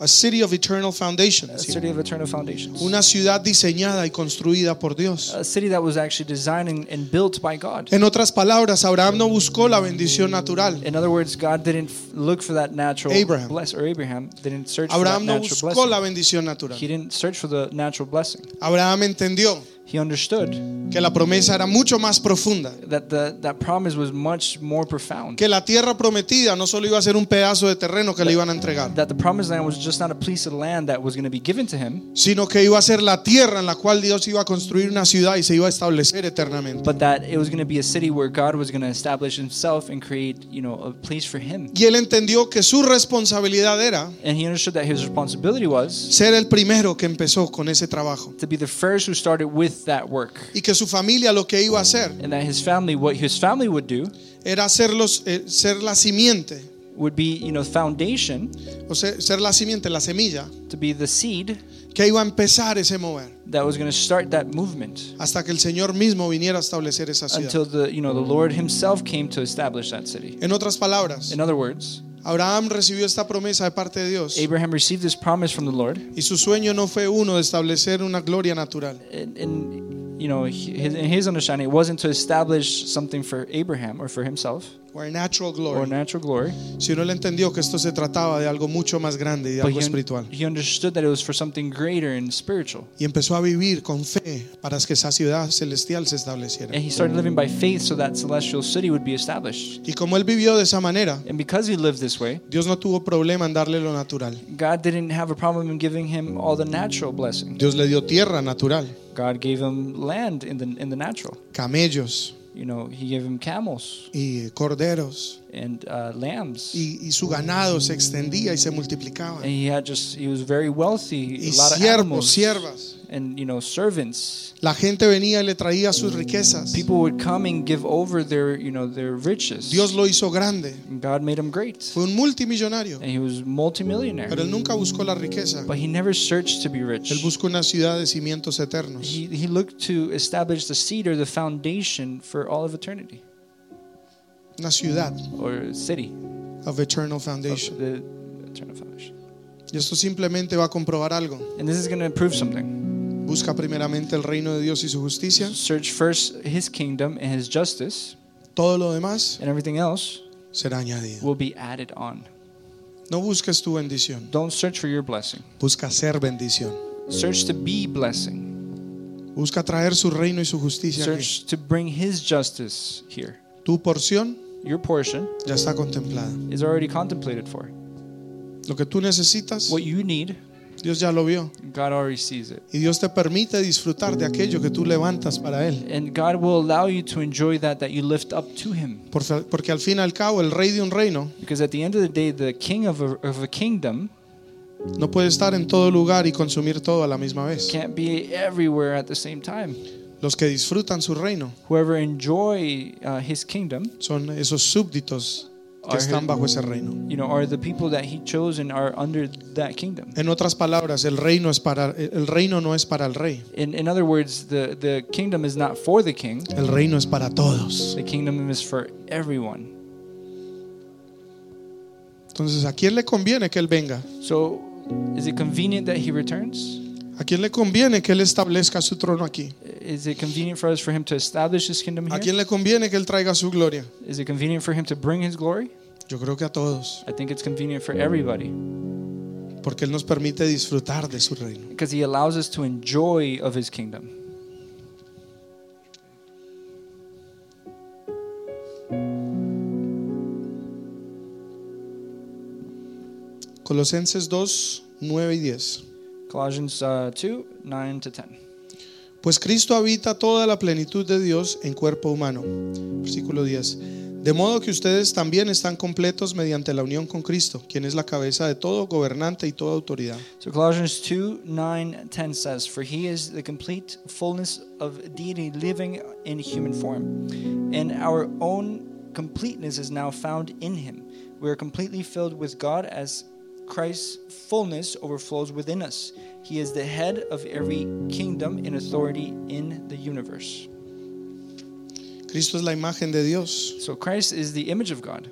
Speaker 1: A city of eternal
Speaker 2: a
Speaker 1: foundations.
Speaker 2: city of eternal foundations.
Speaker 1: Una ciudad diseñada y construida por Dios.
Speaker 2: a city that was actually designed and, and built by God.
Speaker 1: En otras palabras, Abraham no buscó la bendición natural.
Speaker 2: In other words, God didn't f- look for that natural
Speaker 1: Abraham.
Speaker 2: bless or Abraham didn't search
Speaker 1: Abraham
Speaker 2: for
Speaker 1: no
Speaker 2: that natural
Speaker 1: buscó
Speaker 2: blessing.
Speaker 1: la bendición natural.
Speaker 2: He didn't search for the natural blessing.
Speaker 1: Abraham entendió
Speaker 2: He understood
Speaker 1: que la promesa era mucho más profunda.
Speaker 2: that the that promise was much more profound.
Speaker 1: Que la tierra prometida no solo iba a ser un pedazo de terreno que le iban a entregar,
Speaker 2: That the promised land was just not a piece of land that was going to be given to him,
Speaker 1: sino que iba a ser la tierra en la cual Dios iba a construir una ciudad y se iba a establecer eternamente.
Speaker 2: but that it was going to be a city where God was going to establish himself and create, you know, a place for him.
Speaker 1: Y él entendió que su responsabilidad era
Speaker 2: And he understood that his responsibility was
Speaker 1: ser el primero que empezó con ese trabajo
Speaker 2: to be the first who started with that work.
Speaker 1: y que su familia lo que iba a hacer
Speaker 2: And that his family, what his family would do,
Speaker 1: era ser, los, eh, ser la simiente,
Speaker 2: would be, you know, foundation
Speaker 1: o sea, ser la simiente, la semilla,
Speaker 2: to be the seed
Speaker 1: que iba a empezar ese mover
Speaker 2: that was going to start that movement
Speaker 1: hasta que el Señor mismo viniera a establecer esa ciudad.
Speaker 2: until the, you know, the Lord himself came to establish that city.
Speaker 1: En otras palabras,
Speaker 2: In other words,
Speaker 1: Abraham recibió esta promesa de parte de Dios
Speaker 2: Abraham received this promise from the Lord,
Speaker 1: y su sueño no fue uno de establecer una gloria natural,
Speaker 2: and, and you know, he- his, in his understanding, it wasn't to establish something for Abraham or for himself
Speaker 1: o a natural
Speaker 2: or
Speaker 1: glory,
Speaker 2: natural glory,
Speaker 1: sino él entendió que esto se trataba de algo mucho más grande y de
Speaker 2: but
Speaker 1: algo
Speaker 2: he,
Speaker 1: espiritual.
Speaker 2: he understood that it was for something greater and spiritual,
Speaker 1: Y empezó a vivir con fe para que esa ciudad celestial se estableciera.
Speaker 2: and he started living by faith so that celestial city would be established.
Speaker 1: Y como él vivió de esa manera,
Speaker 2: And because he lived this way,
Speaker 1: Dios no tuvo problema en darle lo natural.
Speaker 2: God didn't have a problem in giving him all the natural blessing.
Speaker 1: Dios le dio tierra natural,
Speaker 2: God gave him land in the in the natural.
Speaker 1: camellos
Speaker 2: You know, He gave him camels
Speaker 1: y corderos.
Speaker 2: and uh, lambs,
Speaker 1: Y, y su ganado se extendía y se multiplicaba.
Speaker 2: and he had just he was very wealthy.
Speaker 1: Y
Speaker 2: A lot of
Speaker 1: siervos,
Speaker 2: animals
Speaker 1: siervas.
Speaker 2: and you know servants.
Speaker 1: La gente venía y le traía sus riquezas.
Speaker 2: People would come and give over their you know their riches.
Speaker 1: Dios lo hizo grande.
Speaker 2: and God made him great,
Speaker 1: Fue un multimillonario.
Speaker 2: and he was multimillionaire.
Speaker 1: Pero él nunca buscó la riqueza.
Speaker 2: But he never searched to be rich.
Speaker 1: Él buscó una ciudad de cimientos eternos.
Speaker 2: He, he looked to establish the seed or the foundation for all of eternity
Speaker 1: Una ciudad
Speaker 2: or city.
Speaker 1: of eternal
Speaker 2: of
Speaker 1: foundation.
Speaker 2: The eternal foundation.
Speaker 1: Y esto simplemente va a comprobar algo.
Speaker 2: And this is going to prove something.
Speaker 1: Busca primeramente el reino de Dios y su justicia.
Speaker 2: Search first his kingdom and his justice,
Speaker 1: Todo lo demás
Speaker 2: and everything else
Speaker 1: será añadido.
Speaker 2: will be added on.
Speaker 1: No busques tu bendición.
Speaker 2: Don't search for your blessing.
Speaker 1: Busca ser bendición.
Speaker 2: Search to be blessing.
Speaker 1: Busca traer su reino y su justicia. aquí.
Speaker 2: Search to bring his justice here.
Speaker 1: Tu porción
Speaker 2: Your portion
Speaker 1: ya está contemplada.
Speaker 2: is already contemplated for.
Speaker 1: Lo que tú necesitas,
Speaker 2: What you need,
Speaker 1: Dios ya lo vio.
Speaker 2: God already sees it.
Speaker 1: Y Dios te permite disfrutar de aquello que tú levantas para Él.
Speaker 2: And God will allow you to enjoy that that you lift up to him.
Speaker 1: Por fa- Porque al fin y al cabo, el rey de un reino
Speaker 2: Because at the end of the day, the king of a, of a kingdom
Speaker 1: no puede estar en todo lugar y consumir todo a la misma vez.
Speaker 2: can't be everywhere at the same time.
Speaker 1: Los que disfrutan su reino
Speaker 2: Whoever enjoy uh, his kingdom
Speaker 1: son esos súbditos que
Speaker 2: are
Speaker 1: están bajo ese reino.
Speaker 2: you know, are the people that he chose and are under that kingdom.
Speaker 1: En otras palabras, el reino, es para, el reino no es para el rey,
Speaker 2: In, in other words, the, the kingdom is not for the king,
Speaker 1: el reino es para todos.
Speaker 2: the kingdom is for everyone.
Speaker 1: Entonces, ¿a quién le conviene que Él venga?
Speaker 2: So, is it convenient that he returns?
Speaker 1: ¿A quién le conviene que Él establezca su trono aquí?
Speaker 2: Is it convenient for us for him to establish his kingdom
Speaker 1: ¿A
Speaker 2: here?
Speaker 1: quién le conviene que Él traiga su gloria?
Speaker 2: Is it convenient for him to bring his glory?
Speaker 1: Yo creo que a todos,
Speaker 2: I think it's convenient for everybody
Speaker 1: porque Él nos permite disfrutar de su reino.
Speaker 2: because he allows us to enjoy of his kingdom.
Speaker 1: Colosenses 2, 9 y 10.
Speaker 2: Colossians uh, 2 9 to 10.
Speaker 1: Pues Cristo habita toda la plenitud de Dios en cuerpo humano. Versículo 10. De modo que ustedes también están completos mediante la unión con Cristo, quien es la cabeza de todo gobernante y toda autoridad.
Speaker 2: So Colossians 2 9 10 says, For he is the complete fullness of deity living in human form, and our own completeness is now found in him. We are completely filled with God as Christ's fullness overflows within us. He is the head of every kingdom and authority in the universe.
Speaker 1: Cristo es la imagen de Dios,
Speaker 2: So Christ is the image of God.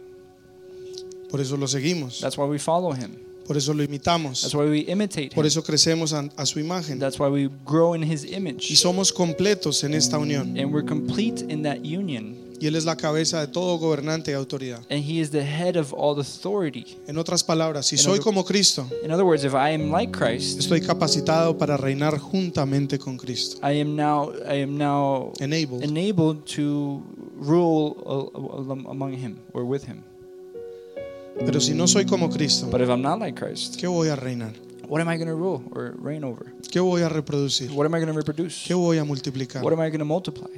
Speaker 1: por eso lo seguimos,
Speaker 2: That's why we follow him.
Speaker 1: por eso lo
Speaker 2: That's
Speaker 1: imitamos,
Speaker 2: why we imitate
Speaker 1: por
Speaker 2: him.
Speaker 1: eso crecemos a, a su imagen
Speaker 2: That's why we grow in his
Speaker 1: y
Speaker 2: image.
Speaker 1: somos completos en esta unión.
Speaker 2: And we're complete in that union.
Speaker 1: Y Él es la cabeza de todo gobernante y autoridad.
Speaker 2: And he is the head of all authority.
Speaker 1: En otras palabras, si soy como Cristo,
Speaker 2: In other words, if I am like Christ,
Speaker 1: estoy capacitado para reinar juntamente con Cristo.
Speaker 2: I am now I am now
Speaker 1: Enabled.
Speaker 2: enabled to rule a- a- among him or with him.
Speaker 1: Pero si no soy como Cristo,
Speaker 2: But if I'm not like Christ,
Speaker 1: ¿qué voy a reinar?
Speaker 2: what am I going to rule or reign over?
Speaker 1: ¿Qué voy a reproducir?
Speaker 2: What am I going to reproduce?
Speaker 1: ¿Qué voy a multiplicar?
Speaker 2: What am I going to multiply?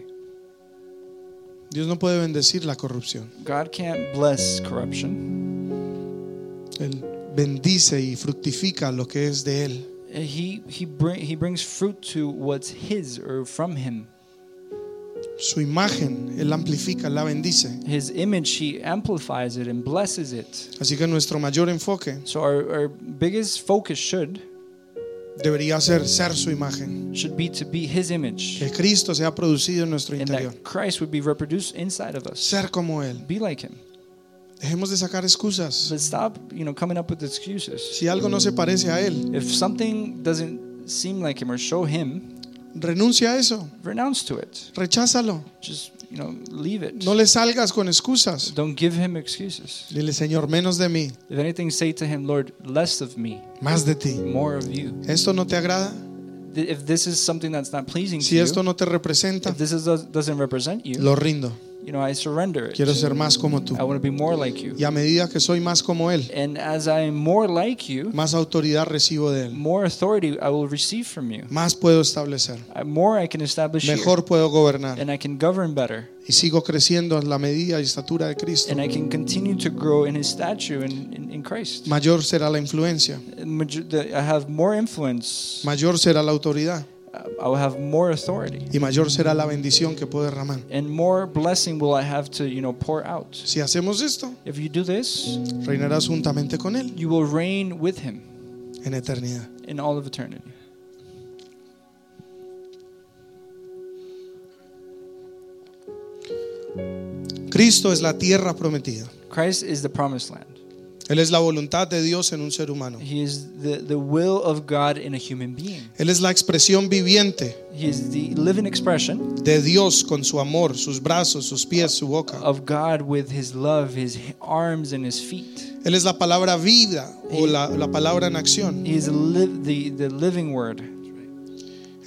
Speaker 1: Dios no puede bendecir la corrupción.
Speaker 2: God can't bless corruption.
Speaker 1: Él bendice y fructifica lo que es de Él.
Speaker 2: He he bring, he brings fruit to what's his or from him.
Speaker 1: Su imagen, Él la amplifica, la bendice.
Speaker 2: His image he amplifies it and blesses it.
Speaker 1: Así que nuestro mayor enfoque
Speaker 2: So our, our biggest focus should
Speaker 1: debería ser ser su imagen.
Speaker 2: should be to be his image.
Speaker 1: Que Cristo sea producido en nuestro
Speaker 2: and
Speaker 1: interior.
Speaker 2: that Christ would be reproduced inside of us.
Speaker 1: Ser como Él.
Speaker 2: Be like Him.
Speaker 1: Dejemos de sacar excusas.
Speaker 2: But stop, you know, coming up with excuses.
Speaker 1: Si algo no se parece a Él,
Speaker 2: If something doesn't seem like Him or show Him,
Speaker 1: renuncia a eso.
Speaker 2: renounce to it.
Speaker 1: Recházalo.
Speaker 2: Just, you know, leave it.
Speaker 1: No le salgas con excusas.
Speaker 2: Don't give Him excuses.
Speaker 1: Dile, Señor, menos de mí,
Speaker 2: If anything, say to Him, Lord, less of me,
Speaker 1: más de ti.
Speaker 2: more of You.
Speaker 1: ¿Esto no te agrada?
Speaker 2: Th- If this is something that's not pleasing to
Speaker 1: Si
Speaker 2: you,
Speaker 1: esto no te representa,
Speaker 2: if this is, doesn't represent you,
Speaker 1: lo rindo.
Speaker 2: you know, I surrender it.
Speaker 1: Quiero ser más como tú.
Speaker 2: I want to be more like You.
Speaker 1: Y a medida que soy más como Él,
Speaker 2: And as I am more like You,
Speaker 1: más autoridad recibo de Él,
Speaker 2: more authority I will receive from You.
Speaker 1: más puedo establecer,
Speaker 2: I- More I can establish here.
Speaker 1: mejor puedo gobernar.
Speaker 2: and I can govern better,
Speaker 1: Y sigo creciendo a la medida y estatura de Cristo.
Speaker 2: and I can continue to grow in His stature in, in, in Christ.
Speaker 1: Mayor será la influencia,
Speaker 2: Maj- the- I have more influence,
Speaker 1: mayor será la autoridad
Speaker 2: I will have more authority,
Speaker 1: y mayor será la bendición que puedo derramar.
Speaker 2: and more blessing will I have to, you know, pour out.
Speaker 1: Si hacemos esto,
Speaker 2: If you do this,
Speaker 1: reinarás juntamente con Él
Speaker 2: you will reign with Him
Speaker 1: en eternidad.
Speaker 2: in all of eternity.
Speaker 1: Cristo es la tierra prometida.
Speaker 2: Christ is the promised land.
Speaker 1: Él es la voluntad de Dios en un ser humano.
Speaker 2: He is the, the will of God in a human being.
Speaker 1: Él es la expresión viviente
Speaker 2: He is the living expression
Speaker 1: de Dios con su amor, sus brazos, sus pies, su boca.
Speaker 2: of God with His love, His arms, and His feet.
Speaker 1: Él es la palabra vida o la, la palabra en acción.
Speaker 2: He is the liv- the, the living word.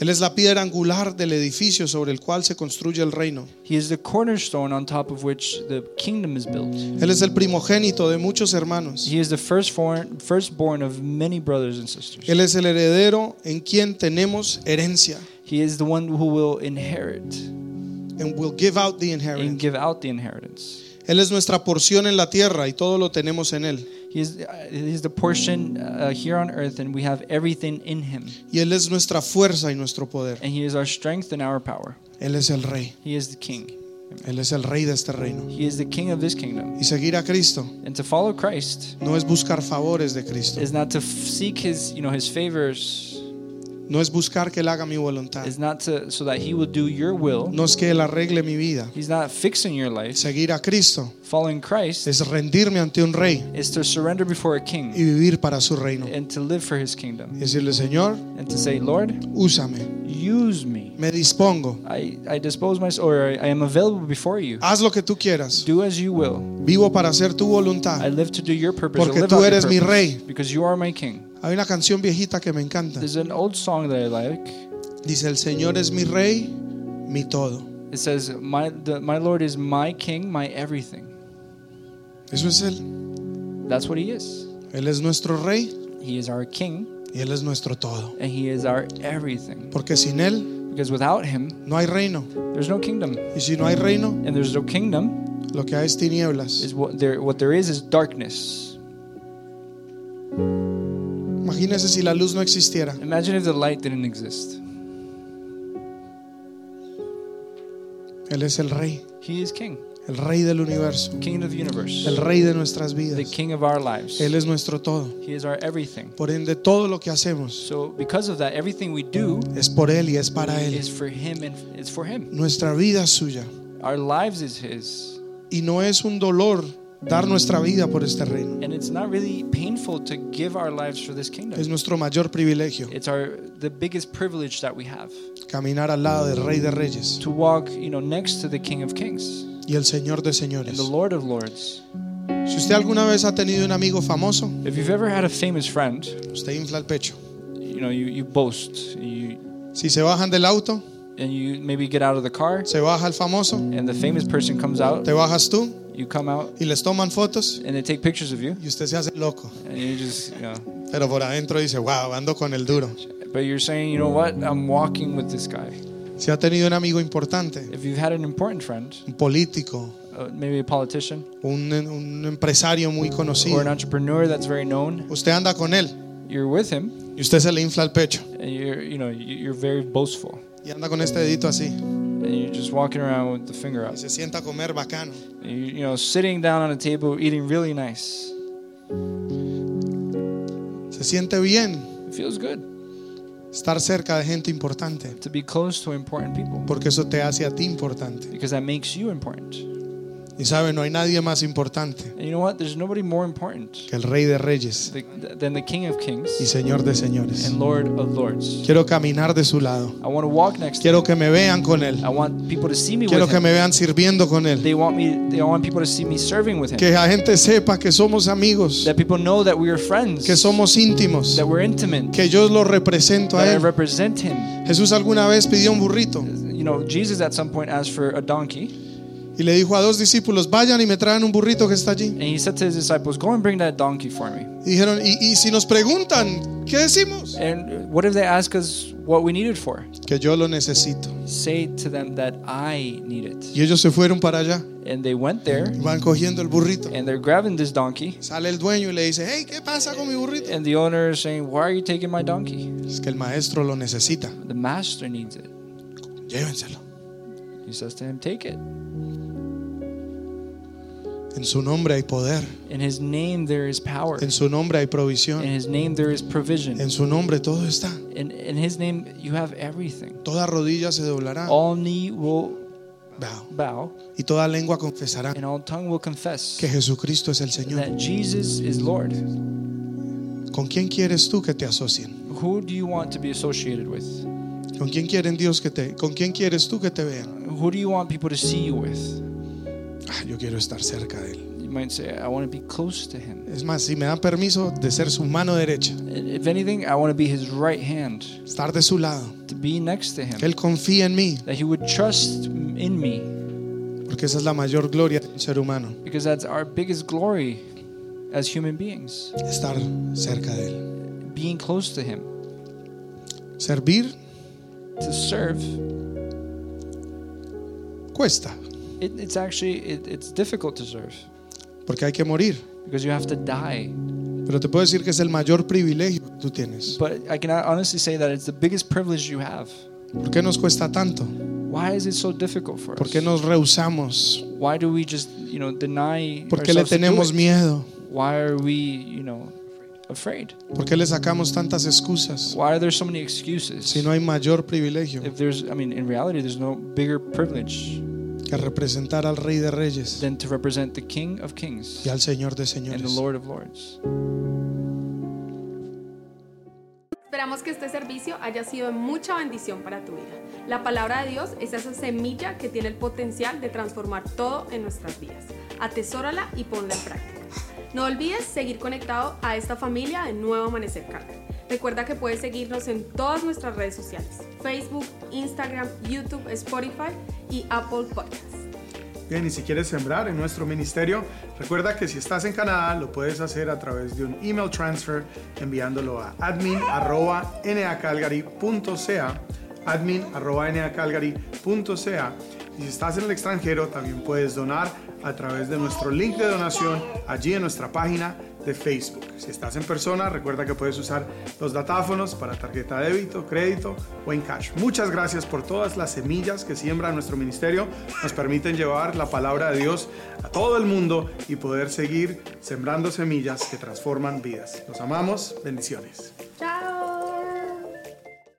Speaker 1: Él es la piedra angular del edificio sobre el cual se construye el reino.
Speaker 2: He is the cornerstone on top of which the kingdom is built.
Speaker 1: Él es el primogénito de muchos hermanos.
Speaker 2: He is the firstborn, firstborn of many brothers and sisters.
Speaker 1: Él es el heredero en quien tenemos herencia.
Speaker 2: He is the one who will inherit
Speaker 1: And will give out the
Speaker 2: and
Speaker 1: inheritance.
Speaker 2: give out the inheritance.
Speaker 1: Él es nuestra porción en la tierra y todo lo tenemos en Él.
Speaker 2: He is, uh, he is the portion uh, here on earth, and we have everything in him.
Speaker 1: Y Él es nuestra fuerza y nuestro poder.
Speaker 2: And he is our strength and our power.
Speaker 1: Él es el rey.
Speaker 2: He is the king.
Speaker 1: Él es el rey de este reino.
Speaker 2: He is the king of this kingdom.
Speaker 1: Y seguir a Cristo
Speaker 2: And to follow Christ
Speaker 1: no es buscar favores de Cristo.
Speaker 2: is not to f- seek his, you know, his favors.
Speaker 1: No es buscar que Él haga mi voluntad.
Speaker 2: Is not to so that he will do your will.
Speaker 1: No es que Él arregle mi vida.
Speaker 2: He's not fixing your life.
Speaker 1: Seguir a Cristo
Speaker 2: Following Christ
Speaker 1: es rendirme ante un rey
Speaker 2: is to surrender before a
Speaker 1: y
Speaker 2: king
Speaker 1: vivir para su reino.
Speaker 2: and to live for his kingdom
Speaker 1: Y decirle, Señor,
Speaker 2: and to say, Lord,
Speaker 1: úsame,
Speaker 2: use me.
Speaker 1: me dispongo,
Speaker 2: I, I dispose myself, or I, I am available before you.
Speaker 1: haz lo que tú quieras.
Speaker 2: Do as you will.
Speaker 1: Vivo para hacer tu
Speaker 2: I
Speaker 1: voluntad.
Speaker 2: live to do your purpose. or
Speaker 1: Porque
Speaker 2: live
Speaker 1: tú
Speaker 2: out your
Speaker 1: eres mi
Speaker 2: purpose,
Speaker 1: rey.
Speaker 2: Because you are my king.
Speaker 1: Hay una canción viejita que me encanta.
Speaker 2: There's an old song that I like.
Speaker 1: Dice, el Señor es mi rey, mi todo.
Speaker 2: It says, "My the, my Lord is my king, my everything."
Speaker 1: Eso es Él.
Speaker 2: That's what He is.
Speaker 1: Él es nuestro rey
Speaker 2: He is our king,
Speaker 1: y Él es nuestro todo.
Speaker 2: and He is our everything.
Speaker 1: Porque sin Él
Speaker 2: Because without Him,
Speaker 1: no hay reino.
Speaker 2: there's no kingdom,
Speaker 1: Y si no hay reino,
Speaker 2: and there's no kingdom,
Speaker 1: Lo que hay es tinieblas.
Speaker 2: Is what there what there is is darkness.
Speaker 1: Imagínese si la luz no existiera.
Speaker 2: Imagine if the light didn't exist.
Speaker 1: Él es el rey,
Speaker 2: He is king,
Speaker 1: el rey del universo,
Speaker 2: king of the universe,
Speaker 1: el rey de nuestras
Speaker 2: the
Speaker 1: vidas.
Speaker 2: king of our lives.
Speaker 1: Él es nuestro todo.
Speaker 2: He is our everything.
Speaker 1: Por ende, todo lo que hacemos
Speaker 2: So because of that, everything we do
Speaker 1: es por Él y es para Él.
Speaker 2: is for him and it's for him.
Speaker 1: Nuestra vida es suya.
Speaker 2: Our lives is his.
Speaker 1: Y no es un dolor dar nuestra vida por este reino.
Speaker 2: And it's not really painful to give our lives for this kingdom.
Speaker 1: Es nuestro mayor privilegio
Speaker 2: It's our the biggest privilege that we have
Speaker 1: caminar al lado del Rey de Reyes
Speaker 2: to walk, you know, next to the King of Kings
Speaker 1: y el Señor de
Speaker 2: and
Speaker 1: Señores.
Speaker 2: the Lord of Lords.
Speaker 1: Si usted alguna vez ha tenido un amigo famoso,
Speaker 2: If you've ever had a famous friend,
Speaker 1: usted infla el pecho.
Speaker 2: you know, you, you boast, you
Speaker 1: Si se bajan del auto,
Speaker 2: and you maybe get out of the car
Speaker 1: se baja el famoso,
Speaker 2: and the famous person comes out,
Speaker 1: te bajas tú
Speaker 2: you come out
Speaker 1: y les toman fotos
Speaker 2: and they take pictures of you
Speaker 1: y usted se hace loco.
Speaker 2: and you just, you know,
Speaker 1: Pero por adentro dice, wow, ando con el duro.
Speaker 2: but you're saying, you know what? I'm walking with this guy.
Speaker 1: Si ha tenido un amigo importante,
Speaker 2: If you've had an important friend,
Speaker 1: un político,
Speaker 2: uh, maybe a politician
Speaker 1: un, un empresario muy
Speaker 2: or an
Speaker 1: conocido,
Speaker 2: entrepreneur that's very known,
Speaker 1: usted anda con él
Speaker 2: you're with him
Speaker 1: y usted se le infla el pecho
Speaker 2: and you're, you know, you- you're very boastful.
Speaker 1: y anda con este dedito así
Speaker 2: and you're just walking around with the finger
Speaker 1: y
Speaker 2: up.
Speaker 1: se sienta a comer bacano.
Speaker 2: You, you know, sitting down on a table, eating really nice.
Speaker 1: Se siente bien
Speaker 2: It feels good
Speaker 1: estar cerca de gente importante
Speaker 2: to be close to important people
Speaker 1: porque eso te hace a ti importante.
Speaker 2: because that makes you important.
Speaker 1: Y sabe, no hay nadie más importante
Speaker 2: And you know what? There's nobody more important
Speaker 1: que el Rey de Reyes
Speaker 2: th- than the King of
Speaker 1: y
Speaker 2: Kings
Speaker 1: Señor de Señores.
Speaker 2: and Lord of Lords.
Speaker 1: Quiero caminar de su lado.
Speaker 2: I want to walk next to
Speaker 1: Quiero que me vean con Él.
Speaker 2: him. I want people to see me
Speaker 1: Quiero
Speaker 2: with
Speaker 1: que
Speaker 2: him.
Speaker 1: me vean sirviendo con Él.
Speaker 2: They want me. They want people to see me serving with him.
Speaker 1: Que la gente sepa que somos amigos,
Speaker 2: That people know that we are friends.
Speaker 1: que somos íntimos,
Speaker 2: That we're intimate.
Speaker 1: que yo lo represento
Speaker 2: That
Speaker 1: a
Speaker 2: I
Speaker 1: Él.
Speaker 2: represent him.
Speaker 1: Jesús alguna vez pidió un burrito
Speaker 2: You know, Jesus at some point asked for a donkey,
Speaker 1: y le dijo a dos discípulos, vayan y me traen un burrito que está allí.
Speaker 2: and he said to his disciples, "Go and bring that donkey for me."
Speaker 1: Y dijeron, "Y- y si nos preguntan, ¿qué decimos?
Speaker 2: And what if they ask us what we need it for?
Speaker 1: Que yo lo necesito.
Speaker 2: Say to them that I need it.
Speaker 1: Y ellos se fueron para allá
Speaker 2: And they went there
Speaker 1: y van cogiendo el burrito.
Speaker 2: and they're grabbing this donkey.
Speaker 1: Sale el dueño y le dice, hey, ¿qué pasa con mi burrito?
Speaker 2: And the owner is saying, Why are you taking my donkey?
Speaker 1: Es que el maestro lo necesita.
Speaker 2: The master needs it.
Speaker 1: Llévenselo.
Speaker 2: He says to him, Take it.
Speaker 1: En su nombre hay poder.
Speaker 2: In his name there is power.
Speaker 1: En su nombre hay
Speaker 2: In
Speaker 1: provisión.
Speaker 2: his name there is provision.
Speaker 1: En su nombre todo está.
Speaker 2: In, in his name you have everything.
Speaker 1: Toda rodilla se doblará.
Speaker 2: All knee will
Speaker 1: Bow.
Speaker 2: bow
Speaker 1: Y toda lengua confesará
Speaker 2: and all tongue will confess
Speaker 1: que Jesucristo es el Señor.
Speaker 2: that Jesus is Lord.
Speaker 1: ¿Con quién quieres tú que te asocien?
Speaker 2: Who do you want to be associated with?
Speaker 1: ¿Con quién quieren Dios que te con quién quieres tú que te vean?
Speaker 2: Who do you want people to see you with?
Speaker 1: Ah, yo quiero estar cerca de él.
Speaker 2: You might say, I want to be close to him.
Speaker 1: Es más, si me dan permiso de ser su mano derecha,
Speaker 2: If anything, I want to be his right hand,
Speaker 1: estar de su lado,
Speaker 2: to be next to
Speaker 1: que
Speaker 2: him,
Speaker 1: él confíe en mí,
Speaker 2: that he would trust in me,
Speaker 1: porque esa es la mayor gloria de un ser humano,
Speaker 2: because that's our biggest glory as human beings,
Speaker 1: estar cerca de él.
Speaker 2: being close to him,
Speaker 1: Servir
Speaker 2: to serve.
Speaker 1: cuesta,
Speaker 2: It, it's actually it, it's difficult to serve
Speaker 1: porque hay que morir,
Speaker 2: because you have to die.
Speaker 1: pero te puedo decir que es el mayor privilegio que tú tienes.
Speaker 2: But I can honestly say that it's the biggest privilege you have.
Speaker 1: ¿Por qué nos cuesta tanto?
Speaker 2: Why is it so difficult for
Speaker 1: ¿Por qué
Speaker 2: us?
Speaker 1: nos rehusamos?
Speaker 2: Why do we just you know deny?
Speaker 1: ¿Por qué le
Speaker 2: ourselves to do
Speaker 1: tenemos
Speaker 2: it?
Speaker 1: miedo?
Speaker 2: Why are we you know afraid?
Speaker 1: ¿Por qué le sacamos tantas excusas
Speaker 2: Why are there so many excuses?
Speaker 1: si no hay mayor privilegio
Speaker 2: if there's i mean in reality there's no bigger privilege
Speaker 1: que representar al Rey de Reyes
Speaker 2: than to represent the king of kings
Speaker 1: y al Señor de
Speaker 2: and the
Speaker 1: Señores?
Speaker 2: lord of lords
Speaker 3: Esperamos que este servicio haya sido de mucha bendición para tu vida. La palabra de Dios es esa semilla que tiene el potencial de transformar todo en nuestras vidas. Atesórala y ponla en práctica. No olvides seguir conectado a esta familia de Nuevo Amanecer Carmen. Recuerda que puedes seguirnos en todas nuestras redes sociales, Facebook, Instagram, YouTube, Spotify y Apple Podcasts.
Speaker 4: Bien, y si quieres sembrar en nuestro ministerio, recuerda que si estás en Canadá lo puedes hacer a través de un email transfer enviándolo a admin@nacalgary.ca admin@nacalgary.ca Y si estás en el extranjero, también puedes donar a través de nuestro link de donación allí en nuestra página de Facebook. Si estás en persona, recuerda que puedes usar los datáfonos para tarjeta de débito, crédito o en cash. Muchas gracias por todas las semillas que siembra nuestro ministerio. Nos permiten llevar la palabra de Dios a todo el mundo y poder seguir sembrando semillas que transforman vidas. Los amamos. Bendiciones.
Speaker 3: Chao.